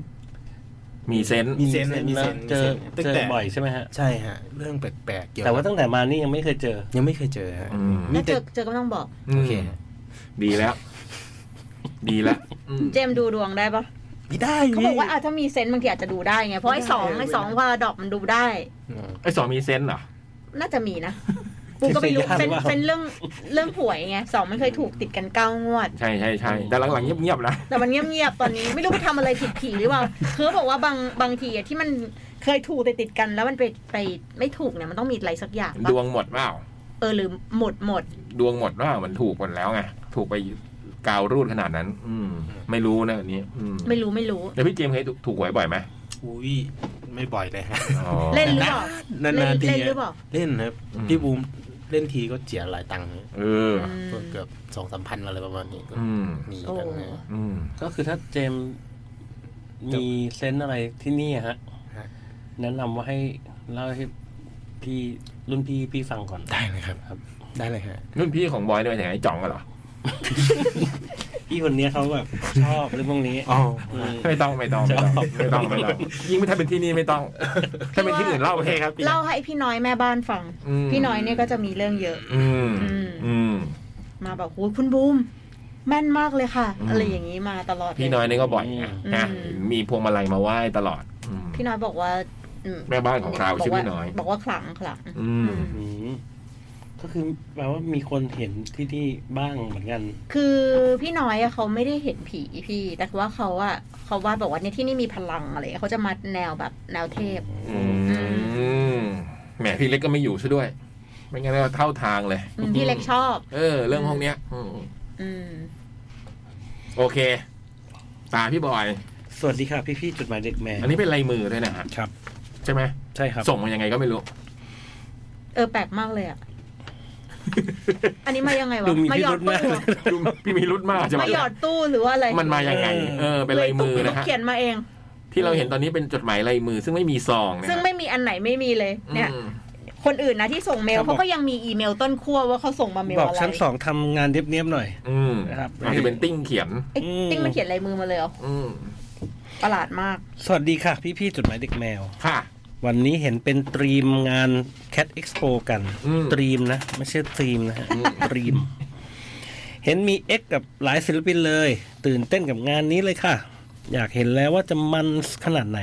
Speaker 1: มีเซนส์
Speaker 10: มีเซนส์เลยมีเซนส์
Speaker 2: เจอ
Speaker 10: มีเซนส์
Speaker 2: เจอ
Speaker 10: ตั้งแต่
Speaker 2: บ่อยใช่ไหมฮะ
Speaker 10: ใช่ฮะ เรื่องแปลกๆเกี่ยว
Speaker 2: แต่ว่า
Speaker 10: กับ
Speaker 2: ตั้งแต่มานี่ยังไม่เคยเจอ
Speaker 10: ยังไม่เคยเจอฮะ
Speaker 1: อืม
Speaker 10: นี่
Speaker 3: ถ้าเจ
Speaker 10: จะ
Speaker 3: อเจอก็ต้องบอก
Speaker 10: โอเคฮะ
Speaker 1: ดีแล้ว ดีแล้วอืม
Speaker 3: เจมส์ดูดวงได้ปะ
Speaker 10: ไม่ได้
Speaker 3: เขาบอกว่าอาจจะมีเซนต์บางทีอาจจะดูได้ไง เพราะไอ้สองไอ้สองว่าดอกมันดูได้
Speaker 1: ไอ้สองมีเซนส์เหรอ
Speaker 3: น่าจะมีนะปูก็ไม่รู้
Speaker 2: เซ
Speaker 3: เป็น น
Speaker 2: ต์ยากหรือเปล่า
Speaker 3: เป็นเรื่องเรื่องหวยไงสองมันเคยถูกติดกันเก้างวด
Speaker 1: ใช่ใช่ใช่แต่หลังๆเงียบๆนะ
Speaker 3: แต่มันเงียบๆตอนนี้ไม่รู้ไปทำอะไรผิดผีหรือเปล่าคือเขาบอกว่าบางบางทีอะที่มันเคยถูกติดติดๆกันแล้วมันไปไปไม่ถูกเนี่ยมันต้องมีอะไรสักอย่างปะ
Speaker 1: ดวงหมดเปล่า
Speaker 3: เออหรือหมดหมด
Speaker 1: ดวงหมดว่ามันถูกหมดแล้วไง ถูกไปกาวรูดขนาดนั้น อืม ไม่รู้นะอันนี้ อืม
Speaker 3: ไม่รู้ไม่รู้
Speaker 1: แล้วพี่เจมส์เคยถูกถูกหวยบ่อยไหม
Speaker 10: อุ้ยไม่บ่อยเลยฮะ
Speaker 1: อ๋อ
Speaker 3: เล่นหรือเปล่า
Speaker 10: นานๆที
Speaker 3: เล่นหรือเปล่า
Speaker 10: เล่นครับ
Speaker 1: อืม
Speaker 10: พี่บูม เล่นทีก็เสียหลายตังค์เนี่ย
Speaker 1: เออ
Speaker 10: เกือบสองสามพันอะไรประมาณนี้ก็
Speaker 1: อืม
Speaker 10: มีกันนะ
Speaker 1: อืม
Speaker 2: ก็คือถ้าเจมส์มีเซนส์อะไรที่นี่อะฮะแนะนำว่าให้เล่าให้พี่รุ่นพี่พี่ฟังก่อน
Speaker 10: ได้เลยครับ ได้เลยฮะ
Speaker 1: รุ่นพี่ของบอยเนี่ยเป็นยังไงจ่องกันเหรอ
Speaker 2: พี่คนเนี้ยเขาแบบ ชอบเรื่องพวกนี้
Speaker 1: อ๋อ
Speaker 2: ม
Speaker 1: ไม่ต้องไม่ต้อง ไม่ต้องไม่ต้องไม่ต้องยิ่งถ้าเป็นที่นี่ไม่ต้อง ถ้าเป็นที่อื่นเล่าโอเคครับ
Speaker 3: เล่าให้พี่น้อยแม่บ้านฟัง
Speaker 1: อืม
Speaker 3: พี่น้อยเนี่ยก็จะมีเรื่องเยอะ
Speaker 1: อืม อืม
Speaker 3: มาแบบโอ้ยคุณบูมแม่นมากเลยค่ะ
Speaker 1: อืม
Speaker 3: อะไรอย่างนี้มาตลอดเล
Speaker 1: พี่น้อยนี่ก็บ่อยนะนะ
Speaker 3: อืม
Speaker 1: มีพวงมาลัยมาไหว้ตลอดอืม
Speaker 3: พี่น้อยบอกว่าอื
Speaker 1: แม่บ้านของเรา
Speaker 3: บก
Speaker 1: ชื่อ
Speaker 3: ว่
Speaker 1: พี่น้อย
Speaker 3: บอกว่าขลังขลัง
Speaker 1: อืม
Speaker 2: อืมก็คือแปลว่ามีคนเห็นที่นี่บ้างเหมือนกัน
Speaker 3: คือพี่น้อยอะเขาไม่ได้เห็นผีพี่ แต่ว่าเขาอะเขาว่าบอกว่าเนี่ยที่นี่มีพลังอะไรเขาจะมาแนวแบบแนวเทพ
Speaker 1: อืมแหมพี่เล็กก็ไม่อยู่ซะด้วย ไม่งั้นก็เท่าทางเลย
Speaker 3: อืมพี่เล็กชอบ
Speaker 1: เออ เรื่องพวกเนี้ยอืม
Speaker 3: อืม
Speaker 1: โอเคตาพี่บอย
Speaker 2: สวัสดีค่ะพี่พี่ๆจุดหมายเด็กแมน
Speaker 1: อันนี้เป็นลายมือด้วยนะฮะ
Speaker 2: ครับ
Speaker 1: ใช่ไหม
Speaker 2: ใช่ครับ
Speaker 1: ส่งมายังไงก็ไม่รู้
Speaker 3: เออแปลกมากเลย
Speaker 1: *laughs*
Speaker 3: อะอันนี้มายังไงวะ
Speaker 1: ดูมี
Speaker 3: มา
Speaker 1: พิ
Speaker 3: หยอ
Speaker 1: รุ
Speaker 3: ด
Speaker 1: ธ
Speaker 3: ตู้
Speaker 1: มาก
Speaker 3: เหรอ
Speaker 1: ดูมีพิรุธมากใช่ไหม
Speaker 3: มาหยอดตู้หรือว่าอะไร
Speaker 1: มันมายังไง เออ เป็นลายมือนะ
Speaker 3: เยตุ๊ก
Speaker 1: ฮะ
Speaker 3: เขียนมาเอง
Speaker 1: ที่เราเห็นตอนนี้เป็นจดหมายลายมือ ซึ่งไม่มีซองนะ
Speaker 3: ซึ่ง
Speaker 1: ฮะ
Speaker 3: ไม่มีอันไหนไม่มีเลย เนี่ย
Speaker 1: อืม
Speaker 3: คนอื่นนะที่ส่งเมล
Speaker 2: ครับ
Speaker 3: เขาก็ยังมีอีเมลต้นขั้วว่าเขาส่งมาเมล
Speaker 2: บอก
Speaker 3: อะไร
Speaker 2: ชั้นสองทำงานเนียบๆหน่อย
Speaker 1: อืม
Speaker 2: นะครับ
Speaker 1: อาจจะเป็นติ้งเขียน
Speaker 3: เอ๊ะติ้งมันเขียนลายมือมาเลยเหรอ
Speaker 1: อืม
Speaker 3: ประหลาดมาก
Speaker 2: สวัสดีค่ะ พี่พี่ๆจุดหมายเด็กแมว
Speaker 1: ค่ะ
Speaker 2: วันนี้เห็นเป็นตรีมงาน Cat Expo กัน
Speaker 1: อืม
Speaker 2: ตรีมนะ ไม่ใช่ที
Speaker 1: *laughs*
Speaker 2: มนะฮะ
Speaker 1: อืม
Speaker 2: ตรีม เห็นมีเอ็กกับหลายศิลปินเลย ตื่นเต้นกับงานนี้เลยค่ะ อยากเห็นแล้วว่าจะมันขนาดไหน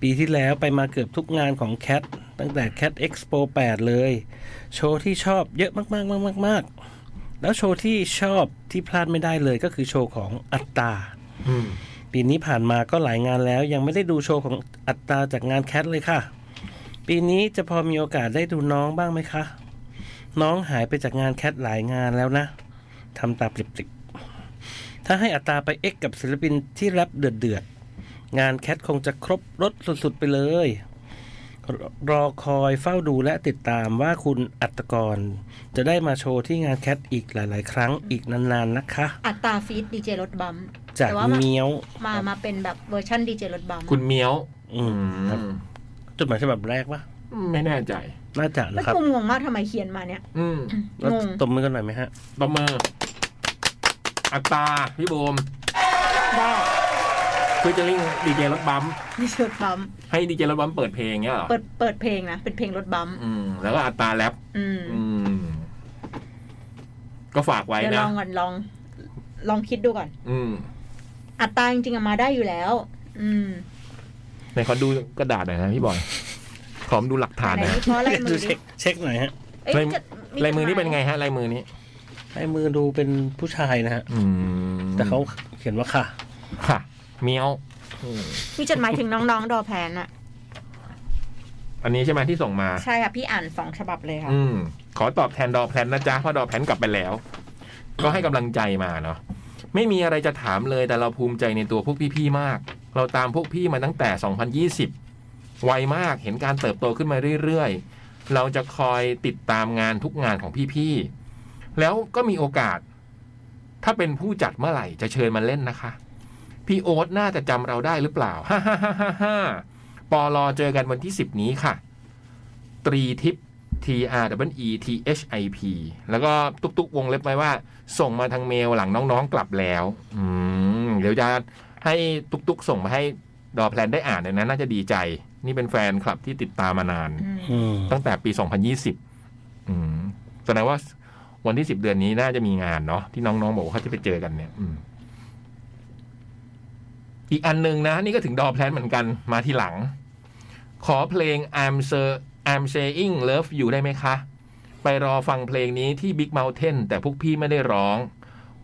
Speaker 2: ปีที่แล้วไปมาเกือบทุกงานของ Cat ตั้งแต่ Cat Expo 8 เลย โชว์ที่ชอบเยอะมากๆมากๆๆแล้วโชว์ที่ชอบที่พลาดไม่ได้เลยก็คือโชว์ของอัตตา
Speaker 1: อืม
Speaker 2: ปีนี้ผ่านมาก็หลายงานแล้ว ยังไม่ได้ดูโชว์ของอัตตราจากงานแคทเลยค่ะ ปีนี้จะพอมีโอกาสได้ดูน้องบ้างไหมคะ น้องหายไปจากงานแคทหลายงานแล้วนะทำตาปลิบๆถ้าให้อัตราไปเอ็กกับศิลปินที่แรปเดือดๆงานแคทคงจะครบรถสุดๆไปเลย รรอคอยเฝ้าดูและติดตามว่าคุณอัตกร จะได้มาโชว์ที่งานแคทอีกหลายๆ ครั้งอีกนานๆนะคะ
Speaker 3: อัตราฟีดดีเจรถบัมป์
Speaker 2: จาก
Speaker 3: แต่ว่ามา
Speaker 2: เมียว
Speaker 3: มามาเป็นแบบเวอร์ชันดีเจรถบัมป์
Speaker 1: คุณเมียว
Speaker 2: อืมครับ
Speaker 1: อืม
Speaker 2: จดหมายฉบับแรกปะ
Speaker 1: ไม่แน่ใจ
Speaker 2: น่าจะ
Speaker 3: ไม่
Speaker 2: นะครับ
Speaker 3: คุมงงมากทำไมเขียนมาเนี่ย
Speaker 1: อืม
Speaker 2: แล้ว
Speaker 3: งง
Speaker 2: ตบมือกันหน่อยไหมฮะ
Speaker 1: ตบมืออัตราพี่บูม
Speaker 3: ได้
Speaker 1: ฟิชเจอริงดีเจรถบัมป์
Speaker 3: ดีเจรถบัมป์
Speaker 1: ให้ดีเจรถบัมป์เปิดเพลงเงี้ยเหรอ
Speaker 3: เปิดเปิดเพลงนะ เป็นเพลงรถบัมป์
Speaker 1: อืม แล้วก็อัตราแรป
Speaker 3: อืม
Speaker 1: อืม ก็ฝากไว้
Speaker 3: เดี๋ยวล
Speaker 1: นะ
Speaker 3: องก่อนลอง ลองคิดดูก่อน
Speaker 1: อืม
Speaker 3: อัตราจริงๆอะมาได้อยู่แล้ว อืม
Speaker 1: ไหนขอดูกระดาษหน่อยนะพี่บอย ขอมดูหลักฐาน
Speaker 3: ไห
Speaker 1: ห
Speaker 3: น
Speaker 1: น่อ
Speaker 3: ๆ
Speaker 1: ย
Speaker 3: เพราะลายมื
Speaker 2: ดู
Speaker 3: อดิ
Speaker 2: เช็คเช็คหน่อยฮะ
Speaker 3: เอ้ย
Speaker 1: ลาย
Speaker 3: จะ
Speaker 1: ลายมือนี่เป็นไงฮะลายมือนี้
Speaker 2: ลายมือดูเป็นผู้ชายนะฮะ
Speaker 1: อืม
Speaker 2: แต่เขาเขียนว่าค่ะ
Speaker 1: ค่ะ เมียว
Speaker 3: มีจดหมายถึงน้องๆดอแพนอะ
Speaker 1: อันนี้ใช่ไหมที่ส่งมา
Speaker 3: ใช่ค่ะพี่อ่านสองฉบับเลยค่ะ
Speaker 1: อืม ขอตอบแทนดอแพลนนะจ๊ะเพราะดอแพลนกลับไปแล้ว ก็ให้กำลังใจมาเนาะไม่มีอะไรจะถามเลยแต่เราภูมิใจในตัวพวกพี่ๆมาก เราตามพวกพี่มาตั้งแต่ 2020 ไวมากเห็นการเติบโตขึ้นมาเรื่อยๆ เราจะคอยติดตามงานทุกงานของพี่ๆ แล้วก็มีโอกาส ถ้าเป็นผู้จัดเมื่อไหร่จะเชิญมาเล่นนะคะ พี่โอ๊ตน่าจะจำเราได้หรือเปล่า *laughs* ฮ่าฮ่าฮ่าฮ่าฮ่าปอลอเจอกันวันที่ 10 นี้ค่ะ ตรีทิพย์ T R W E T H I P แล้วก็ตุกๆวงเล็บไว้ว่า ส่งมาทางเมลหลังน้องๆกลับแล้ว อืม เดี๋ยวจะให้ตุกๆส่งมาให้ดอแพลนได้อ่านเลยนะน่าจะดีใจ นี่เป็นแฟนคลับที่ติดตามมานาน
Speaker 3: อืม
Speaker 2: อืม
Speaker 1: ตั้งแต่ปี 2020 อืมแสดงว่าวันที่ 10 เดือนนี้น่าจะมีงานเนาะที่น้องๆ บอกว่าเขาจะไปเจอกันเนี่ย อืม อีกอันหนึ่งนะ นี่ก็ถึงดอแพลนเหมือนกันมาทีหลัง ขอเพลง I'm s i r I'm saying love อยู่ได้ไหมคะ ไปรอฟังเพลงนี้ที่ Big Mountain แต่พวกพี่ไม่ได้ร้อง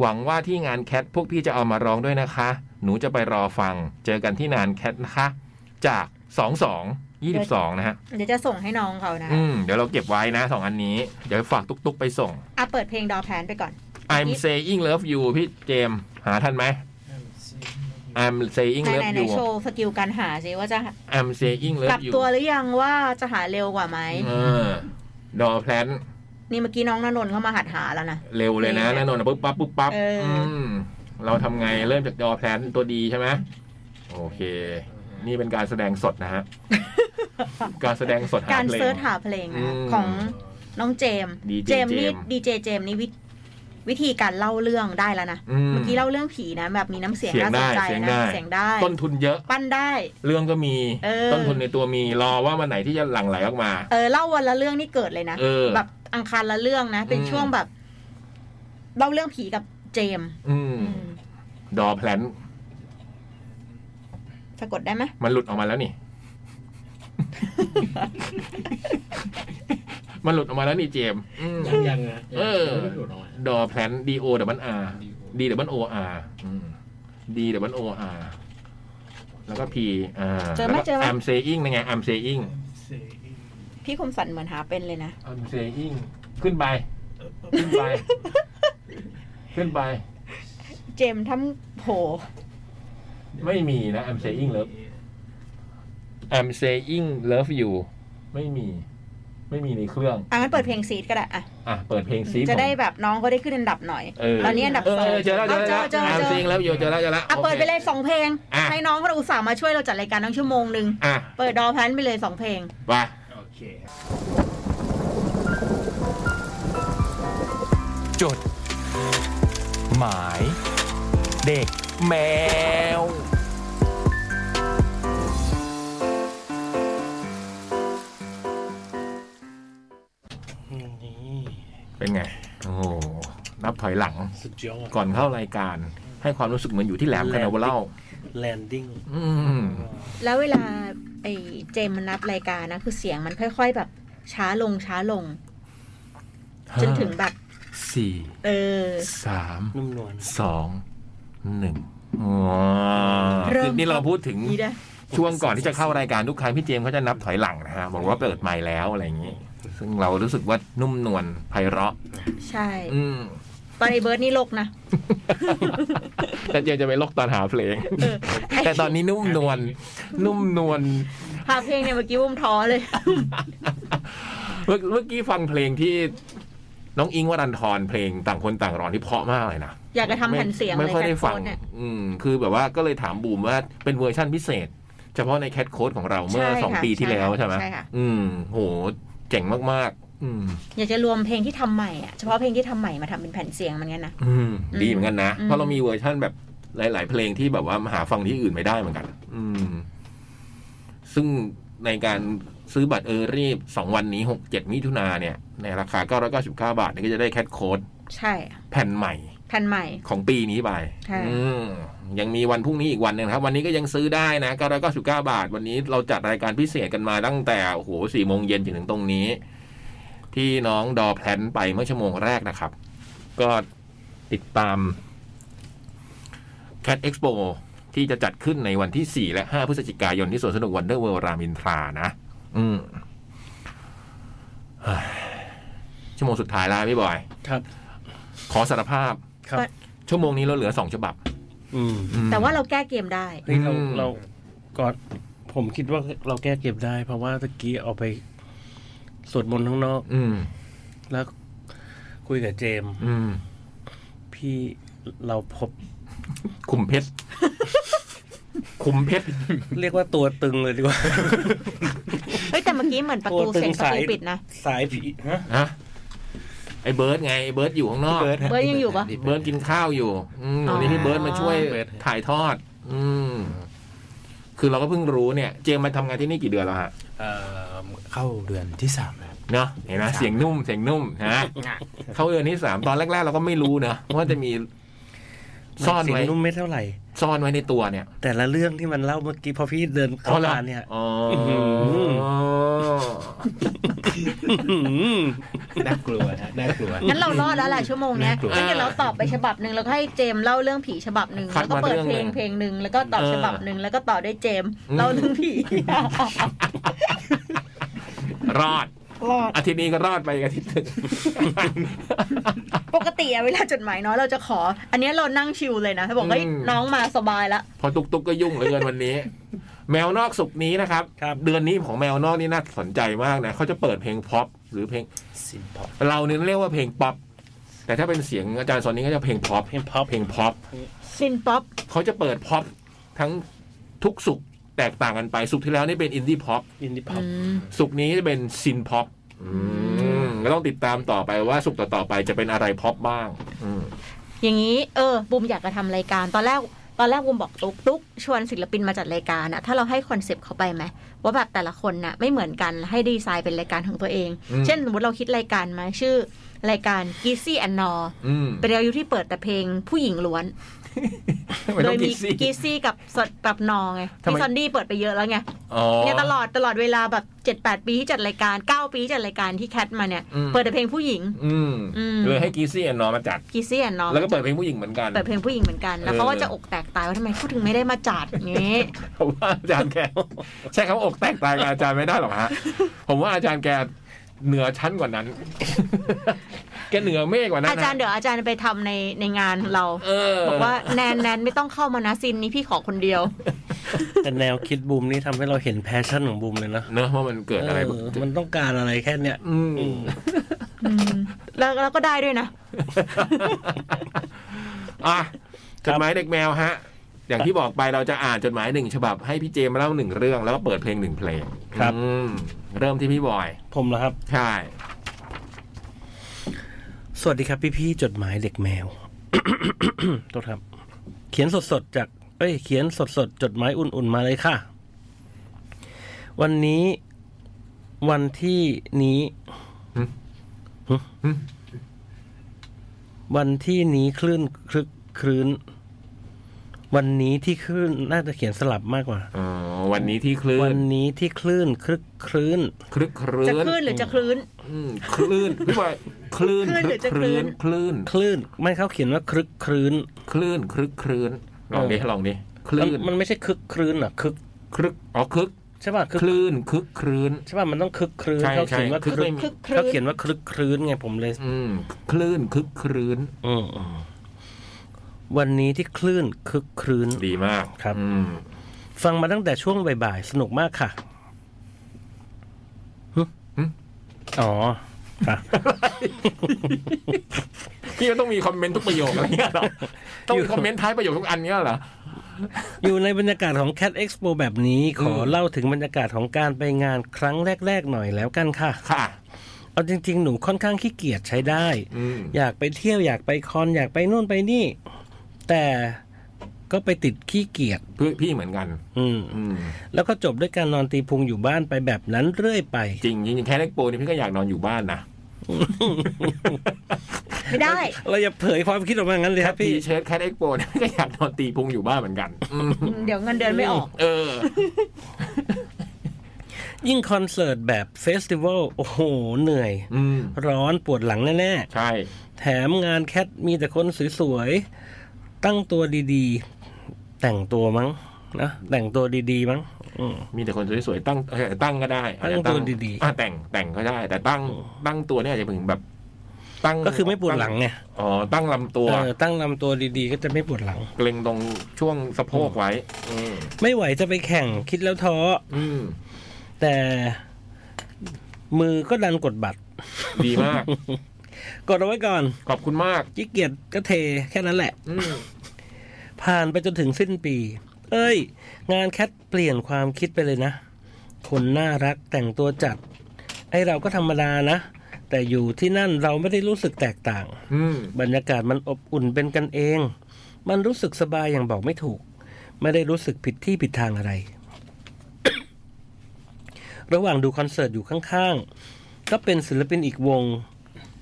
Speaker 1: หวังว่าที่งานแคทพวกพี่จะเอามาร้องด้วยนะคะ หนูจะไปรอฟัง เจอกันที่งานแคทนะคะ จาก 2 2 22 นะฮะ
Speaker 3: เดี๋ยวจะส่งให้น้องเขานะ
Speaker 1: อืมเดี๋ยวเราเก็บไว้นะสองอันนี้ เดี๋ยวฝากตุกๆไปส่ง
Speaker 3: อ่ะเปิดเพลงดอแพนไปก่อน
Speaker 1: I'm saying love you พี่เจมส์หาทันไหม I'm saying
Speaker 3: ไหน
Speaker 1: love
Speaker 3: ๆไหน
Speaker 1: you
Speaker 3: โชว์สกิลการหาสิว่าจะ
Speaker 1: I'm saying
Speaker 3: กลั
Speaker 1: love
Speaker 3: บ
Speaker 1: you
Speaker 3: ตัวหรือยังว่าจะหาเร็วกว่าไหม
Speaker 1: เออดอแพลน
Speaker 3: นี่เมื่อกี้น้องนนนท์เข้ามาหัดหาแล้วนะ
Speaker 1: เร็วเลยนะแน่นอนนะปุ๊บปั๊บปุ๊บปั๊บ
Speaker 3: เอออื
Speaker 1: มเราทำไงเริ่มจากดอแพลนตัวดีใช่ไหมโอเค นี่เป็นการแสดงสดนะ
Speaker 3: *laughs*
Speaker 1: ฮะ การแสดงสดหา
Speaker 3: การ
Speaker 1: เพลง
Speaker 3: เซิร์ชหาเพลงนะ
Speaker 1: อืม
Speaker 3: ของน้องเจมส์
Speaker 1: DJ
Speaker 3: เจมส์นี่
Speaker 1: เจมส์
Speaker 3: ดีเจเจมส์นี่วิธวิธีการเล่าเรื่องได้แล้วนะ
Speaker 1: อืม
Speaker 3: เมื่อกี้เล่าเรื่องผีนะ แบบมีน้ำเสียง
Speaker 1: เสียง
Speaker 3: น่าสนใจ
Speaker 1: ได้เสียง
Speaker 3: นะ
Speaker 1: ได้
Speaker 3: เสียงได้
Speaker 1: ต้นทุนเยอะ
Speaker 3: ปั้นได้
Speaker 1: เรื่องก็มี
Speaker 3: เออ
Speaker 1: ต้นทุนในตัวมีรอว่าวันไหนที่จะหลั่งไหลออกมา
Speaker 3: เออเล่าวันละเรื่องนี่เกิดเลยนะ
Speaker 1: เออ
Speaker 3: แบบอังคารละเรื่องนะ เป็น
Speaker 1: อืม
Speaker 3: ช่วงแบบเล่าเรื่องผีกับเจมส์
Speaker 1: อืม ดอแพลน
Speaker 3: สะกดได้ไหม
Speaker 1: มันหลุดออกมาแล้วนี่ มันหลุดออกมาแล้วนี่เจมส์อืม
Speaker 10: ยังไง
Speaker 1: เออ ดอแพลน D O W R D W O R D W O R แล้วก็ P อ่า
Speaker 3: เจอไหม
Speaker 1: แล้วก็
Speaker 3: เจอไหม
Speaker 1: I'm saying นั่นไง I'm saying
Speaker 3: พี่คมสันเหมือนหาเป็นเลยนะ
Speaker 1: I'm saying ขึ้นไป ขึ้นไป ขึ้นไป
Speaker 3: เจมส์ทำโห
Speaker 1: ไม่มีนะ I'm saying love I'm saying love you ไม่มี ไม่มีในเครื่อง
Speaker 3: อ่ะงั้นเปิดเพลงซีดก็ได้อ่ะ
Speaker 1: อ่ะ เปิดเพลงซี
Speaker 3: จะได้แบบน้องก็ได้ขึ้นอันดับหน่อย ตอนนี้อันดับสอง
Speaker 1: เจอแล้วเจอแล้ว
Speaker 3: เจอ
Speaker 1: ม
Speaker 3: เจอ
Speaker 1: ซิงแล้วอยู่เจอแล้วเจอแล้ว
Speaker 3: อ่ะเปิดไปเลยสองเพลง
Speaker 1: อ่ะ
Speaker 3: ให้น้องเขาอุตส่าห์มาช่วยเราจัดรายการทั้งชั่วโมงหนึ่ง
Speaker 1: อ่ะ
Speaker 3: เปิดดอพันไปเลยสองเพลง
Speaker 1: ไป
Speaker 9: จด หมาย เด็กแมว
Speaker 1: เป็นไง โอ้โหนับถอยหลัง
Speaker 2: สุดยอด
Speaker 1: ก่อนเข้ารายการ ให้ความรู้สึกเหมือนอยู่ที่แหลมคานาเวาเล่า
Speaker 2: แลนดิ้ง
Speaker 1: อืม
Speaker 3: แล้วเวลาไอ้เจมมันนับรายการนะ คือเสียงมันค่อยๆแบบช้าลงช้าลง จนถึงแบบ
Speaker 1: สี่
Speaker 3: เออ
Speaker 1: สาม
Speaker 2: นุ่มนวล
Speaker 1: สองหนึ่งอ๋อ
Speaker 3: เริ่ม
Speaker 1: นี่เราพูดถึง
Speaker 3: นี่ได้
Speaker 1: ช่วงก่อนที่จะเข้ารายการทุกครั้งพี่เจมส์เขาจะนับถอยหลังนะฮะบอกว่าเปิดใหม่แล้วอะไรอย่างนี้ ซึ่งเรารู้สึกว่านุ่มนวลไพเราะ
Speaker 3: ใช่
Speaker 1: อืม
Speaker 3: ตอนไอ้เบิร์ดนี่ลกนะ
Speaker 1: แต่เจมส์จะไปลอกตอนหาเพลง
Speaker 3: เออ
Speaker 1: แต่ตอนนี้นุ่มนวลนุ่มนวล
Speaker 3: หาเพลงเนี่ยเมื่อกี้วุ้มท้อเลย
Speaker 1: เมื่อเมื่อกี้ฟังเพลงที่น้องอิงวรันทรเพลงต่างคนต่างร้อนที่เพราะมากเลยนะ
Speaker 3: อยากจะทำแผ่นเสียง
Speaker 1: ไม่
Speaker 3: เลย
Speaker 1: ค่อยได้ฟัง
Speaker 3: แคทโค้ดเนี่ย
Speaker 1: อืม คือแบบว่าก็เลยถามบูมว่าเป็นเวอร์ชั่นพิเศษ เฉพาะในแคทโค้ดของเราเมื่อ
Speaker 3: ใช่ค่ะ
Speaker 1: สองปีที่แล้วใช่ไหม
Speaker 3: ใช่ค่ะ
Speaker 1: อืม โห เจ๋งมากๆ อืม
Speaker 3: อยากจะรวมเพลงที่ทำใหม่อ่ะเฉพาะเพลงที่ทำใหม่มาทำเป็นแผ่นเสียงเหมันเนี้ยนะ
Speaker 1: อืม ดีเหมือนกันนะ
Speaker 3: อืม
Speaker 1: เพราะเรามีเวอร์ชั่นแบบหลาย ๆ เพลงที่แบบว่าหาฟังที่อื่นไม่ได้เหมือนกัน อืม ซึ่งในการซื้อบัตรเออรีบสองวันนี้หกเจ็ดมิถุนาเนี่ย ในราคาเก้าร้อยเก้าสิบเก้าบาทนี่ก็จะได้แคทโค้ด
Speaker 3: ใช่
Speaker 1: แผ่นใหม่
Speaker 3: แผ่นใหม่
Speaker 1: ของปีนี้ไป
Speaker 3: ใช่
Speaker 1: อืมยังมีวันพรุ่งนี้อีกวันหนึ่งนะครับ วันนี้ก็ยังซื้อได้นะ999 บาท วันนี้เราจัดรายการพิเศษกันมาตั้งแต่โอ้โหสี่โมงเย็นจนถึงตรงนี้ ที่น้องดอแพลนไปเมื่อชั่วโมงแรกนะครับ ก็ติดตาม Cat Expo ที่จะจัดขึ้นในวันที่ 4 และ 5 พฤศจิกายนที่สวนสนุกวันเดอร์เวลรามอินทรานะ อืมเฮ้ยชั่วโมงสุดท้ายแล้วพี่บอย
Speaker 2: ครับ
Speaker 1: ขอสารภาพ
Speaker 2: ครับ
Speaker 1: ชั่วโมงนี้เราเหลือสองฉบับ
Speaker 2: อืม
Speaker 1: อืม
Speaker 3: แต่ว่าเราแก้เกมได้
Speaker 2: เฮ้ยเรา
Speaker 1: อืม
Speaker 2: เราก่อนผมคิดว่าเราแก้เก็บได้ เพราะว่าตะกี้ออกไปสวดมนต์ข้างนอก
Speaker 1: อืม
Speaker 2: แล้วคุยกับเจมส์
Speaker 1: อืม
Speaker 2: พี่เราพบ
Speaker 1: คุมเพชร คุมเพชร
Speaker 2: เรียกว่าตัวตึงเลย
Speaker 3: *laughs*
Speaker 2: ดีกว่า
Speaker 3: เฮ้ยแต่เมื่อกี้เหมือนประตู
Speaker 2: ตัวตึง
Speaker 3: เสียงประตู
Speaker 2: สาย
Speaker 3: ปิดนะ
Speaker 2: สายผีฮะ
Speaker 1: ฮะ ไอ้เบิร์ดไงไอ้เบิร์ดอยู่ข้างนอก
Speaker 10: เบิร์ด
Speaker 3: เบิร์ดยังอยู่ปะ
Speaker 1: เบิร์ดกินข้าวอยู่อืม
Speaker 3: อ๋อ
Speaker 1: วันนี้พี่เบิร์ดมาช่วย
Speaker 10: เบิร์ด
Speaker 1: ถ่ายทอด อืม คือเราก็เพิ่งรู้เนี่ย เจมส์มาทำงานที่นี่กี่เดือนแล้วฮะ
Speaker 10: เอ่อเข้าเดือนที่สามแล้ว
Speaker 1: เนาะเห็นไหมเสียงนุ่ม เสียงนุ่ม
Speaker 2: *laughs*
Speaker 1: นะเข้าเดือนที่สามตอนแรก ๆ เราก็ไม่รู้เนอะว่าจะมี ซ่อน
Speaker 2: เสีย
Speaker 1: ไว้
Speaker 2: งนุ่มไม่เท่าไหร่
Speaker 1: ซ่อนไว้ในตัวเนี่ย
Speaker 2: แต่ละเรื่องที่มันเล่าเมื่อกี้พอพี่เดินเข้ามาเนี่ย
Speaker 1: อ๋อ
Speaker 2: หือ อื้อหือ
Speaker 10: น่ากลัวนะน่ากลัว
Speaker 3: งั้นเรารอดแล้วแหละชั่วโมงเนี้ย
Speaker 10: น่ากลัว
Speaker 3: งั้นเดี๋ยวเราตอบไปฉบับหนึ่งแล้วก็ให้เจมส์เล่าเรื่องผีฉบับหนึ่ง
Speaker 1: คัด
Speaker 3: แล้วก็
Speaker 1: มา
Speaker 3: เปิดเพลง
Speaker 1: เรื่องหนึ่ง
Speaker 3: เพลงหนึ่งแล้วก็ตอบ
Speaker 1: เออ
Speaker 3: ฉบับหนึ่งแล้วก็ต่อด้วยเจมส์
Speaker 1: อืม
Speaker 3: เล่าเรื่องผี *laughs*
Speaker 1: รอด
Speaker 3: รอด
Speaker 1: อาทิตย์นี้ก็รอดไปอีกอาทิตย์หนึ่ง
Speaker 3: ปกติอะเวลาจดหมายน้อยเราจะขอ อันเนี้ยเรานั่งชิลเลยนะบอกเฮ้ย
Speaker 1: อืม
Speaker 3: น้องมาสบายละ
Speaker 1: พอตุกตุกก็ยุ่งเหลือเกินวันนี้ แมวนอกสุกร์นี้นะครับ
Speaker 2: ครับ
Speaker 1: เดือนนี้ของแมวนอกนี่น่าสนใจมากนะเขาจะเปิดเพลงพ็อป หรือเพลง
Speaker 10: ซินพอป
Speaker 1: เราเนี่ยเรียกว่าเพลงป๊อปแต่ถ้าเป็นเสียงอาจารย์สอนนี้ก็จะเพลงพ็อปเพลงพ็อปเพลงพ็อป
Speaker 3: ซินป๊อป
Speaker 1: เขาจะเปิดพ็อปทั้งทุกสุกแตกต่างกันไปสุกที่แล้วนี่เป็นอินดี้พ็อป
Speaker 10: อินดี้พ็อป
Speaker 1: สุกนี้จะเป็นซินพ็อปอืมก็ต้องติดตามต่อไปว่าสุกต่อๆไปจะเป็นอะไรพ็อปบ้าง อืม
Speaker 3: อย่างนี้เออบูมอยากจะทำรายการตอนแรกตอนแรกบูมบอกตุ๊กตุ๊กชวนศิลปินมาจัดรายการอะถ้าเราให้คอนเซปต์เขาไปไหมว่าแบบแต่ละคนน่ะไม่เหมือนกันให้ดีไซน์เป็นรายการของตัวเอง
Speaker 1: อืม
Speaker 3: เช่นสมมติเราคิดรายการมาชื่อรายการกีซี่แอนนอ
Speaker 1: อืม
Speaker 3: เป็นอายุที่เปิดแต่เพลงผู้หญิงล้วน
Speaker 1: *laughs* ทำไม
Speaker 3: โด
Speaker 1: ต้อย ง
Speaker 3: มี
Speaker 1: กินซี่
Speaker 3: กีซี่กับสดกับนอไง
Speaker 1: ทำไม
Speaker 3: พี่ซอนดี้เปิดไปเยอะแล้วไง
Speaker 1: อ๋อ
Speaker 3: เนี่ยตลอดตลอดเวลาแบบเจ็ดแปดปีที่จัดรายการเก้าปีที่จัดรายการที่แคทมาเนี่ย
Speaker 1: อืม
Speaker 3: เปิดแต่เพลงผู้หญิง
Speaker 1: อืม
Speaker 3: อืม
Speaker 1: เลยให้กีซี่แอนนอมาจัด
Speaker 3: กีซี่แอนนอ
Speaker 1: แล้วก็เปิดเพลงผู้หญิงเหมือนกัน
Speaker 3: เปิดเพลงผู้หญิงเหมือนกัน แล้วเขาก็
Speaker 1: เออ
Speaker 3: จะอกแตกตายว่าทำไมพูดถึงไม่ได้มาจัดอย่างนี้
Speaker 1: เพราะว่าอาจารย์แก ใช้คำว่าอกแตกตายกับอาจารย์ไม่ได้หรอกฮะ ผมว่าอาจารย์แกเหนือชั้นกว่านั้น แกเหนือเมฆก *laughs* ว่านั้น
Speaker 3: อาจารย์เดี๋ยวอาจารย์ไปทำในในงานเรา
Speaker 1: เออ
Speaker 3: บอกว่าแนนแนนไม่ต้องเข้ามานะซินนี้พี่ขอคนเดียว
Speaker 2: แต่แนวคิดบูมนี่ทำให้เราเห็นแพชชั่นของบูมเลยนะ
Speaker 1: เนอะว่ามันเกิดอะไร
Speaker 2: เออมันต้องการอะไรแค่เนี้ย
Speaker 1: อืม
Speaker 2: อืม
Speaker 3: อืมแล้วแล้วก็ได้ด้วยนะ
Speaker 1: อ่ะจดหมายเด็กแมวฮะ อย่างที่บอกไปเราจะอ่านจดหมายหนึ่งฉบับ ให้พี่เจมาเล่าหนึ่งเรื่องแล้วก็เปิดเพลงหนึ่งเพลงอืมเริ่มที่พี่บอย
Speaker 2: ผมเหรอครับ
Speaker 1: ใช่
Speaker 2: สวัสดีครับพี่พี่ๆจดหมายเด็กแมว *coughs* ตัวครับ เขียนสดๆจาก เอ้ย เขียนสดๆจดหมายอุ่นๆมาเลยค่ะ วันนี้วันที่นี้
Speaker 1: หึ
Speaker 2: หึ
Speaker 1: หึ
Speaker 2: วันที่นี้คลื่นคลึกครื้น วันนี้ที่คลื่นน่าจะเขียนสลับมากกว่า
Speaker 1: เออวันนี้ที่คลื่
Speaker 2: วัน
Speaker 1: น
Speaker 2: นี้ที่คลื่นคลึกครื้น
Speaker 1: คลึกครื้
Speaker 3: จะ
Speaker 1: น
Speaker 3: คลื่นหรือจะคลื่น
Speaker 1: อืมคลื่นพี่บอยคลื่น
Speaker 3: คลื่นหรือจะ
Speaker 1: ค
Speaker 3: คลื่
Speaker 1: ลื่น
Speaker 3: น
Speaker 1: คลื่น
Speaker 2: คลื่นไม่เขาเขียนว่าคลึกครื้น
Speaker 1: คลื่นคลึกครื้นลองดิ
Speaker 2: เออ
Speaker 1: ลองดิคลื่น
Speaker 2: มันมันไม่ใช่คึกครื้นอ่ะคึก
Speaker 1: คลึกอ๋อคึก
Speaker 2: ใช่ป่ะคึก
Speaker 1: คลื่นคึกครื้น
Speaker 2: ใช่ป่ะมันต้องคึกครื้น
Speaker 1: ใช่
Speaker 2: เขาเขียนว่า
Speaker 1: ใช่
Speaker 2: คึก
Speaker 3: คึกค
Speaker 2: เขา
Speaker 3: ลื่น
Speaker 2: เขียนว่าคลึกครื้นไงผมเลย
Speaker 1: อืมคลื่นคึกครื้น
Speaker 2: อืมวันนี้ที่คลื่นคึกครื้น
Speaker 1: ดีมาก
Speaker 2: ครับ
Speaker 1: อืม
Speaker 2: ฟังมาตั้งแต่ช่วงบ่ายๆ สนุกมากค่ะหึอ๋อค่ะ
Speaker 1: พี่ก็ต้องมีคอมเมนต์ทุกประโยคอะไรเงี้ยเหรอต้องมีคอมเมนต์ท้ายประโยคทุกอันเงี้ยเหรอ
Speaker 2: อยู่ในบรรยากาศของ Cat Expo แบบนี้ ขอเล่าถึงบรรยากาศของการไปงานครั้งแรกๆหน่อยแล้วกันค่ะ
Speaker 1: ค่ะ
Speaker 2: เอาจริง ๆ หนูค่อนข้างขี้เกียจใช้ได้
Speaker 1: อืม
Speaker 2: อยากไปเที่ยวอยากไปคอนอยากไปนู่นไปนี่ แต่ก็ไปติดขี้เกียจ
Speaker 1: พี่พี่เหมือนกัน
Speaker 2: อืม
Speaker 1: อืม
Speaker 2: แล้วก็จบด้วยการนอนตีพุงอยู่บ้านไปแบบนั้นเรื่อยไป
Speaker 1: จริงจริงๆแค่เล็กโปนี่พี่ก็อยากนอนอยู่บ้านนะ
Speaker 3: ไม่ได้
Speaker 2: เราอย่าเผยความคิดออกมางั้นเลย
Speaker 1: แคท
Speaker 2: ครับ
Speaker 1: พี
Speaker 2: พี่
Speaker 1: เชิร์ตแคทเอ็กโปนี่พี่ก็อยากนอนตีพุงอยู่บ้านเหมือนกันอืม
Speaker 3: เดี๋ยวเงินเดือนไม่ออก
Speaker 1: เออ
Speaker 2: ยิ่งคอนเสิร์ตแบบเฟสติวัลโอ้โห เหนื่อย
Speaker 1: อืม
Speaker 2: ร้อนปวดหลังแน่
Speaker 1: ใช่
Speaker 2: ๆ แถมงานแคทมีแต่คนสวยๆ ตั้งตัวดีๆ แต่งตัวมั้งนะ แต่งตัวดีๆมั้งอืม
Speaker 1: มีแต่คนสวยๆตั้งเอ่อตั้งก็ได้อาจจะ
Speaker 2: ตั้งตัวดีๆ
Speaker 1: อ่ะแต่งแต่งก็ได้ แต่ตั้งตั้งตัวเนี่ยอาจจะถึงแบบ ตั้ง
Speaker 2: ก็คือไม่ปวดหลังไง
Speaker 1: อ๋อตั้งลำตัว
Speaker 2: เออตั้งลำตัวดีๆ ก็จะไม่ปวดหลัง
Speaker 1: เกรงตรงช่วงสะโพกไว้ อืม
Speaker 2: ไม่ไหวจะไปแข่งคิดแล้วท้อ
Speaker 1: อืม
Speaker 2: แต่มือก็ดันกดบัตร
Speaker 1: ดีมาก
Speaker 2: *laughs* กดเอาไว้ก่อน
Speaker 1: ขอบคุณมาก
Speaker 2: ขี้เกียจก็เทแค่นั้นแหละ
Speaker 1: อืม
Speaker 2: ผ่านไปจนถึงสิ้นปี เอ้ย งานแคทเปลี่ยนความคิดไปเลยนะ คนน่ารักแต่งตัวจัด ไอเราก็ธรรมดานะ แต่อยู่ที่นั่นเราไม่ได้รู้สึกแตกต่าง
Speaker 1: อืม
Speaker 2: บรรยากาศมันอบอุ่นเป็นกันเอง มันรู้สึกสบายอย่างบอกไม่ถูก ไม่ได้รู้สึกผิดที่ผิดทางอะไร *coughs* ระหว่างดูคอนเสิร์ตอยู่ข้างๆ ก็เป็นศิลปินอีกวง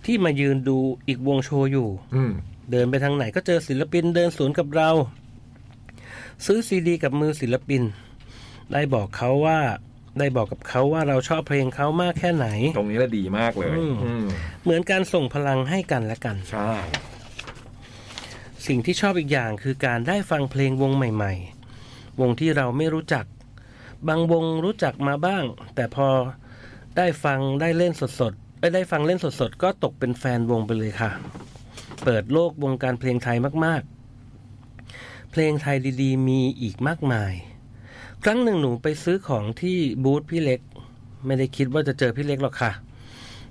Speaker 2: ที่มายืนดูอีกวงโชว์อยู่
Speaker 1: อืม
Speaker 2: เดินไปทางไหนก็เจอศิลปินเดินสวนกับเรา ซื้อซีดี กับมือศิลปิน ได้บอกเขาว่าได้บอกกับเขาว่าเราชอบเพลงเขามากแค่ไหน
Speaker 1: ตรงนี้ละดีมากเลย
Speaker 2: อืม
Speaker 1: อืม
Speaker 2: เหมือนการส่งพลังให้กันและกัน
Speaker 1: ใช่
Speaker 2: สิ่งที่ชอบอีกอย่างคือการได้ฟังเพลงวงใหม่ๆ วงที่เราไม่รู้จัก บางวงรู้จักมาบ้าง แต่พอได้ฟังได้เล่นสดๆเอ้ยได้ฟังเล่นสดๆ ก็ตกเป็นแฟนวงไปเลยค่ะ เปิดโลกวงการเพลงไทยมากๆ เพลงไทยดีๆ มีอีกมากมาย ครั้งหนึ่งหนูไปซื้อของที่บูธพี่เล็ก ไม่ได้คิดว่าจะเจอพี่เล็กหรอกค่ะ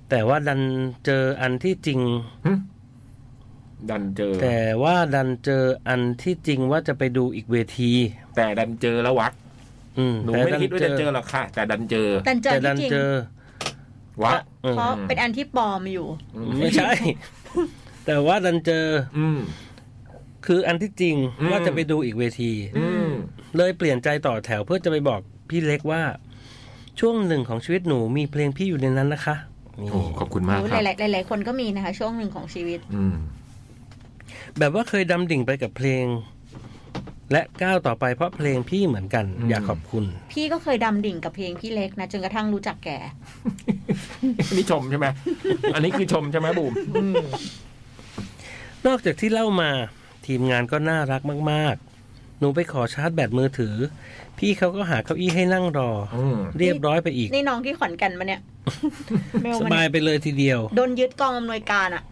Speaker 2: แต่ว่าดันเจออันที่จริง
Speaker 1: ดันเจอ
Speaker 2: แต่ว่าดันเจออันที่จริงว่าจะไปดูอีกเวที
Speaker 1: แต่ดันเจอแล้ววัก
Speaker 2: อืม
Speaker 1: หนู
Speaker 2: แต่
Speaker 1: ไม่ได้คิดว่าจะเจอหรอกค่ะ แต่ดันเจอ
Speaker 3: ดันเจอ
Speaker 2: แต่ดั
Speaker 3: ที่
Speaker 2: น
Speaker 3: จริง
Speaker 2: เจอ
Speaker 1: วัก
Speaker 3: เพราะเป็นอันที่ปลอมอยู่
Speaker 2: ไม่ใช่ *laughs* แต่ว่าดันเจอ
Speaker 1: อืม
Speaker 2: คืออันที่จริง
Speaker 1: อืม
Speaker 2: ว่าจะไปดูอีกเวที
Speaker 1: อืม
Speaker 2: เลยเปลี่ยนใจต่อแถวเพื่อจะไปบอกพี่เล็กว่า ช่วงหนึ่งของชีวิตหนูมีเพลงพี่อยู่ในนั้นนะคะนี่
Speaker 1: โอ้ขอบคุณมาก
Speaker 3: โอ้ห
Speaker 1: ครับ
Speaker 3: ลายๆหลาย ๆ คนก็มีนะคะ ช่วงหนึ่งของชีวิต
Speaker 1: อืม
Speaker 2: แบบว่าเคยดำดิ่งไปกับเพลง และก้าวต่อไปเพราะเพลงพี่เหมือนกัน
Speaker 1: อืม
Speaker 2: อยากขอบคุณ
Speaker 3: พี่ก็เคยดำดิ่งกับเพลงพี่เล็กนะ จนกระทั่งรู้จักแก
Speaker 1: อันนี่ชมใช่ไหม *laughs* อันนี้คือชมใช่ไหมบูม
Speaker 2: นอกจากที่เล่ามาทีมงานก็น่ารักมาก ๆ หนูไปขอชาร์จแบตมือถือ พี่เขาก็หาเก้าอี้ให้นั่งรอ
Speaker 1: อืม
Speaker 2: เรียบร้อยไปอีก
Speaker 3: นี่น้องที่ขอนแก่นมาเนี่ยเมล
Speaker 2: ส
Speaker 3: มา
Speaker 2: บาย
Speaker 3: เนี่ย
Speaker 2: ไปเลยทีเดียว
Speaker 3: โดนยึดกองอำนวยการ
Speaker 1: *laughs*
Speaker 3: อ่ะ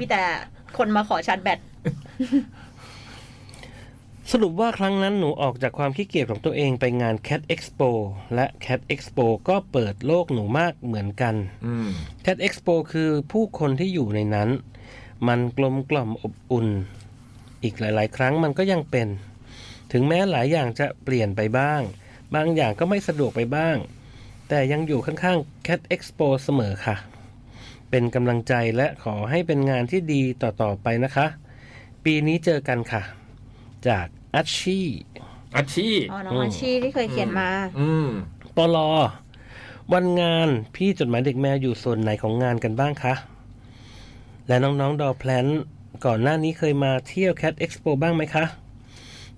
Speaker 3: มีแต่คนมาขอชาร์จแบต
Speaker 2: สรุปว่าครั้งนั้นหนูออกจากความขี้เกียจของตัวเองไปงาน Cat Expo และ Cat Expo ก็เปิดโลกหนูมากเหมือนกัน
Speaker 1: อืม
Speaker 2: Cat Expo คือผู้คนที่อยู่ในนั้น มันกลมกล่อมอบอุ่น อีกหลาย ๆ ครั้งมันก็ยังเป็น ถึงแม้หลายอย่างจะเปลี่ยนไปบ้าง บางอย่างก็ไม่สะดวกไปบ้าง แต่ยังอยู่ข้าง ๆ Cat Expo เสมอค่ะ เป็นกำลังใจและขอให้เป็นงานที่ดีต่อ ๆ ไปนะคะ ปีนี้เจอกันค่ะ จากอัชชี
Speaker 1: อาชีพ
Speaker 3: อ๋อ น้องอาชีที่เคยเขียนมา
Speaker 1: อืม
Speaker 2: ปลอวันงานพี่จดหมายเด็กแมวอยู่ส่วนไหนของงานกันบ้างคะ และน้องๆดอแพลนก่อนหน้านี้เคยมาเที่ยว Cat Expo บ้างไหมคะ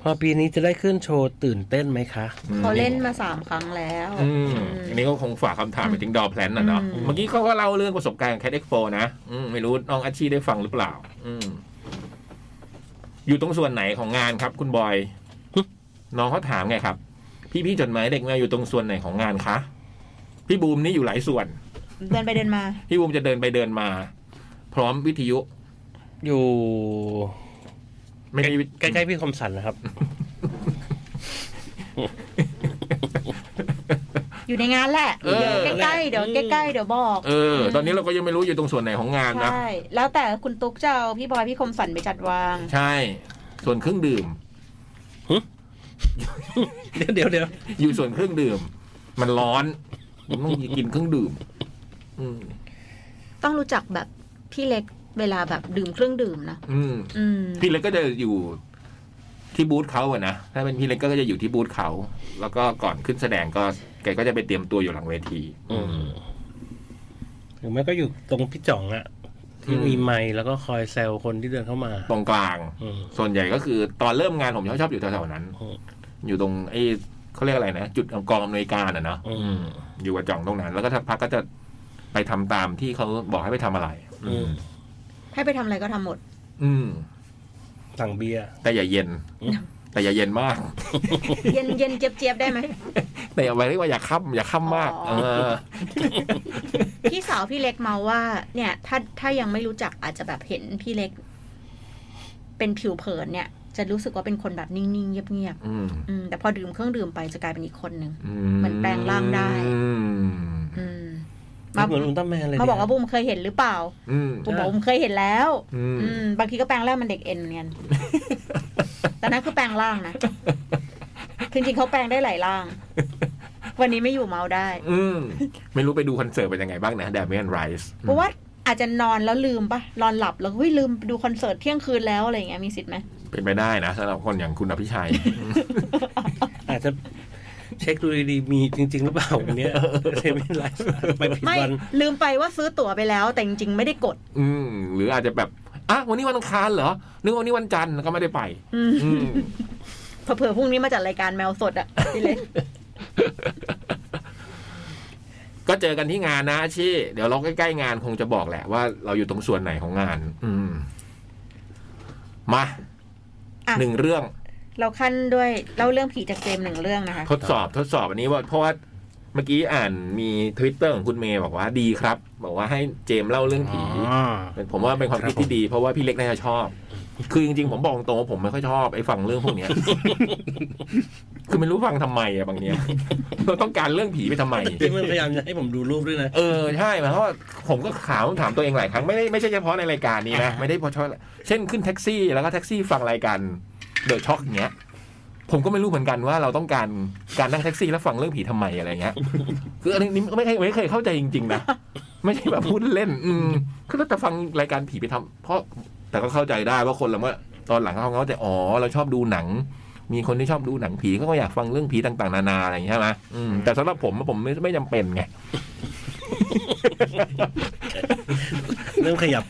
Speaker 2: พอปีนี้จะได้ขึ้นโชว์ตื่นเต้นไหมคะ
Speaker 3: เขาเล่นมาสามครั้งแล้ว
Speaker 1: อืมอันนี้ก็คงฝากคำถามไปถึงดอแพลนน่ะเนาะ
Speaker 3: อืม
Speaker 1: เมื่อกี้เขาก็เล่าเรื่องประสบการณ์แคดเอ็กโปนะอืมไม่รู้น้องอาชีได้ฟังหรือเปล่า อืม อยู่ตรงส่วนไหนของงานครับ คุณบอย น้องเขาถามไงครับ พี่พี่ๆจดหมายเด็กแมวอยู่ตรงส่วนไหนของงานคะ พี่บูมนี่อยู่หลายส่วน
Speaker 3: เดินไปเดินมา
Speaker 1: พี่บูมจะเดินไปเดินมา พร้อมวิทยุ
Speaker 2: อยู่
Speaker 1: ไม่ได้
Speaker 2: ใกล้ๆพี่คมสันนะครับ
Speaker 3: อยู่ในงานแหละ
Speaker 1: เออ
Speaker 3: เดี๋ยวใกล้ๆ เดี๋ยวใกล้ๆ เดี๋ยวบอก
Speaker 1: เออ ตอนนี้เราก็ยังไม่รู้อยู่ตรงส่วนไหนของงานนะ
Speaker 3: ใช่ แล้วแต่คุณตุ๊กจะเอาพี่บอย พี่คมสันไปจัดวาง
Speaker 1: ใช่ ส่วนเครื่องดื่ม
Speaker 2: เดี๋ยวเดี๋ยวเดี๋ยว
Speaker 1: อยู่ส่วนเครื่องดื่ม มันร้อนผมต้องกินเครื่องดื่ม อืม
Speaker 3: ต้องรู้จักแบบพี่เล็กเวลาแบบดื่มเครื่องดื่มนะ
Speaker 1: อืม
Speaker 3: อืม
Speaker 1: พี่เล็กก็จะอยู่ที่บูธเขาอะนะ ถ้าเป็นพี่เล็กก็จะอยู่ที่บูธเขา แล้วก็ก่อนขึ้นแสดงก็แกก็จะไปเตรียมตัวอยู่หลังเวที อืม
Speaker 2: หรือไม่ก็อยู่ตรงพี่จ่องอะที่มีไมค์แล้วก็คอยแซวคนที่เดินเข้ามา
Speaker 1: ตรงกลาง
Speaker 2: อืม
Speaker 1: ส่วนใหญ่ก็คือตอนเริ่มงานผมชอบอยู่แถวๆนั้น
Speaker 2: อืม
Speaker 1: อยู่ตรงไอ้เขาเรียกอะไรนะจุดกองอำนวยการอ่ะเนอะ
Speaker 2: อืม
Speaker 1: อืมอยู่กับจ่องตรงนั้น แล้วก็ทักพักก็จะไปทำตามที่เขาบอกให้ไปทำอะไร
Speaker 2: อืม
Speaker 3: ให้ไปทำอะไรก็ทำหมด
Speaker 1: อืม
Speaker 2: สั่งเบียร์
Speaker 1: แต่อย่าเย็น
Speaker 2: อืม
Speaker 1: แต่อย่าเย็น
Speaker 2: *laughs*
Speaker 1: มาก
Speaker 3: เย็นเย็นเจี๊ยบเจี๊ยบได้ไหม
Speaker 1: แต่เอาไว้เรียกว่าอย่าค่ำอย่าค่ำมาก
Speaker 3: อ๋
Speaker 1: เอ
Speaker 3: อ
Speaker 1: อ
Speaker 3: พี่สาวพี่เล็กมาว่า เนี่ย ถ้าถ้ายังไม่รู้จักอาจจะแบบเห็นพี่เล็ก เป็นผิวเผินเนี่ย จะรู้สึกว่าเป็นคนแบบนิ่งๆเงียบ
Speaker 1: อืม
Speaker 3: ๆอืมแต่พอดื่มเครื่องดื่มไปจะกลายเป็นอีกคนนึง
Speaker 1: อื
Speaker 3: มันแปลงร่างได้ อืมมา
Speaker 2: เหมือนอุลตร้าแมนเลย
Speaker 3: มาบอกว่า
Speaker 2: เนี่ย
Speaker 3: บุ้มเคยเห็นหรือเปล่า
Speaker 1: อืม
Speaker 3: บุ้มบอกบุ้มเคยเห็นแล้ว
Speaker 1: อืม
Speaker 3: อืมบางทีก็แปลงร่างมันเด็กเอ็นเหมือนกันแต่นั้นคือแปลงร่างนะจริงๆเขาแปลงได้หลายร่าง วันนี้ไม่อยู่เมาได้
Speaker 1: อืมไม่รู้ไปดูคอนเสิร์ตเป็นยังไงบ้างนะเดมิเอนไรส์
Speaker 3: เพราะว่าอาจจะนอนแล้วลืมปะนอนหลับแล้วเฮ้ยลืมดูคอนเสิร์ตเที่ยงคืนแล้วอะไรอย่างเงี้ยมีสิทธิ์ไหม
Speaker 1: เป็นไปได้นะสำหรับคนอย่างคุณอภิชัย
Speaker 2: *laughs* อาจจะเช็คดูดีๆมีจริง ๆ หรือเปล่าวันเนี้ยเซเว่นไลฟ์ไปผิด
Speaker 3: ไม่
Speaker 2: วัน
Speaker 3: ลืมไปว่าซื้อตั๋วไปแล้ว แต่จริงๆไม่ได้กด
Speaker 1: อืมหรืออาจจะแบบอ่ะวันนี้วันอังคารเหรอนึกว่าวันนี้วันจันทร์แล้วก็ไม่ได้ไป
Speaker 3: อืม
Speaker 1: อืม
Speaker 3: เผลอๆพรุ่งนี้มาจัดรายการแมวสดอ่ะพี่เล็ก
Speaker 1: ก็เจอกันที่งานนะอาชี่เดี๋ยวเราใกล้ๆงานคงจะบอกแหละว่าเราอยู่ตรงส่วนไหนของงาน อืม มา
Speaker 3: อ่ะ
Speaker 1: หนึ่งเรื่อง
Speaker 3: เราขั้นด้วยเล่าเรื่องผีจากเจมส์หนึ่งเรื่องนะคะ
Speaker 1: ทดสอบทดสอบอันนี้ว่าเพราะว่าเมื่อกี้อ่านมีทวิตเตอร์ของคุณเมย์บอกว่าดีครับ บอกว่าให้เจมส์เล่าเรื่องผี
Speaker 10: อ๋อ
Speaker 1: ผมว่าเป็นความคิดที่ดี เพราะว่าพี่เล็กน่าจะชอบ คือจริงๆผมบอกตรงๆว่าผมไม่ค่อยชอบไอ้ฟังเรื่องพวกเนี้ย คือไม่รู้ฟังทำไมอะบางเนี้ยเราต้องการเรื่องผีไปทำไม
Speaker 2: ที่มันพยายามจะให้ผมดูรูปด้วยนะ
Speaker 1: เออใช่เพราะว่าผมก็ถามถามตัวเองหลายครั้งไม่ได้ไม่ใช่เฉพาะในรายการนี้นะไม่ได้เพราะเฉพาะเช่นขึ้นแท็กซี่แล้วก็แท็กซี่ฟังรายการเดอะช็อกเนี้ย ผมก็ไม่รู้เหมือนกันว่าเราต้องการการนั่งแท็กซี่แล้วฟังเรื่องผีทำไมอะไรเงี้ย คืออันนี้ไม่เคยไม่เคยเข้าใจจริงๆนะไม่ใช่แบบพูดเล่น อืมคือเราจะฟังรายการผีไปทำเพราะแต่ก็เข้าใจได้ว่าคนเราเมื่อตอนหลังเขาเขาใจอ๋อเราชอบดูหนัง มีคนที่ชอบดูหนังผีก็อยากฟังเรื่องผีต่างๆนานาอะไรอย่างเงี้ยใช่ไหมอืมแต่สำหรับผมผมไม่ไม่จำเป็นไง
Speaker 2: เริ่มขยับ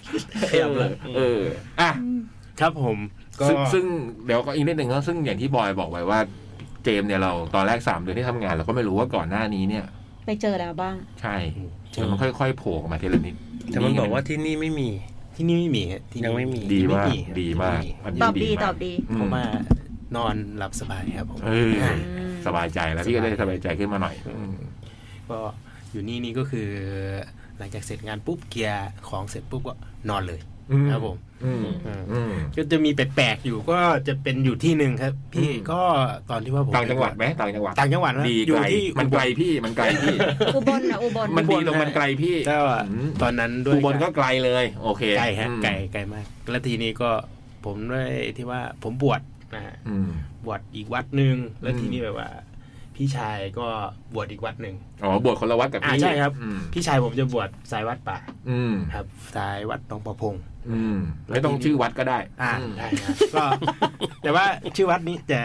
Speaker 2: ขยับเลย
Speaker 1: เออ อ่ะ
Speaker 10: ครับผม ก็
Speaker 1: ซึ่งซึ่งเดี๋ยวก็อีกนิดหนึ่งก็ซึ่งอย่างที่บอยบอกไว้ว่า เจมส์เนี่ยเราตอนแรกสามเดือนที่ทำงานเราก็ไม่รู้ว่าก่อนหน้านี้เนี่ย
Speaker 3: ไปเจอแล้ว *laughs* บ้าง
Speaker 1: ใช่แต่มันค่อยๆโผล่ออกมาทีละนิด
Speaker 2: แต่มันบอกว่าที่นี่ไม่มี
Speaker 10: ที่นี่ไม่มีฮะที่นี่
Speaker 2: ยังไม่มี
Speaker 1: ดี
Speaker 10: ไม่
Speaker 1: มาก
Speaker 10: ฮะ
Speaker 1: ดีมาก
Speaker 10: ไ
Speaker 1: น
Speaker 3: ต
Speaker 1: นี้
Speaker 3: อบดีต
Speaker 1: มาก
Speaker 3: อบดี
Speaker 1: อืม
Speaker 10: เพราะว่านอนหลับสบายครับผม
Speaker 1: เออสบายใจแล้วพี่ก็ได้สบายใจขึ้นมาหน่อยอืม
Speaker 10: ก็อยู่นี่นี่ก็คือ หลังจากเสร็จงานปุ๊บเกียร์ของเสร็จปุ๊บก็นอนเลย
Speaker 1: อืม
Speaker 10: ครับผม
Speaker 1: อืม
Speaker 10: เออ
Speaker 1: อืม
Speaker 10: ก็จะมีแปลกๆอยู่ก็จะเป็นอยู่ที่หนึ่งครับ พี่
Speaker 1: อืม
Speaker 10: ก็ตอนที่ว่าผม
Speaker 1: ต่างจังหวัดไหมต่างจังหวัด
Speaker 10: ต่างจังหวัดนะ
Speaker 1: ดี
Speaker 10: อ
Speaker 1: ไก
Speaker 10: ยู่
Speaker 1: ล
Speaker 10: ที่
Speaker 1: มันไกลพี่มันไกล
Speaker 10: *laughs*
Speaker 1: พี่
Speaker 3: อุบลนะอุบล
Speaker 1: มันดีตรงมันไกลพี่
Speaker 10: ก็
Speaker 1: อืม
Speaker 10: ตอนนั้นด้วย
Speaker 1: อุบลก็ไกลเลย โอเค
Speaker 10: ไกลฮะ
Speaker 1: อืม
Speaker 10: ไกลไกลมากแล้วทีนี้ก็ผมด้วยที่ว่าผมบวชนะฮะ
Speaker 1: อืม
Speaker 10: บวชอีกวัดหนึ่งแล้ว
Speaker 1: อืม
Speaker 10: ทีนี้แบบว่า พี่ชายก็บวชอีกวัดหนึ่ง
Speaker 1: อ๋อบวชคนละวัดกับ
Speaker 10: อ่า
Speaker 1: พี่
Speaker 10: ใช่ครับ
Speaker 1: อืม
Speaker 10: พี่ชายผมจะบวชสายวัดป่า
Speaker 1: อืม
Speaker 10: ครับสายวัดหนองประพง
Speaker 1: อืมไม่ต้องชื่อวัดก็ได้
Speaker 10: อ่า
Speaker 1: อืม
Speaker 10: ได้ครับก็แต่ว่าชื่อวัดนี้จะ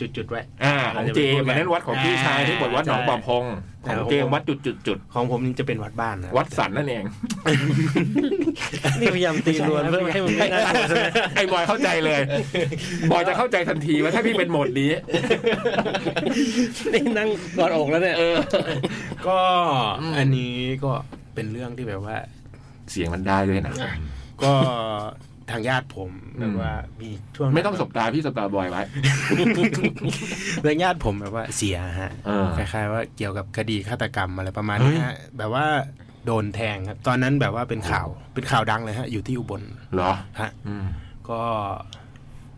Speaker 10: จุดๆๆไว้
Speaker 1: อ่าของเจมส์อันนั้นวัดของพี่ชายที่บวชวัดหนองปอมพงของเจมส์วัดจุดจุดจุด
Speaker 10: ของผมนี่จะเป็นวัดบ้านนะ
Speaker 1: วัดสันนั่นเอง
Speaker 2: *laughs* นี่พยายามตีรวนเพื่อให้มันไม่น่ากลัวใช่ไหม
Speaker 1: ไอ้บอยเข้าใจเลย บอยจะเข้าใจทันทีว่าถ้าพี่เป็นโหมดนี้
Speaker 2: นี่นั่งกอดอกแล้วเนี่ย
Speaker 1: เออ
Speaker 10: ก็อันนี้ก็เป็นเรื่องที่แบบว่า
Speaker 1: เสียงมันได้ด้วยนะ
Speaker 10: ก็ทางญาติผม
Speaker 1: อืม
Speaker 10: แบบว่ามีช่วง
Speaker 1: ไม่ต้องสบตาพี่สบตาบอยไว้
Speaker 10: ทางญาติผม *laughs* แบบว่าเสียฮะ
Speaker 1: เออ
Speaker 10: คล้ายๆว่าเกี่ยวกับคดีฆาตกรรมอะไรประมาณ
Speaker 1: เฮ้ย
Speaker 10: นี้ฮะแบบว่าโดนแทงครับ ตอนนั้นแบบว่าเป็นข่าวเป็นข่าวดังเลยฮะ อยู่ที่อุบล
Speaker 1: เหรอ
Speaker 10: ฮะ
Speaker 1: อืม
Speaker 10: ก็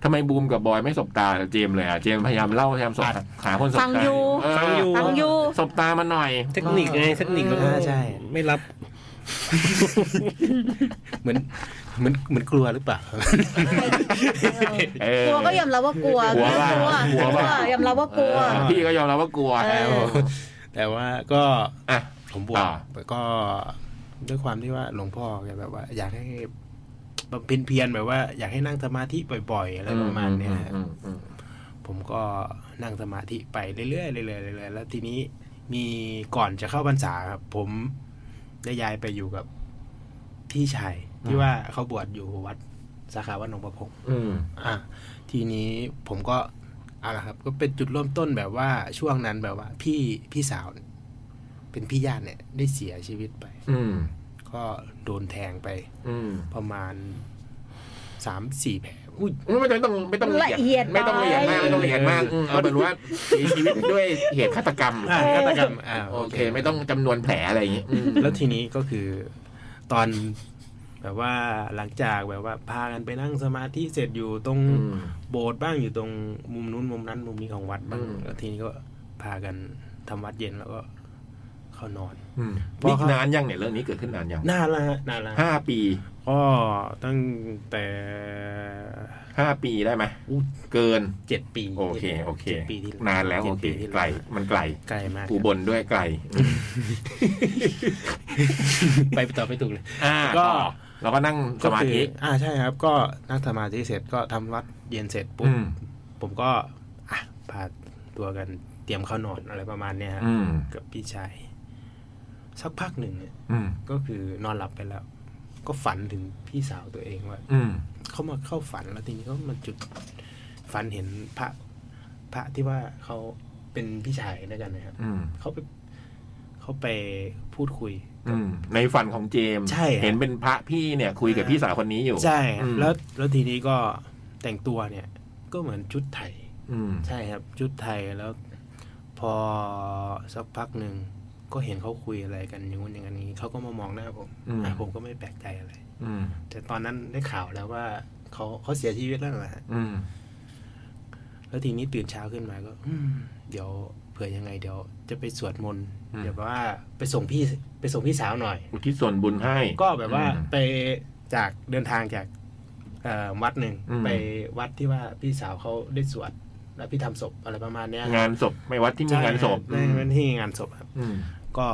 Speaker 1: ทำไมบูมกับบอยไม่สบตาเจมส์เลยอ่ะเจมส์พยายามเล่าพยายามสบตาหาคนสบตา
Speaker 3: ฟังอยู่
Speaker 1: เ
Speaker 2: ฟังอยู่
Speaker 3: ฟังอยู
Speaker 1: สบตามาหน่อย
Speaker 2: เทคนิคไงเทคนิคก็ต้อง
Speaker 10: อ่าใช่
Speaker 2: ไม่รับ
Speaker 10: เหมือนเหมือนเหมือนกลัวหรือเปล่า
Speaker 1: เออ
Speaker 3: กลัวก็ยอมรับว่ากลัว
Speaker 1: กลัวบ้าง
Speaker 3: กลัว
Speaker 1: กลัวบ้าง
Speaker 3: ยอมรับว่ากลัว
Speaker 1: เออพี่ก็ยอมรับว่ากลัว
Speaker 3: เออ
Speaker 10: แต่ว่าก็
Speaker 1: อ่ะ
Speaker 10: ผมบวช
Speaker 1: อ่า
Speaker 10: แต่ก็ด้วยความที่ว่าหลวงพ่อแกแบบว่า อยากให้บำเพ็ญเพียรแบบว่า อยากให้นั่งสมาธิบ่อยๆอะไรประมาณเนี้ยฮะ
Speaker 1: อืมอืมอืม
Speaker 10: ผมก็นั่งสมาธิไปเรื่อยๆเรื่อยๆเรื่อยๆแล้วทีนี้มีก่อนจะเข้าพรรษาครับ ผมได้ย้ายไปอยู่กับพี่ชายที่ว่าเขาบวชอยู่วัดสาขาวัดหนองประพง
Speaker 1: อืม
Speaker 10: อ่ะทีนี้ผมก็เอาละครับ ก็เป็นจุดเริ่มต้นแบบว่าช่วงนั้นแบบว่า พี่พี่สาวเนี่ยเป็นพี่ญาติเนี่ยได้เสียชีวิตไป
Speaker 1: อืม
Speaker 10: ก็โดนแทงไป
Speaker 1: อืม
Speaker 10: ประมาณสามสี่แผลอุ้ย
Speaker 1: ไม่ต้องไม่ต้อง
Speaker 3: ละเอียด
Speaker 1: ไม่ต้องละเอียดมาก
Speaker 3: ไป
Speaker 1: ไม่ต้องละเอียดมากอืมเอาเป็น
Speaker 10: *laughs*
Speaker 1: ว่าเสียชีวิตด้วยเหตุฆาตกรรม
Speaker 10: อ่ะฆาตกรรมอ่า
Speaker 1: โอเค ไม่ต้องจำนวนแผลอะไรอย่างงี้อืม
Speaker 10: แล้วทีนี้ก็คือ ตอนแบบว่าหลังจากแบบว่าพากันไปนั่งสมาธิเสร็จอยู่ตรง
Speaker 1: อืม
Speaker 10: โบสถ์บ้างอยู่ตรงมุมนู้นมุมนั้น มุมนี้ของวัดบ้าง
Speaker 1: อืม
Speaker 10: แล้วทีนี้ก็พากันทำวัดเย็นแล้วก็เข้านอน
Speaker 1: อืม
Speaker 10: พอ
Speaker 1: นี่
Speaker 10: ครับ
Speaker 1: นานยังเนี่ยเรื่องนี้เกิดขึ้นนานยัง
Speaker 10: นานละฮะนานละ
Speaker 1: ห้าปี
Speaker 10: ก็ตั้งแต่
Speaker 1: ห้าปีได้ไหมเกิน
Speaker 10: เจ็ดปี
Speaker 1: โอเค โอเค
Speaker 10: จ็ดปีที่
Speaker 1: นานแล้ว
Speaker 10: จ็
Speaker 1: โอ
Speaker 10: ด
Speaker 1: เค
Speaker 10: ปีที่
Speaker 1: ไกลมันไกล
Speaker 10: ไกลมาก
Speaker 1: อุบลด้วยไกลอืม
Speaker 10: ไปต่อไปถูกเลย
Speaker 1: อ่า
Speaker 10: ก็
Speaker 1: ก็เราก็นั่งสมาธิ
Speaker 10: ก็คืออ่าใช่ครับ ก็นั่งสมาธิเสร็จก็ทำวัดเย็นเสร็จปุ๊บ
Speaker 1: อืม
Speaker 10: ผมก็อ่ะพาตัวกันเตรียมเข้านอนอะไรประมาณเนี้ยฮะ
Speaker 1: อืม
Speaker 10: กับพี่ชายสักพักหนึ่งเนี่ย
Speaker 1: อืม
Speaker 10: ก็คือนอนหลับไปแล้ว ก็ฝันถึงพี่สาวตัวเองว่า
Speaker 1: อืม
Speaker 10: เขามาเข้าฝันแล้วทีนี้เขามาจุดฝันเห็นพระพระที่ว่าเขาเป็นพี่ชายด้วยกันนะครับ
Speaker 1: อืม
Speaker 10: เขาไปเขาไปพูดคุย
Speaker 1: อืมในฝันของเจมส์
Speaker 10: ใช่ฮะ
Speaker 1: เห็นเป็นพระพี่เนี่ย คุยกับพี่สาวคนนี้อยู่
Speaker 10: ใช่ครับ
Speaker 1: อืม
Speaker 10: แล้วแล้วทีนี้ก็แต่งตัวเนี่ย ก็เหมือนชุดไทย
Speaker 1: อืม
Speaker 10: ใช่ครับชุดไทยแล้ว พอสักพักหนึ่งก็เห็นเขาคุยอะไรกันอย่างนู้นอย่างนี้เขาก็มามองหน้าผม
Speaker 1: อืม
Speaker 10: อ่ะผมก็ไม่แปลกใจอะไร
Speaker 1: อืม
Speaker 10: แต่ตอนนั้นได้ข่าวแล้วว่า เขาเขาเสียชีวิตแล้วนะฮะ
Speaker 1: อืม
Speaker 10: แล้วทีนี้ตื่นเช้าขึ้นมาก็อืมเดี๋ยวเผื่อยังไงเดี๋ยวจะไปสวดมนต์
Speaker 1: อืม
Speaker 10: เดี๋ยวว่าไปส่งพี่ไปส่งพี่สาวหน่อย
Speaker 1: อุทิศส่วนบุญให้
Speaker 10: ก็แบบว่า
Speaker 1: อืม
Speaker 10: ไปจากเดินทางจากเอ่อวัดหนึ่ง
Speaker 1: อืม
Speaker 10: ไปวัดที่ว่าพี่สาวเขาได้สวดและพี่ทำศพอะไรประมาณเนี้ย
Speaker 1: งานศพไม่วัดที่มีงานศพ
Speaker 10: ใช่ในที่งานศพครับ
Speaker 1: อืม
Speaker 10: ก็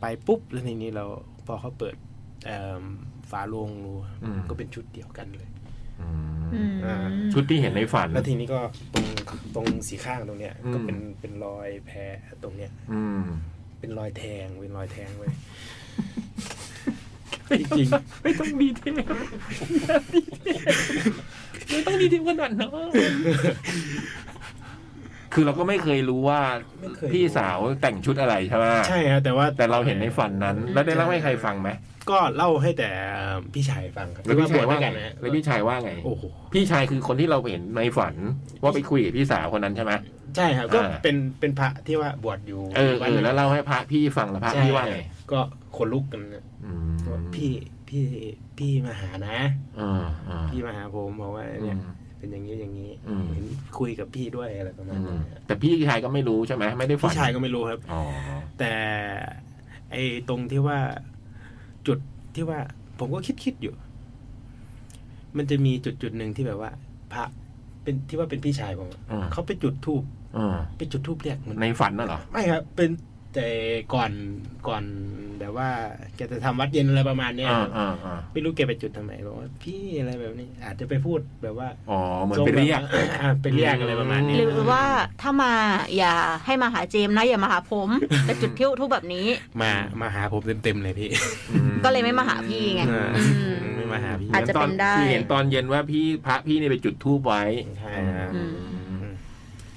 Speaker 10: ไปปุ๊บแล้วทีนี้เราพอเขาเปิดเอิ่มฝาโลงรู
Speaker 1: อืม
Speaker 10: ก็เป็นชุดเดียวกันเลย
Speaker 1: อืม
Speaker 10: อ่า
Speaker 1: ชุดที่เห็นในฝัน
Speaker 10: แล้วทีนี้ก็ตรงตรงสีข้างตรงเนี้ย
Speaker 1: อืม
Speaker 10: ก็เป็นเป็นรอยแผลตรงเนี้ย
Speaker 1: อืม
Speaker 10: เป็นรอยแทงเป็นรอยแทงเลยจริง
Speaker 1: ไม่ต้องดีเทลไม่ต้องดีเทลขนาดนั้น *laughs* คือเราก็ไม่เคยรู้ว่า
Speaker 10: ๆไม่เคย
Speaker 1: พี่สาวแต่งชุดอะไรใช่ไหม
Speaker 10: ใช่ฮะแต่ว่า
Speaker 1: แต่เราเห็นในฝันนั้น แล้วได้เล่าให้ใครฟังไหม
Speaker 10: ก็เล่าให้แต่พี่ชายฟังครับ
Speaker 1: แล้วพี่ชายว่าไง
Speaker 10: นะฮะ
Speaker 1: แล้วพี่ชายว่าไง
Speaker 10: โอ้โห
Speaker 1: พี่ชายคือคนที่เราเห็นในฝัน ว่าไปคุยกับพี่สาวคนนั้นใช่ไหม
Speaker 10: ใช่ครับก็
Speaker 1: อ่า
Speaker 10: เป็นเป็นพระที่ว่าบวชอยู่
Speaker 1: เออเออแล้วเล่าให้พระพี่ฟังแล้วพระ
Speaker 10: ใช่
Speaker 1: พี่ว่าไง
Speaker 10: ก็ขนลุกกันนะ
Speaker 1: อื
Speaker 10: ว่าม พี่พี่พี่มาหานะ
Speaker 1: อ่าอ่า
Speaker 10: พี่มาหาผมบอกว่าเนี่ยเป็นอย่างนี้อย่างนี้
Speaker 1: อืม
Speaker 10: เห็นคุยกับพี่ด้วยอะไรประมา
Speaker 1: อื
Speaker 10: ณ
Speaker 1: ม
Speaker 10: นี้น
Speaker 1: แต่พี่ชายก็ไม่รู้ใช่ไหมไม่ได้ฝัน
Speaker 10: พี่ชายก็ไม่รู้ครับ
Speaker 1: อ๋อ
Speaker 10: แต่ไอ้ตรงที่ว่าจุดที่ว่า ผมก็คิดคิดอยู่ มันจะมีจุดจุดหนึ่งที่แบบว่า พระเป็นที่ว่าเป็นพี่ชายผมอะ
Speaker 1: อ่า
Speaker 10: เขาไปจุดทูบ
Speaker 1: อ่า
Speaker 10: ไปจุดทูบเรียกมัน
Speaker 1: ในฝันน่ะเหรอ
Speaker 10: ไม่ครับ เป็นแต่ก่อนก่อนแบบว่าแกจะทำวัดเย็นอะไรประมาณเนี้ย
Speaker 1: อ่าอ่าอ่า
Speaker 10: ไม่รู้แกไปจุดทำไมบอกว่าพี่อะไรแบบนี้ อาจจะไปพูดแบบว่า
Speaker 1: อ๋อเหมือนไปเรียก
Speaker 10: ทงแบบว่าอ่ะไปเรียกอะไรประมาณนี้
Speaker 3: หรือว่าถ้ามาอย่าให้มาหาเจมส์นะ อย่ามาหาผมแต่จุดที่ทุบแบบนี้
Speaker 10: มามาหาผมเต็มๆเลยพี่
Speaker 3: ก็เลยไม่มาหาพี่ไง
Speaker 10: อ่า
Speaker 3: อืม
Speaker 10: ไม่มาหาพี่
Speaker 3: อาจจะเป็นได้
Speaker 1: คือเห็นตอนเย็นว่าพี่พระพี่เนี่ยไปจุดทูบไว้
Speaker 10: ใช่ฮะ
Speaker 3: อืม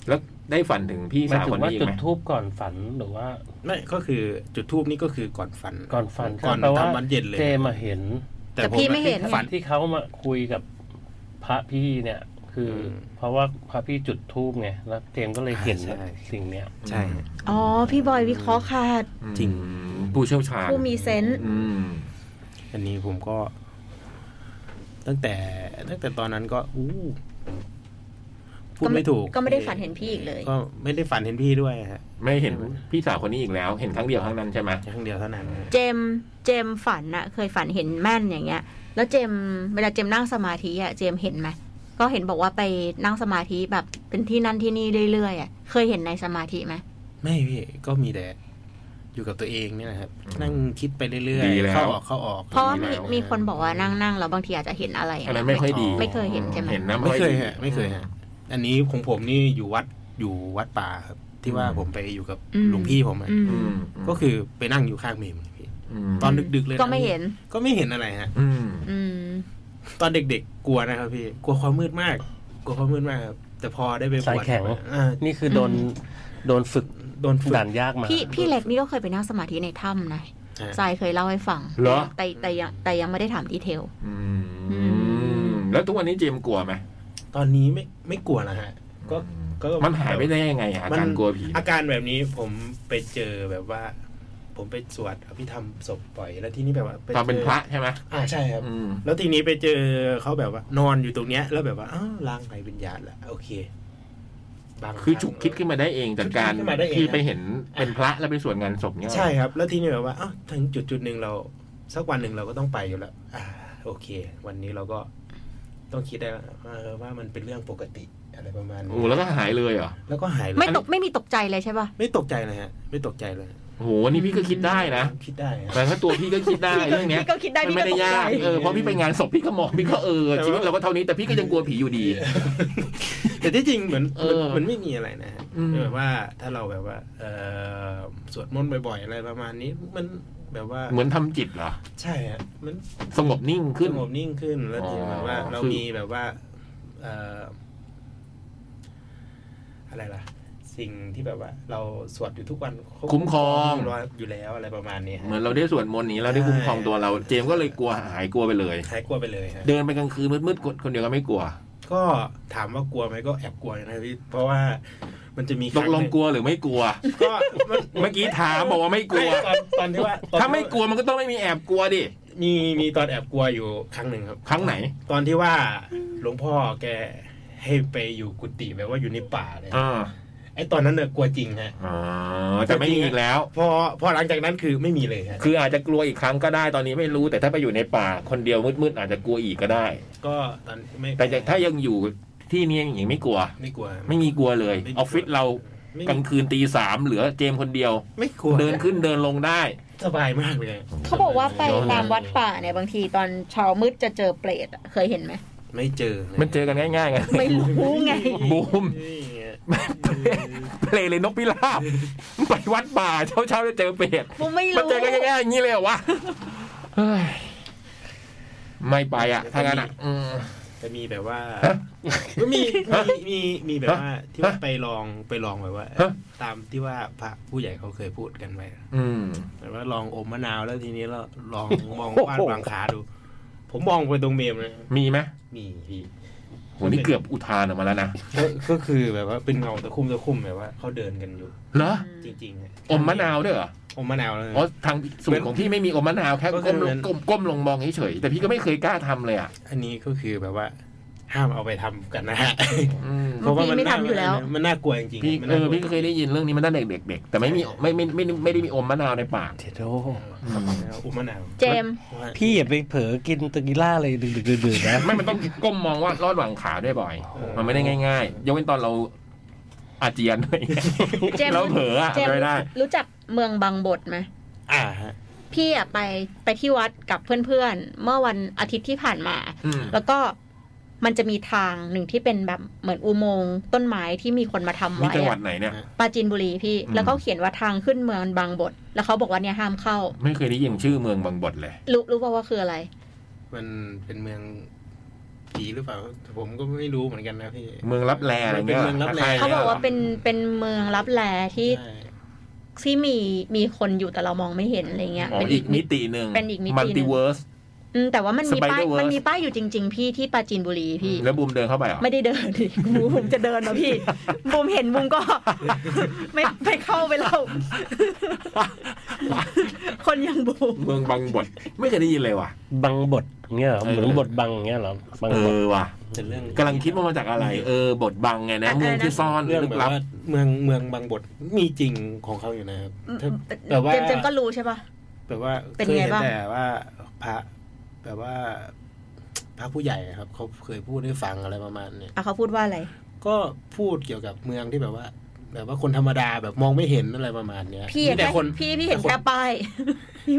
Speaker 1: แล้วได้ฝันถึงพี่
Speaker 2: หมาย
Speaker 1: สาว
Speaker 2: ถึ
Speaker 1: คน
Speaker 2: งว่า
Speaker 1: นี้อี
Speaker 2: จุ
Speaker 1: กไห
Speaker 2: ด
Speaker 1: ม
Speaker 2: ทูบก่อนฝันหรือว่า
Speaker 10: ไม่ก็คือจุดทูบนี่ก็คือก่อนฝัน
Speaker 2: ก่อนฝัน
Speaker 10: ก่อน
Speaker 2: แปลว่า
Speaker 10: ทำวันเย็นเลย
Speaker 2: เจมาเห็น
Speaker 3: แต่พี่
Speaker 10: อะ
Speaker 3: ไม่เห็นไง
Speaker 10: ฝัน
Speaker 2: ที่เขามาคุยกับพระพี่เนี่ย คืออ
Speaker 10: ม
Speaker 2: เพราะว่าพระพี่จุดทูบไงแล้วเจมก็เลยเห็น
Speaker 10: ใช่
Speaker 2: สิ่งเนี้ย
Speaker 10: ใช่ฮะ
Speaker 3: อ๋อ พี่บอยวิเคราะห์ขาด
Speaker 10: จริง
Speaker 1: อืมผู้เชี่ยวชาญ
Speaker 3: ผู้มีเซนส์
Speaker 1: อืม
Speaker 10: อันนี้ผมก็ ตั้งแต่ ตั้งแต่ตอนนั้นก็อู้พูดไม่ถูก
Speaker 3: ก็ไม่ได้ฝันเห็นพี่อีกเลย
Speaker 10: ก็ไม่ได้ฝันเห็นพี่ด้วยฮะ
Speaker 1: ไม่เห็นพี่สาวคนนี้อีกแล้ว เห็นครั้งเดียวครั้งนั้นใช่ไหม
Speaker 10: ครั้งเดียวเท่านั้นฮะ
Speaker 3: เจมส์เจมส์ฝันอะเคยฝันเห็นแม่นอย่างเงี้ย แล้วเจมส์เวลาเจมส์นั่งสมาธิอะเจมส์เห็นไหมก็เห็นบอกว่าไปนั่งสมาธิแบบเป็นที่นั่นที่นี่เรื่อยๆอะเคยเห็นในสมาธิไหม
Speaker 10: ไม่พี่ก็มีแต่อยู่กับตัวเองเนี่ยนะครับ นั่งคิดไปเรื่อย
Speaker 1: ดีแล้ว
Speaker 10: ๆเข้าออกเข้าออก
Speaker 3: เพราะว่า
Speaker 10: อ
Speaker 3: มี
Speaker 10: ย่งนี้แหล
Speaker 3: มีคนบอกว่านั่งนั่งๆแล้วบางทีอาจจะเห็นอะไรอย่าง
Speaker 1: อันนั้น
Speaker 3: เงี้ย
Speaker 1: ไม่ค่อยดี
Speaker 3: ไม่เคยเห็นใช่ไหม
Speaker 1: เห็นนะ
Speaker 10: ไม่เคย
Speaker 1: อ
Speaker 10: ฮะไม่เคยฮะอันนี้ของผมนี่อยู่วัดอยู่วัดป่าครับ ที่ว่าผมไปอยู่กับ
Speaker 3: อืม
Speaker 10: หลวงพี่ผมอะ
Speaker 3: อืม
Speaker 1: อืม
Speaker 10: ก็คือไปนั่งอยู่ข้างเมมพี่
Speaker 1: ม
Speaker 10: ตอนดึกๆเลยนะ
Speaker 3: ก็ไม่เห็น
Speaker 10: ก็ไม่เห็นอะไรฮะ
Speaker 1: อืม
Speaker 3: อืม
Speaker 10: ตอนเด็กๆกลัวนะครับพี่กลัวความมืดมาก กลัวความมืดมากครับแต่พอได้ไปบ
Speaker 2: สายว
Speaker 10: ช
Speaker 2: แข็ง
Speaker 10: อ่า
Speaker 2: นี่คือโดน
Speaker 3: อืม
Speaker 2: โดนฝึก
Speaker 10: โดนฝึก
Speaker 2: ด่านยากมา
Speaker 3: พี่พี่เล็กนี่ก็เคยไปนั่งสมาธิในถ้ำนะ
Speaker 10: อ่า
Speaker 3: ทรายเคยเล่าให้ฟัง
Speaker 1: เหรอ
Speaker 3: แต่แต่ยังแต่ยังไม่ได้ถามดีเทล
Speaker 1: อื
Speaker 3: อื
Speaker 1: ม
Speaker 3: ม
Speaker 1: แล้วทุกวันนี้เจมส์กลัวไหม
Speaker 10: ตอนนี้ไม่ไม่กลัวแล้วฮะ ก็ก็
Speaker 1: มันหายไปได้ยังไงอะอาการกลัวผี
Speaker 10: อาการแบบนี้ผมไปเจอแบบว่า ผมไปสวดอภิธรรมศพปล่อย แล้วที่นี่แบบว่าไจ
Speaker 1: ตอนเป็นพระใช่ไหม
Speaker 10: อ่าใช่ครับ
Speaker 1: อืม
Speaker 10: แล้วทีนี้ไปเจอเขาแบบว่า นอนอยู่ตรงเนี้ย แล้วแบบว่าอ้าวร่างไร้วิญญาณละโอเคบาง
Speaker 1: คือ
Speaker 10: รั้ง
Speaker 1: ฉุกคิดขึ้นมาได้เองจากการ
Speaker 10: ฉุกคิดขึ้นมาได้เอง
Speaker 1: ที่ไปเห็นเป็นพระแล้วไปสวดงานศพเนี่ย
Speaker 10: ใช่ครับ แล้วทีนี้แบบว่าอ้าวถึงจุดจุดหนึ่งเรา สักวันหนึ่งเราก็ต้องไปอยู่แล้วอ่าโอเค วันนี้เราก็ต้องคิดได้ว่าเออว่ามันเป็นเรื่องปกติอะไรประมาณ
Speaker 1: โอ้
Speaker 10: นี้
Speaker 1: แล้วก็หายเลยเหรอ
Speaker 10: แล้วก็หายเลย
Speaker 3: ไม่ตกไม่มีตกใจเลยใช่ป่ะ
Speaker 10: ไม่ตกใจเลยฮะ ไม่ตกใจเลย
Speaker 1: โอ้โหนี่พี่ก็คิดได้นะ
Speaker 10: คิดได้ฮะ
Speaker 1: แต่ถ้าตัวพี่ก็
Speaker 3: *laughs*
Speaker 1: คิดได้ เรื่องเนี้ย
Speaker 3: พี่ก็คิดได้
Speaker 1: มัน
Speaker 3: พี่
Speaker 1: ไม่
Speaker 3: ก็
Speaker 1: ได้
Speaker 3: ตก
Speaker 1: ยา
Speaker 3: ใจ
Speaker 1: กเอ
Speaker 10: *laughs*
Speaker 1: อเพราะพี่ไปงานศพพี่ก็มองพี่ก็เออ
Speaker 10: แต่ว่า
Speaker 1: ชีวิตเราก็เท่านี้แต่พี่ก็ยังกลัวผีอยู่ดี
Speaker 10: แต่ที่จริงเหมือน
Speaker 1: เออ
Speaker 10: มันไม่มีอะไรนะฮะ
Speaker 1: อืม
Speaker 10: แบบว่าถ้าเราแบบว่าเออสวดมนต์บ่อยๆอะไรประมาณนี้มันแบบว่า
Speaker 1: เหมือนทำจิตเหรอ
Speaker 10: ใช่ฮะมัน
Speaker 1: สงบนิ่งขึ้น
Speaker 10: สงบนิ่งขึ้นแล้ว
Speaker 1: อ๋อ
Speaker 10: ที่แบบว่าเรา
Speaker 1: คือ
Speaker 10: มีแบบว่าเอออะไรล่ะ สิ่งที่แบบว่า เราสวดอยู่ทุกวันเขา
Speaker 1: คุ้มครอง
Speaker 10: เาอยู่แล้วอะไรประมาณนี้ฮะ
Speaker 1: เหมือนเราได้สวดมนต์นี้เราได้คุ้มครองตัวเรา เจมส์ก็เลยกลัวหายกลัวไปเลย
Speaker 10: หายกลัวไปเลยฮะ
Speaker 1: เดินไปกลางคืนมืดๆคนเดียวก็ไม่กลัว
Speaker 10: ก็ถามว่ากลัวไหมก็แอบกลัวนะพี่เพราะว่ามันจะมีค
Speaker 1: ต
Speaker 10: รั้
Speaker 1: ก
Speaker 10: ห
Speaker 1: ลง
Speaker 10: นึ่
Speaker 1: กลัวหรือไม่กลัว
Speaker 10: ก็มัน
Speaker 1: เมื่อกี้ถามบอกว่าไม่กลัว
Speaker 10: ตอนตอนที่ว่าตอนที่
Speaker 1: ถ้าไม่
Speaker 10: ว่
Speaker 1: กลัวมันก็ต้องไม่มีแอบกลัวดิ
Speaker 10: มีมีตอนแอบกลัวอยู่ครั้งหนึ่งครับ
Speaker 1: ครั้งไหน
Speaker 10: ตอนที่ว่าหลวงพ่อแกให้ไปอยู่กุฏิแบบว่าอยู่ในป่าเลย
Speaker 1: อ่า
Speaker 10: ไอ้ตอนนั้นเนี่ยกลัวจริงฮะ
Speaker 1: อ๋อจะไม่มีอีกแล้ว
Speaker 10: พอพอหลังจากนั้นคือไม่มีเลยฮะ
Speaker 1: คืออาจจะกลัวอีกครั้งก็ได้ตอนนี้ไม่รู้ แต่ถ้าไปอยู่ในป่าคนเดียวมืดๆอาจจะกลัวอีกก็ได้
Speaker 10: ก็ตอนไม่
Speaker 1: แต่ถ้ายังอยู่ที่นี่ยังไม่กลัว
Speaker 10: ไม่กลัว
Speaker 1: ไม่มีกลัวเลย
Speaker 10: ไม่มีก
Speaker 1: อ
Speaker 10: ลัว
Speaker 1: อฟฟิศเรา
Speaker 10: ไม่มี
Speaker 1: กลางคืนตีสามเหลือเจมส์คนเดียว
Speaker 10: ไม่กลัว
Speaker 1: เดินขึ้นเดินลงได้
Speaker 10: สบายมากเลยฮะ
Speaker 3: เขาบอกว่าไปตามวัดป่าเนี่ยบางทีตอนเช้ามืดจะเจอเปรตอะเคยเห็นไหม
Speaker 10: ไม่เจอ
Speaker 1: มันเจอกันง่ายๆไง
Speaker 3: ไม่รู้ไง
Speaker 1: บูม
Speaker 10: นี่ไง
Speaker 1: เพลงเลยนกพิราบไปวัดป่าเช้าๆจะเจอเปรต
Speaker 3: ผมไม่
Speaker 1: มัน
Speaker 3: รู้
Speaker 1: เจอกันง่ายๆอย่างนี้เลยเหรอวะเฮ้ยไม่ไปอ่ะถ้างั้นอ่ะอืม
Speaker 10: จะมีแบบว่า
Speaker 1: ฮะ
Speaker 10: ก็มี
Speaker 1: ฮะ
Speaker 10: มีมีมีแบบว่าที่ว่า
Speaker 1: ฮะ
Speaker 10: ไปลองไปลองแบบว่า
Speaker 1: ฮะ
Speaker 10: ตามที่ว่าพระผู้ใหญ่เขาเคยพูดกันไว้
Speaker 1: อืม
Speaker 10: แบบว่าลองอมมะนาวแล้วทีนี้เราลองมอง
Speaker 1: โอ้โห
Speaker 10: วาดวางขาดู ผมมองไปตรงเมมเลย
Speaker 1: มีไหม
Speaker 10: มีพี่
Speaker 1: โหนี่เกือบอุทานออกมาแล้วนะ
Speaker 10: ก็ก็คือแบบว่าเป็นเงาตะคุ่มตะคุ่มแบบว่าเขาเดินกันอยู่
Speaker 1: เหรอ
Speaker 10: จริงๆอะ
Speaker 1: อมมะนาวด้วยเหรอ
Speaker 10: อมมะนาวเลย
Speaker 1: อ๋อทางสูตรของพี่ไม่มีอมมะนาวแค่
Speaker 10: ก็คือ
Speaker 1: ก้มล
Speaker 10: มั
Speaker 1: ง
Speaker 10: น
Speaker 1: ก้มก้มลงมองเฉยๆแต่พี่ก็ไม่เคยกล้าทำเลยอ่ะ
Speaker 10: อันนี้ก็คือแบบว่า ห้ามเอาไปทำกันนะฮะ
Speaker 1: อืม
Speaker 3: บางทีไม่ทำอยู่แล้ว
Speaker 10: มันน่ากลัวจริงๆ
Speaker 1: พี่
Speaker 10: มัน
Speaker 1: เอ
Speaker 10: น่า
Speaker 1: อก
Speaker 10: ลัว
Speaker 1: พี่ก็เคยได้ยินเรื่องนี้มาตั้งแต่เด็กๆ แต่ไม่มีไม่ไม่ไม่ไม่ไม่ได้มีอมมะนาวในปาก
Speaker 2: เทโด
Speaker 10: อมมะนาว
Speaker 3: เจมส์
Speaker 2: พี่อย่าไปเผลอกินตะกิล่าเลยดึกดึกดื่นๆนะ
Speaker 1: ไม่มันต้องก้มมองว่าลอดหว่างขาด้วยบ่อย มันไม่ได้ง่ายๆยกเว้นตอนเราอาเจียนอะไรอย่างเงี้ย
Speaker 3: เจมส์
Speaker 1: เราเผลออะ
Speaker 3: เจมส์
Speaker 1: ไม่ได้
Speaker 3: รู้จักเมืองบางบทไหม
Speaker 10: อ่าฮะ
Speaker 3: พี่อะไปไปที่วัดกับเพื่อนๆ เมื่อวันอาทิตย์ที่ผ่านมา
Speaker 1: อืม
Speaker 3: แล้วก็มันจะมีทางหนึ่งที่เป็นแบบเหมือนอุโมงค์ต้นไม้ที่มีคนมาทำ
Speaker 1: มี
Speaker 3: ไว้
Speaker 1: จังหวัด
Speaker 3: อะ
Speaker 1: ไหนเนี่ย
Speaker 3: ปราจีนบุรีพี่
Speaker 1: อืม
Speaker 3: แล้วเขาเขียนว่าทางขึ้นเมืองบางบท แล้วเขาบอกว่าเนี่ยห้ามเข้า
Speaker 1: ไม่เคยได้ยินชื่อเมืองบางบทเลย
Speaker 3: รู้รู้ป่าวว่าคืออะไร
Speaker 10: มันเป็นเมืองผีหรือเปล่า ผมก็ไม่รู้เหมือนกันนะพี่
Speaker 1: เมืองรับแลอะไรเงี้ย
Speaker 10: เป็นเมืองลับแล
Speaker 1: ใช่
Speaker 3: เขาบอกว่าเป็นเป็นเมืองรับแลที่
Speaker 10: ใช่
Speaker 3: ที่มีมีคนอยู่แต่เรามองไม่เห็นอะไรเงี้ย
Speaker 1: อ๋อ
Speaker 3: เป็น
Speaker 1: อี
Speaker 3: อี
Speaker 1: ก
Speaker 3: ก
Speaker 1: มิติหนึ่ง
Speaker 3: เป็นอีกมิติหนึ่ง
Speaker 1: มัลติเวิร์ส
Speaker 3: อืมแต่ว่ามันมีป้าย
Speaker 1: Spider-Verse
Speaker 3: มันมีป้ายอยู่จริง ๆ พี่ที่ปราจีนบุรีพี่
Speaker 1: แล้วบูมเดินเข้าไปเหรอ
Speaker 3: ไม่ได้เดินดิ *laughs* บูมจะเดินนะพี่ บูมเห็นบูมก็ *laughs* ไม่ไปเข้าไปแล้ว คนอยังบูม
Speaker 1: เมืองบางบทไม่เคยได้ยินเลยว่ะ
Speaker 2: บังบทอย่างเงี้ยเหรอเหมือนบทบังอย่างเงี้ยเหรอบัง
Speaker 1: เอบ
Speaker 2: ท
Speaker 1: อว่ะ
Speaker 10: แต่เรื่อง
Speaker 1: กำลังคิดว่ามาจากอะไร เออบทบังไงนะเมืองที่ซ่อน
Speaker 10: เรื่อง
Speaker 1: ลึ
Speaker 10: แบ
Speaker 1: ก
Speaker 10: บ
Speaker 1: ลับ
Speaker 10: ว่าเมืองเมืองบางบทมีจริงของเขาอยู่นะครับถ้าแบบว่า
Speaker 3: เจมส์เจมส์ก็รู้ใช่ปะ
Speaker 10: แบบว่า
Speaker 3: เป็น
Speaker 10: เคย
Speaker 3: ไง
Speaker 10: เห็น
Speaker 3: บ้าง
Speaker 10: แต่ว่าพระแบบว่าพระผู้ใหญ่ครับเขาเคยพูดให้ฟังอะไรประมาณเนี่ย
Speaker 3: อ่ะเขาพูดว่าอะไร
Speaker 10: ก็พูดเกี่ยวกับเมืองที่แบบว่า แบบว่าคนธรรมดาแบบมองไม่เห็นอะไรประมาณเนี้ย
Speaker 3: พี่
Speaker 10: มีแต่
Speaker 3: แค่
Speaker 10: คน
Speaker 3: พี่พี่เห็นแค่ป้าย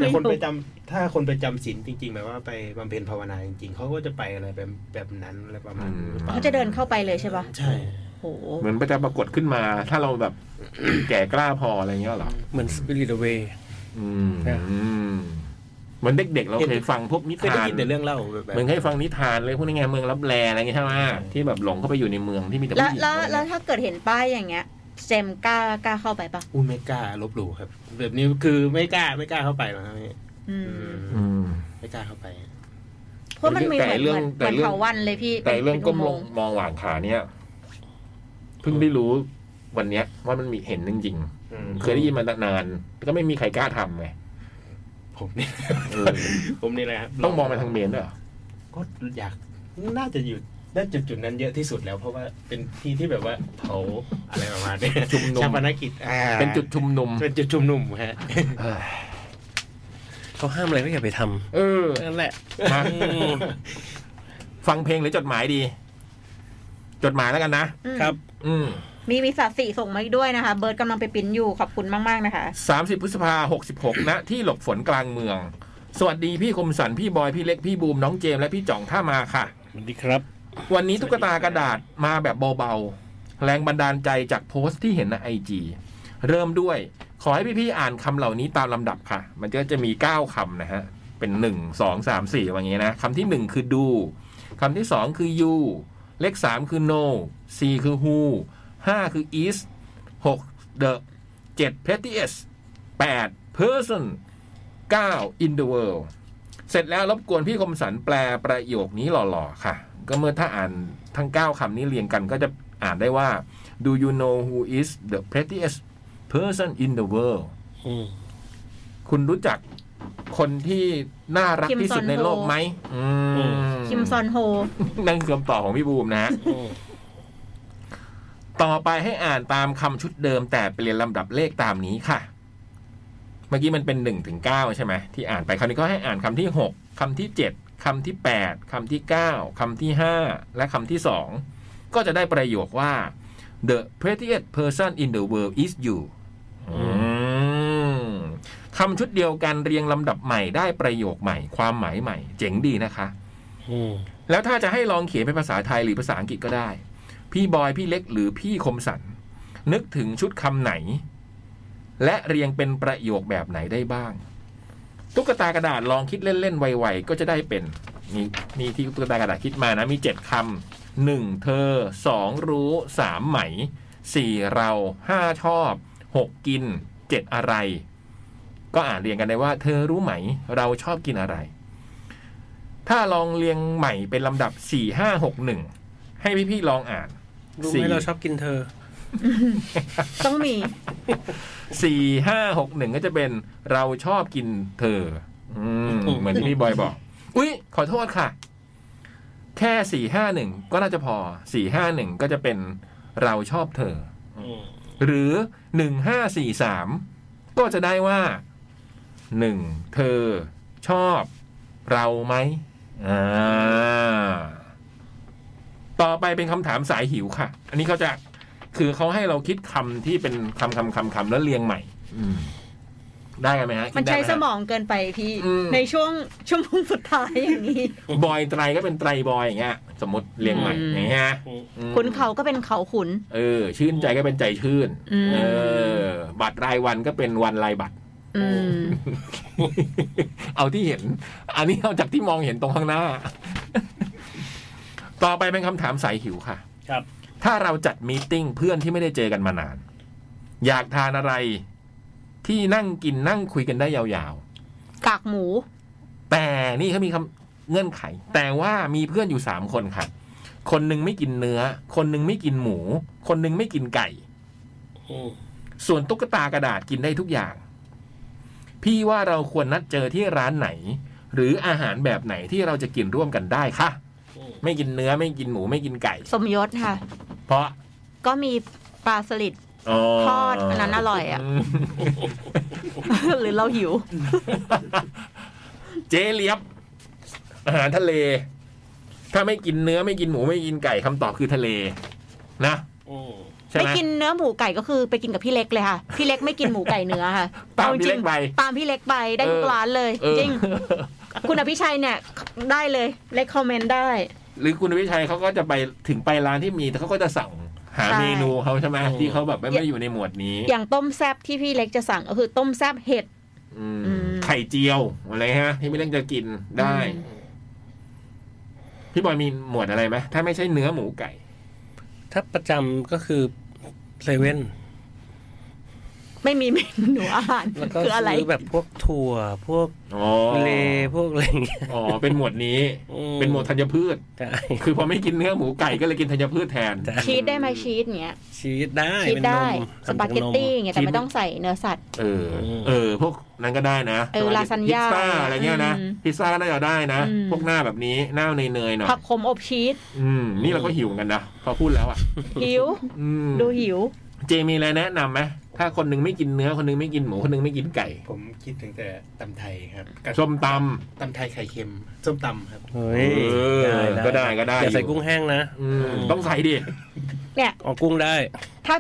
Speaker 10: แต่คนไปจำถ้าคนไปจำศีลจริง ๆ แบบว่าไปบำเพ็ญภาวนาจริง ๆ เขาก็จะไปอะไรแบบแบบนั้นอะไรประมาณนี้หรือเปล่า
Speaker 3: เขาจะเดินเข้าไปเลยใช่ปะ
Speaker 10: ใช่
Speaker 3: โห
Speaker 1: เหมือนมันจะปรากฏขึ้นมา ถ้าเราแบบ แก่กล้าพออะไรเงี้ยเหรอ
Speaker 2: เหมือนสปิริตเว
Speaker 1: อืมอืมเหมือนเด็กๆเราเคยฟังพวกนิ
Speaker 10: เคยได้
Speaker 1: ทาน
Speaker 10: ยินแต่เรื่องเล่าแบบ
Speaker 1: เหมือนเคยฟังนิทานเลยพวกนี้ไงเมืองรับแลอะไรเงี้ยใช่ไหมที่แบบหลงเข้าไปอยู่ในเมืองที่มีแต่
Speaker 3: แล้ว
Speaker 1: ผู้หญิง
Speaker 3: แล้วแล้วถ้าเกิดเห็นป้ายอย่างเงี้ย เจมส์กล้ากล้าเข้าไปปะ
Speaker 10: อูไม่กล้าลบหลู่ครับ แบบนี้คือไม่กล้าไม่กล้าเข้าไปหรอกครับพี่
Speaker 3: อืม
Speaker 1: อืม
Speaker 10: ไม่กล้าเข้าไป
Speaker 3: เพราะมันมีเหมือน
Speaker 1: แต่เรื่อง
Speaker 3: เหมือน
Speaker 1: แต่เรื่อง
Speaker 3: เขาวันเลยพี่
Speaker 1: แต่เรื่อง
Speaker 3: ป็น
Speaker 1: ก้มล
Speaker 3: โโ
Speaker 1: งมองหวางขาเนี่ยเพิ่งได้รู้วันเนี้ย ว่ามันมีเห็นจริง
Speaker 10: อืม
Speaker 1: ๆเคยได้ยินมานานๆก็ไม่มีใครกล้าทำไง
Speaker 10: ผมเนี่ย
Speaker 1: เออ
Speaker 10: ผมนี่แหละครับ
Speaker 1: ต้องมองไปทางเมนด้วยเหรอ
Speaker 10: ก็อยากน่าจะอยู่ได้จุดจุดๆนั้นเยอะที่สุดแล้ว เพราะว่าเป็นที่ที่แบบว่าเผาอะไรประมาณเนี้ย
Speaker 1: ชุมนุม
Speaker 10: ชาปนกิจอ่า
Speaker 1: เป็นจุดชุมนุม
Speaker 10: เป็นจุดชุมนุมฮะ
Speaker 2: เขาห้ามอะไรก็อย่าไปท
Speaker 1: เออ
Speaker 2: ำนั่นแหละ
Speaker 1: มาฟังเพลงหรือจดหมายดี จดหมายแล้วกันนะ
Speaker 3: อืม
Speaker 2: ครับ
Speaker 1: อืม
Speaker 3: มีวิสาสีส่งมาอีกด้วยนะคะ เบิร์ดกำลังไปปริ้นอยู่ขอบคุณมาก ๆ นะคะ
Speaker 1: สามสิบพฤษภาหกสิบหกณที่หลบฝนกลางเมือง สวัสดีพี่คมสัน พี่บอย พี่เล็ก พี่บูม น้องเจมส์และพี่จ่องท่ามาค่ะ
Speaker 2: สวัสดีครับ
Speaker 1: วันนี้ตุ๊กตากระดาษมาแบบเบาๆ แรงบันดาลใจจากโพสต์ที่เห็นในไอจีเริ่มด้วย ขอให้พี่ๆอ่านคำเหล่านี้ตามลำดับค่ะ มันก็จะมี 9คำนะฮะ เป็น 1 2 3 4อย่างเงี้ยนะคำทีหนึ่1 คือดูคำที่ 2 คือ you เลข 3 คือ no 4 คือ who 5 คือ is 6 the 7 pettiest 8 person 9 in the world เสร็จแล้วรบกวนพี่คมสันแปลประโยคนี้หล่อ ๆ ค่ะ ก็เมื่อถ้าอ่านทั้ง 9คำนี้เรียงกันก็จะอ่านได้ว่า Do you know who is the prettiest person in the world
Speaker 2: อืม
Speaker 1: คุณรู้จัก คนที่น่ารักที่สุดในโลกไหมอืม
Speaker 3: คิมซอนโฮ
Speaker 1: *laughs* นั่นคือคำตอบของพี่บูมนะฮะต่อไปให้อ่านตามคำชุดเดิมแต่เปลี่ยนลำดับเลขตามนี้ค่ะ เมื่อกี้มันเป็นหนึ่งถึงเก้าใช่ไหมที่อ่านไปคราวนี้ก็ให้อ่านคำที่หกคำที่เจ็ดคำที่แปดคำที่เก้าคำที่ห้าและคำที่สองก็จะได้ประโยคว่า the prettiest person in the world is you อืมคำชุดเดียวกันเรียงลำดับใหม่ได้ประโยคใหม่ ความหมายใหม่ เจ๋งดีนะคะ
Speaker 2: อืม
Speaker 1: แล้วถ้าจะให้ลองเขียนเป็นภาษาไทยหรือภาษาอังกฤษก็ได้ พี่บอยพี่เล็กหรือพี่คมสัน นึกถึงชุดคำไหน และเรียงเป็นประโยคแบบไหนได้บ้าง ตุ๊กตากระดาษลองคิดเล่นๆไวๆก็จะได้เป็นนี่นี่ที่ตุ๊กตากระดาษคิดมานะมีเจ็ดคำหนึ่งเธอสองรู้สามไหมสี่เราห้าชอบหกกินเจ็ดอะไร ก็อ่านเรียงกันได้ว่า เธอรู้ไหม เราชอบกินอะไร ถ้าลองเรียงใหม่เป็นลำดับ 4 5 6 1 ให้พี่ๆลองอ่าน
Speaker 2: รู้ไห
Speaker 1: สี่
Speaker 2: มเราชอบกินเธอ
Speaker 3: ต้องมี
Speaker 1: 4 5 6 1 ก็จะเป็นเราชอบกินเธอ อืมเหมือนที่พี่บอยบอก อุ๊ย ขอโทษค่ะ แค่ 4 5 1 ก็น่าจะพอ 4 5 1 ก็จะเป็นเราชอบเธอ หรือ 1543 ก็จะได้ว่า 1. เธอชอบเราไหมอ่าต่อไปเป็นคำถามสายหิวค่ะ อันนี้เขาจะคือเขาให้เราคิดคำที่เป็นคำคำคำคำแล้วเรียงใหม่ อืม ได้กันไหมฮะ
Speaker 3: มันใช้
Speaker 1: คิดได้ไหฮะ
Speaker 3: สมองเกินไปพี่
Speaker 1: อืม
Speaker 3: ในช่วง *laughs* ชั่วโมงสุดท้ายอย่างนี้
Speaker 1: บอยไตรก็เป็นไตรบอยอย่างเงี้ย สมมติเรียงใหม่
Speaker 3: อืม
Speaker 1: อย่างเงี้ยอืม
Speaker 3: ขุนเขาก็เป็นเขาขุน
Speaker 1: เออ ชื่นใจก็เป็นใจชื่น
Speaker 3: อืม
Speaker 1: เออ บัตรรายวันก็เป็นวันรายบัตร
Speaker 3: อืม
Speaker 1: เอาที่เห็น อันนี้เอาจากที่มองเห็นตรงข้างหน้า ต่อไปเป็นคำถามสายหิวค่ะ
Speaker 2: ครับ
Speaker 1: ถ้าเราจัดมีตติ้งเพื่อนที่ไม่ได้เจอกันมานาน อยากทานอะไรที่นั่งกินนั่งคุยกันได้ยาว
Speaker 3: กากหมู
Speaker 1: ๆ แต่นี่เขามีคำเงื่อนไข แต่ว่ามีเพื่อนอยู่สามคนค่ะ คนหนึ่งไม่กินเนื้อ คนหนึ่งไม่กินหมู คนหนึ่งไม่กินไก่ ส่วนตุ๊กตากระดาษกินได้ทุกอย่าง พี่ว่าเราควรนัดเจอที่ร้านไหน หรืออาหารแบบไหนที่เราจะกินร่วมกันได้คะไม่กินเนื้อไม่กินหมูไม่กินไก่
Speaker 3: สมยศค่ะ
Speaker 1: เพราะ
Speaker 3: ก็มีปลาสลิด ทอดอันนั้นอร่อยอะ
Speaker 1: ม
Speaker 3: *laughs* หรือเราหิว
Speaker 1: เจเลียบ อาหารทะเล ถ้าไม่กินเนื้อไม่กินหมูไม่กินไก่คำตอบคือทะเล นะใช่
Speaker 3: ไม่
Speaker 1: ไหม
Speaker 3: กินเนื้อหมูไก่ก็คือไปกินกับพี่เล็กเลยค่ะ พี่เล็กไม่กินหมูไก่เนื้อค่ะ
Speaker 1: *laughs* ตาม
Speaker 3: อจริง
Speaker 1: พี่เล็กไป
Speaker 3: ตามพี่เล็กไปได้ทุก
Speaker 1: เออ
Speaker 3: ร้านเลย
Speaker 1: เออ
Speaker 3: จริง คุณอภิชัยเนี่ยได้เลยเลคคอมเมนต์ได้
Speaker 1: หรือคุณวิชัยเขาก็จะไปถึงไปร้านที่มีแต่เขาก็จะสั่งหา
Speaker 3: ใช่
Speaker 1: เมนูเขาใช่ไหมที่เขาแบบไม่ไม่ได้อยู่ในหมวดนี้
Speaker 3: อย่างต้มแซบที่พี่เล็กจะสั่งก็คือต้มแซบเห็ด
Speaker 1: อืม
Speaker 3: อืม
Speaker 1: ไข่เจียวอะไรฮะ ที่ไม่เล่นจะกินได้ พี่บอยมีหมวดอะไรไหมถ้าไม่ใช่เนื้อหมูไก่
Speaker 2: ถ้าประจำก็คือเซเว่น
Speaker 3: ไม่มีเมนูอาหาร
Speaker 2: แล้วก็
Speaker 3: คืออะไร
Speaker 2: ซื้อแบบพวกถั่วพวก
Speaker 1: อ๋อ
Speaker 2: เลพวกอะไรอย่างเงี้ย
Speaker 1: อ๋อเป็นหมวดนี้
Speaker 2: อื
Speaker 1: เป็นหมวดธัญพืช
Speaker 2: ใช่
Speaker 1: คือพอไม่กินเนื้อหมูไก่ก็เลยกินธัญพืชแทน
Speaker 3: *laughs* ชีสได้ไหมชีสเนี้ย
Speaker 2: ชีสได้
Speaker 3: ชีส
Speaker 2: เป็นน
Speaker 3: ได้
Speaker 2: ม
Speaker 3: สปาเกตตี้อย่างเงี้ย
Speaker 1: ชี
Speaker 3: แต่
Speaker 1: ส
Speaker 3: ไม่ต้องใส่เนื้อสัตว์
Speaker 1: เออ เออ พวกนั้นก็ได้นะ
Speaker 3: เออลาซาน
Speaker 1: พิซ
Speaker 3: ญ่า
Speaker 1: ซ่าอะไรเงี้ยนะ
Speaker 3: อืม
Speaker 1: พิซซ่าก็น่าจะได้นะ
Speaker 3: อืม
Speaker 1: พวกหน้าแบบนี้หน้าเนยๆหน่อย
Speaker 3: ผักขมอบชีส
Speaker 1: อืม นี่เราก็หิวเหมือนกันนะ พอพูดแล้วอ่ะ
Speaker 3: หิว
Speaker 1: อืม
Speaker 3: ดูหิว
Speaker 1: เจมีอะไรแนะนำไหมถ้าคนหนึงไม่กินเนื้อ คนหนึงไม่กินหมู คนหนึงไม่กินไก่
Speaker 10: ผมคิดถึงแต่ตำไทยครับ
Speaker 1: ส้มต
Speaker 10: ตำไทยไข่เค็มส้มตำครับ
Speaker 2: เฮ้
Speaker 1: ำเอย อ ก็ได้ก็ได้
Speaker 2: อย่า
Speaker 1: อ
Speaker 2: ใส่
Speaker 1: ยู่
Speaker 2: กุ้งแห้งนะ
Speaker 1: อืมต้องใส่ดิ
Speaker 3: เนี่ย
Speaker 2: อ๋อกุ้งได้
Speaker 3: ถ้า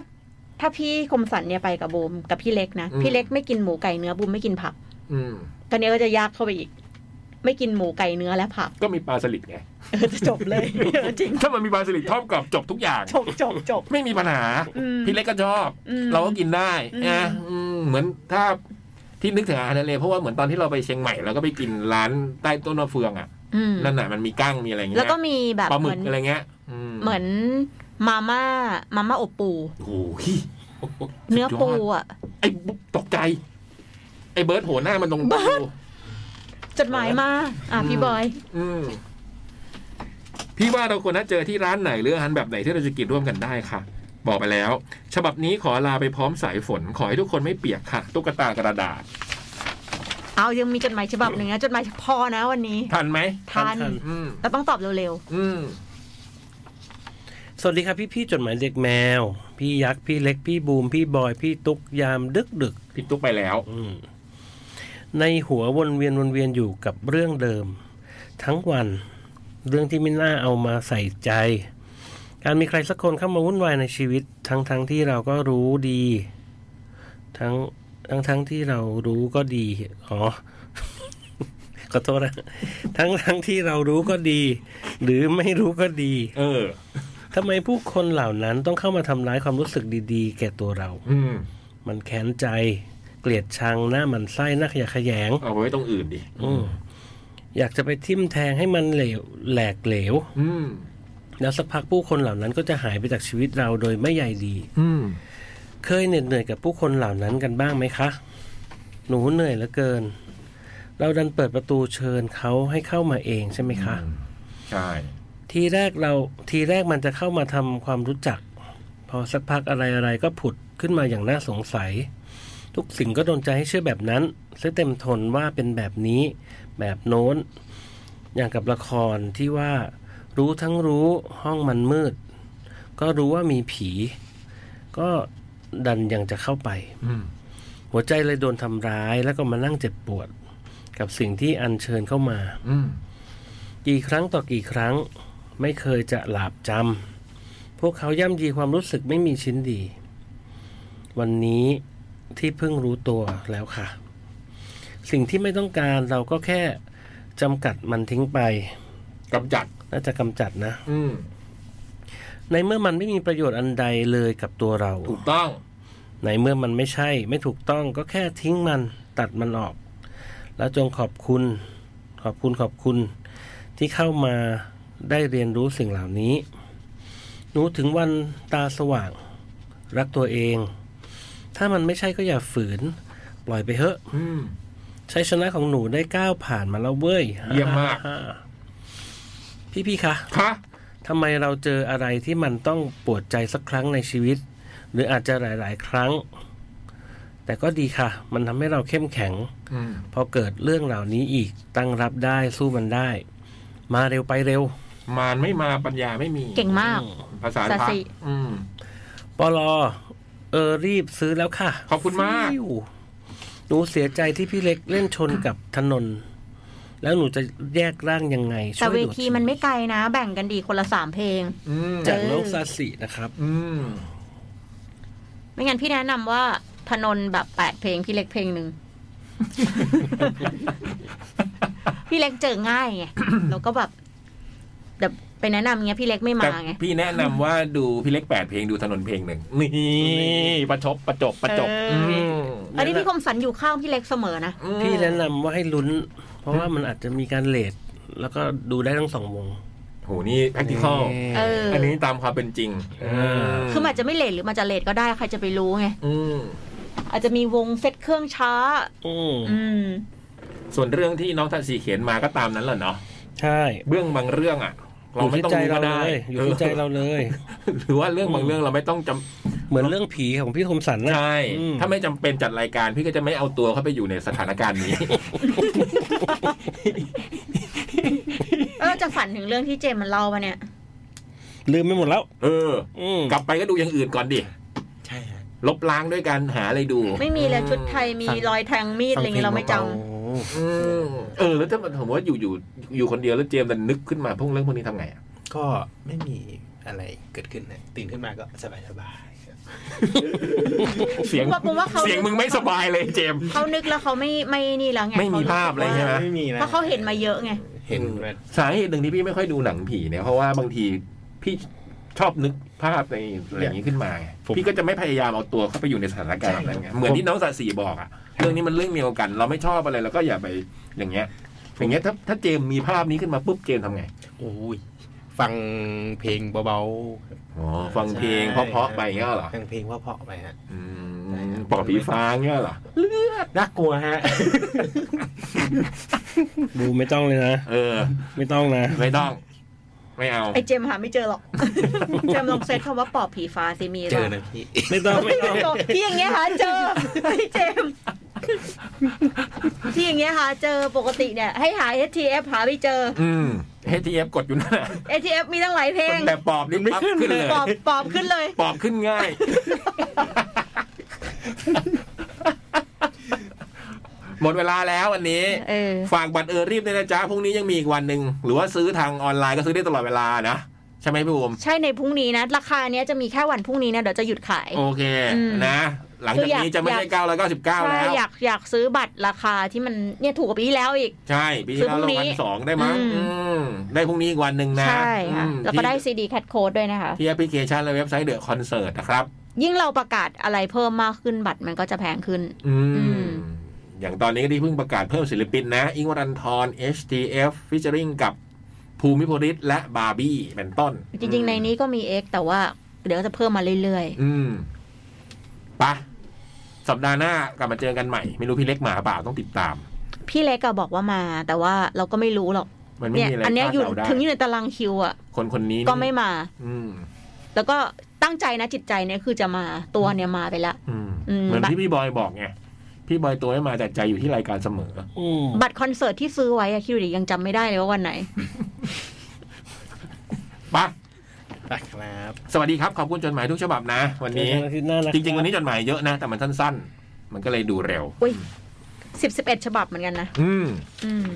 Speaker 3: ถ้าพี่คมสันเนี่ยไปกับบูมกับพี่เล็กนะ
Speaker 1: อืม
Speaker 3: พี่เล็กไม่กินหมูไก่เนื้อบูมไม่กินผัก
Speaker 1: อืม
Speaker 3: ตอนนี้ก็จะยากเข้าไปอีก ไม่กินหมูไก่เนื้อและผัก
Speaker 1: ก็มีปลาสลิดไง
Speaker 3: เออจะจบเลยเออจริง
Speaker 1: ถ้ามันมีปลาสลิดทอดกรอบจบทุกอย่าง
Speaker 3: จบจบจบ
Speaker 1: ไม่มีปัญหา
Speaker 3: อืม
Speaker 1: พี่เล็กก็ชอบ
Speaker 3: อืม
Speaker 1: เราก็กินได้
Speaker 3: อืม
Speaker 1: นะอืมเหมือนถ้าที่นึกถึงอาหารทะเลเพราะว่าเหมือนตอนที่เราไปเชียงใหม่เราก็ไปกินร้านใต้ต้นมะเฟืองอ่ะ
Speaker 3: อืม
Speaker 1: นั่นน่ะมันมีกั้งมีอะไรอย่างเงี้
Speaker 3: แล้
Speaker 1: ยว
Speaker 3: ก็มีแบบ
Speaker 1: ปลาห
Speaker 3: เห
Speaker 1: มึ
Speaker 3: มือ
Speaker 1: ก
Speaker 3: น
Speaker 1: อะไรเงี้ยอืม
Speaker 3: เหมือนมาม่ามาม่าอบปู
Speaker 1: โอ้โห
Speaker 3: เนื้อปู
Speaker 1: สุดยด
Speaker 3: อ่ะ
Speaker 1: ไอ้บุ๊บตกใจ ไอ้เบิร์ดโหหน้ามันตรง
Speaker 3: เบิ
Speaker 1: ปู
Speaker 3: ร์ด จดหมายมาอ่ะพี่บอย
Speaker 1: อืมพี่ว่าเราควรนัดเจอที่ร้านไหนหรืออาหารแบบไหนที่เราจะกินร่วมกันได้ค่ะ บอกไปแล้ว ฉบับนี้ขอลาไปพร้อมสายฝน ขอให้ทุกคนไม่เปียกค่ะ ตุ๊กตากระดาษ
Speaker 3: เอายังมีจดหมายฉบับหนึ่งนะจดหมายพอนะวันนี้
Speaker 1: ทันไหม
Speaker 3: ทัน
Speaker 1: อืม
Speaker 3: แล้วต้องตอบเร็ว
Speaker 1: อืม
Speaker 2: สวัสดีครับพี่พี่ๆจดหมายเด็กแมว พี่ยักษ์พี่เล็กพี่บูมพี่บอยพี่ตุ๊กยามดึกดึก
Speaker 1: พี่ตุ๊กไปแล้ว
Speaker 2: ๆอืมในหัววนเวียนวนเวียนอยู่กับเรื่องเดิม ทั้งวัน เรื่องที่ไม่น่าเอามาใส่ใจ การมีใครสักคนเข้ามาวุ่นวายในชีวิต ทั้งทั้งๆที่เราก็รู้ดี ทั้งทั้งทั้งๆที่เรารู้ก็ดีอ๋อ *laughs* ขอโทษนะทั้งทั้งๆที่เรารู้ก็ดี หรือไม่รู้ก็ดี
Speaker 1: เออ
Speaker 2: *laughs* ทำไมผู้คนเหล่านั้นต้องเข้ามาทำร้ายความรู้สึกดีๆ แก่ตัวเรา
Speaker 1: อืม
Speaker 2: มันแค้นใจ เกลียดชังหน้าหมันไส้หน้าขยะแขยง
Speaker 1: เอาไว้ตรงอื่นดิ
Speaker 2: อืมอยากจะไปทิ่มแทงให้มันเหลวแหลกเหลว
Speaker 1: อืม
Speaker 2: แล้วสักพักผู้คนเหล่านั้นก็จะหายไปจากชีวิตเราโดยไม่ใยดี
Speaker 1: อืม
Speaker 2: เคยเหน็ดเหนื่อยกับผู้คนเหล่านั้นกันบ้างไหมคะ หนูเหนื่อยเหลือเกิน เราดันเปิดประตูเชิญเขาให้เข้ามาเองใช่ไหมคะ
Speaker 1: ใช่
Speaker 2: ทีแรกเราทีแรกมันจะเข้ามาทำความรู้จัก พอสักพักอะไรอะไรก็ผุดขึ้นมาอย่างน่าสงสัย ทุกสิ่งก็โดนใจให้เชื่อแบบนั้นเสียเต็มทนว่าเป็นแบบนี้ แบบโน้น อย่างกับละครที่ว่า รู้ทั้งรู้ห้องมันมืด ก็รู้ว่ามีผี ก็ดันยังจะเข้าไป
Speaker 1: อืม
Speaker 2: หัวใจเลยโดนทำร้ายแล้วก็มานั่งเจ็บปวด กับสิ่งที่อัญเชิญเข้ามา
Speaker 1: อืม
Speaker 2: กี่ครั้งต่อกี่ครั้งไม่เคยจะหลาบจำพวกเขาย่ำยีความรู้สึกไม่มีชิ้นดี วันนี้ที่เพิ่งรู้ตัวแล้วค่ะ สิ่งที่ไม่ต้องการเราก็แค่จำกัดมันทิ้งไป
Speaker 1: กำจัด
Speaker 2: น่าจะกำจัดนะ
Speaker 1: อืม
Speaker 2: ในเมื่อมันไม่มีประโยชน์อันใดเลยกับตัวเรา
Speaker 1: ถูกต้อง
Speaker 2: ในเมื่อมันไม่ใช่ ไม่ถูกต้องก็แค่ทิ้งมันตัดมันออก แล้วจงขอบคุณ ขอบคุณขอบคุณ ที่เข้ามาได้เรียนรู้สิ่งเหล่านี้หนูถึงวันตาสว่าง รักตัวเอง ถ้ามันไม่ใช่ก็อย่าฝืน ปล่อยไปเถอะ
Speaker 1: อืม
Speaker 2: ใช้ชนะของหนูได้ก้าวผ่านมาแล้วเว้ย
Speaker 1: เยี่ยมมาก
Speaker 2: พี่พี่ๆคะ
Speaker 1: คะ
Speaker 2: ทำไมเราเจออะไรที่มันต้องปวดใจสักครั้งในชีวิต หรืออาจจะหลาย ๆ ครั้ง แต่ก็ดีค่ะ มันทำให้เราเข้มแข็ง
Speaker 1: อืม
Speaker 2: พอเกิดเรื่องเหล่านี้อีกตั้งรับได้สู้มันได้ มาเร็วไปเร็ว
Speaker 1: มารไม่มาปัญญาไม่มี
Speaker 3: ๆ เก่งมาก
Speaker 1: ภาษา
Speaker 3: สัตว์
Speaker 1: พัก
Speaker 3: สิ
Speaker 1: อืม
Speaker 2: ปลอเออรีบซื้อแล้วค่ะ
Speaker 1: ขอบคุณมาก
Speaker 2: ฟิวหนูเสียใจที่พี่เล็กเล่นชนกับถนน แล้วหนูจะแยกร่างยังไงช่
Speaker 3: แต่
Speaker 2: วย
Speaker 3: เว
Speaker 2: หนู
Speaker 3: ที
Speaker 2: ที
Speaker 3: มันไม่ไกลนะ แบ่งกันดีคนละสามเพลง
Speaker 1: อืม
Speaker 2: จากน้องซาสินะครับ
Speaker 1: อืม
Speaker 3: ไม่งั้นพี่แนะนำว่าพนนแบบแปดเพลง พี่เล็กเพลง *laughs* หนึ่ง พี่เล็กเจอง่ายไง แล้วก็แบบแบบไปแนะนำเงี้ยพี่เล็กไม่
Speaker 1: แต่
Speaker 3: มาไง
Speaker 1: พี่แนะนำว่าดูพี่เล็กแปดเพลงดูถนนเพลงหนึ่งนี่ประชบประจบประจบ
Speaker 3: เออ
Speaker 1: อืม
Speaker 3: อันนี้พี่คมสันอยู่ข้างพี่เล็กเสมอนะ
Speaker 2: พี่แนะนำว่าให้ลุ้น เพราะว่ามันอาจจะมีการเลทแล้วก็ดูได้ทั้งสองวง
Speaker 1: โหนี่ practical
Speaker 3: เออ
Speaker 1: อันนี้ตามความเป็นจริง
Speaker 3: คือมันอาจจะไม่เลทหรือมันจะเลทก็ได้ใครจะไปรู้ไง
Speaker 1: อืม
Speaker 3: อาจจะมีวงเซตเครื่องช้า
Speaker 2: อืม
Speaker 3: อืม
Speaker 1: ส่วนเรื่องที่น้องทัศสีเขียนมาก็ตามนั้นแหละเนาะ
Speaker 2: ใช่
Speaker 1: เรื่องบางเรื่องอ่ะ
Speaker 2: อ
Speaker 1: เรา
Speaker 2: ยู่
Speaker 1: ไม่
Speaker 2: ที่
Speaker 1: ต้อง
Speaker 2: ใจ
Speaker 1: รู้
Speaker 2: เรา
Speaker 1: ก็
Speaker 2: เล
Speaker 1: ได้
Speaker 2: ยอยู่ที่ใจเราเลย
Speaker 1: หรือ *laughs* ว่าเรื่องบางเรื่องเราไม่ต้องจำ
Speaker 2: เหมือนเรื่องผีของพี่คมสันนะ
Speaker 1: ใช่
Speaker 2: อืม
Speaker 1: ถ้าไม่จำเป็นจัดรายการพี่ก็จะไม่เอาตัวเข้าไปอยู่ในสถานการณ์นี้
Speaker 3: เออจะฝันถึงเรื่องที่เจมมันเล่ามาเนี่ย
Speaker 2: ลืมไปหมดแล้ว
Speaker 1: เออ
Speaker 2: อืม
Speaker 1: กลับไปก็ดูอย่างอื่นก่อนดิ
Speaker 8: ใช่ฮะ
Speaker 1: ลบล้างด้วยการหาอะไรดู
Speaker 3: ไม่มีเลยชุดไทยมีรอยแทงมีดอะไรเงี้ยเราไม่จ
Speaker 8: ฟังพลงเบา
Speaker 1: อืมเออ แล้วถ้ามันสมมติว่าอยู่อยู่อยู่คนเดียวแล้วเจมส์ดันนึกขึ้นมาพวกเรื่องพวกนี้ทำไงอ่ะ
Speaker 8: ๆก็ไม่มีอะไรเกิดขึ้นนะตื่นขึ้นมาก็สบายสบายๆ
Speaker 1: เสียง
Speaker 3: ำว่ากูว่าเขา
Speaker 1: เสียงมึงไม่สบายเลยเจมส์
Speaker 3: เขานึกแล้วเขาไม่ไม่นี่แล้วไง
Speaker 1: ไม่มีภาพ
Speaker 3: ข
Speaker 1: อะไรใช่ไหม
Speaker 8: ไม่มีนะ
Speaker 3: เพราะเขาเห็นมาเยอะไง
Speaker 8: เห็นแบบ
Speaker 1: สาเหตุหนึ่งที่พี่ไม่ค่อยดูหนังผีเนี่ยเพราะว่าบางทีพี่ชอบนึกภาพในอะไรอย่างนี้ขึ้นมาไงพี่ก็จะไม่พยายามเอาตัวเข้าไปอยู่ในสถานการณ์แบบนั้นไงเหมือนที่น้องสัตสีบอกอะเรื่องนี้มันเรื่องเดียวกัน เราไม่ชอบอะไรเราก็อย่าไปอย่างเงี้ยอย่างเงี้ยถ้าถ้าเจมส์มีภาพนี้ขึ้นมาปุ๊บเจมส์ทำไง
Speaker 8: โอ้ยฟังเพลงเบา
Speaker 1: อ๋อฟังเพลงเพราะๆไปอย่างเงี้ยเหรอ
Speaker 8: ๆฟังเพลงว่าเพราะๆไปฮะ
Speaker 1: อืมปอบผีฟ้าอย่างเงี้ยเหรอ
Speaker 8: น่ากลัวฮะ
Speaker 2: ดูไม่ต้องเลยนะ
Speaker 1: เออ
Speaker 2: ไม่ต้องนะ
Speaker 1: ไม่ต้อง ไม่เอา
Speaker 3: ไอเจมหาไม่เจอหรอก *laughs* เจมลองเซตคำว่าปอบผีฟ้าสิมีหร
Speaker 8: เจอนะพี่
Speaker 2: ไม่ต้องไม่ต้อง
Speaker 3: *laughs* พี่อย่างเงี้ยหาเจอไอเจม ที่อย่างเงี้ยหาเจอปกติเนี่ย ให้หา ATF หาไม่เจอ
Speaker 1: อืม HTF กดอยู่นั่นแหละ
Speaker 3: ATF มีตั้งหลายเพลง
Speaker 1: แต่ปอบนี่ไม่ขึ้นเลย
Speaker 3: ปอบปอบขึ้นเลย
Speaker 1: ปอบขึ้นง่าย
Speaker 3: *laughs*
Speaker 1: หมดเวลาแล้ววันนี้
Speaker 3: เออ
Speaker 1: ฝากบัตรเออรีบด้วยนะจ๊ะพรุ่งนี้ยังมีอีกวันหนึ่ง หรือว่าซื้อทางออนไลน์ก็ซื้อได้ตลอดเวลานะ ใช่ไหมพี่บูม
Speaker 3: ใช่ในพรุ่งนี้นะ ราคาเนี้ยจะมีแค่วันพรุ่งนี้นะเดี๋ยวจะหยุดขาย
Speaker 1: โอเค
Speaker 3: อืม
Speaker 1: นะ หลังจาก
Speaker 3: คืออ
Speaker 1: นี้
Speaker 3: ยาก
Speaker 1: จะไม่ใช่999
Speaker 3: ใช่
Speaker 1: แล้ว
Speaker 3: อยากอยากซื้อบัตรราคาที่มันเนี่ยถูกกว่าปีที่แล้วอีก
Speaker 1: ใช่ปีที่
Speaker 3: ซื้อพ
Speaker 1: แล้ว
Speaker 3: รุ่
Speaker 1: เรา
Speaker 3: งนี้
Speaker 1: พันสองได้มั้ง
Speaker 3: อืม
Speaker 1: อืมได้พรุ่งนี้อีกวันหนึ่งนะ
Speaker 3: ใช่ค่ะ
Speaker 1: อืม
Speaker 3: แล้วก็ได้
Speaker 1: ที่
Speaker 3: ซีดีแคทโค้ดด้วยนะคะ
Speaker 1: ที่แอปพลิเคชันและเว็บไซต์เดอะคอนเสิร์ตนะครับ
Speaker 3: ยิ่งเราประกาศอะไรเพิ่มมากขึ้นบัตรมันก็จะแพงขึ้น
Speaker 1: อืม
Speaker 3: อืม
Speaker 1: อย่างตอนนี้ก็ที่เพิ่งประกาศเพิ่มศิลปินนะ อิงค์วรันทร HTF ฟิชเจอริงกับภูมิพริตและบาร์บี้เป็นต้น
Speaker 3: จริง ๆ ในนี้ก็มี X แต่ว่าเดี๋ยวจะเพิ่มมาเรื่อย
Speaker 1: อืมไปะสัปดาห์หน้ากลับมาเจอกันใหม่ ไม่รู้พี่เล็กมาเปล่าต้องติดตาม
Speaker 3: ๆ พี่เล็กก็บอกว่ามา แต่ว่าเราก็ไม่รู้หรอก
Speaker 1: มันไม่
Speaker 3: เนี่ย
Speaker 1: มีอะไร
Speaker 3: อันเนี้ย
Speaker 1: คาด
Speaker 3: อยู่
Speaker 1: เดาได้
Speaker 3: ถึงอยู่ในตารางคิวอ่ะ
Speaker 1: คนคนนี้นี่
Speaker 3: ก็ไม่มา
Speaker 1: อืม
Speaker 3: แล้วก็ตั้งใจนะจิตใจเนี่ยคือจะมาตัวเนี่ยมาไปละ
Speaker 1: อืม
Speaker 3: อืม
Speaker 1: เหมือนที่พี่บอยบอกไงพี่บอยตัวไม่มาแต่ใจอยู่ที่รายการเสมอ
Speaker 3: บัตรคอนเสิร์ตที่ซื้อไว้อะคิดดูดิยังจำไม่ได้เลยว่าวันไหน
Speaker 1: ปะ
Speaker 10: ไปครับ
Speaker 1: สวัสดีครับ ขอบคุณจดหมายทุกฉบับนะ วันนี้
Speaker 2: เจอกันอาทิตย์หน้านะคบ
Speaker 1: จริง ๆ วันนี้จดหมายเยอะนะ แต่มันสั้น ๆ มันก็เลยดูเร็ว
Speaker 3: อุ้ยสิบสิบเอ็ดฉบับเหมือนกันนะ
Speaker 1: อืม
Speaker 3: อืม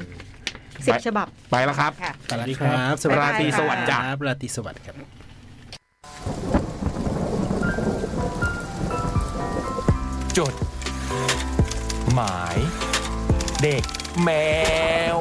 Speaker 3: สิบฉบับ
Speaker 1: ไปแล้วครับ
Speaker 3: ค่ะ
Speaker 10: สวัสดีครับ
Speaker 1: สวัสดีครับราตรีสวัสดิ์จ้ะ
Speaker 10: ครับราตรีสวัสดิ์ครับ
Speaker 9: จด หมาย เด็กแมว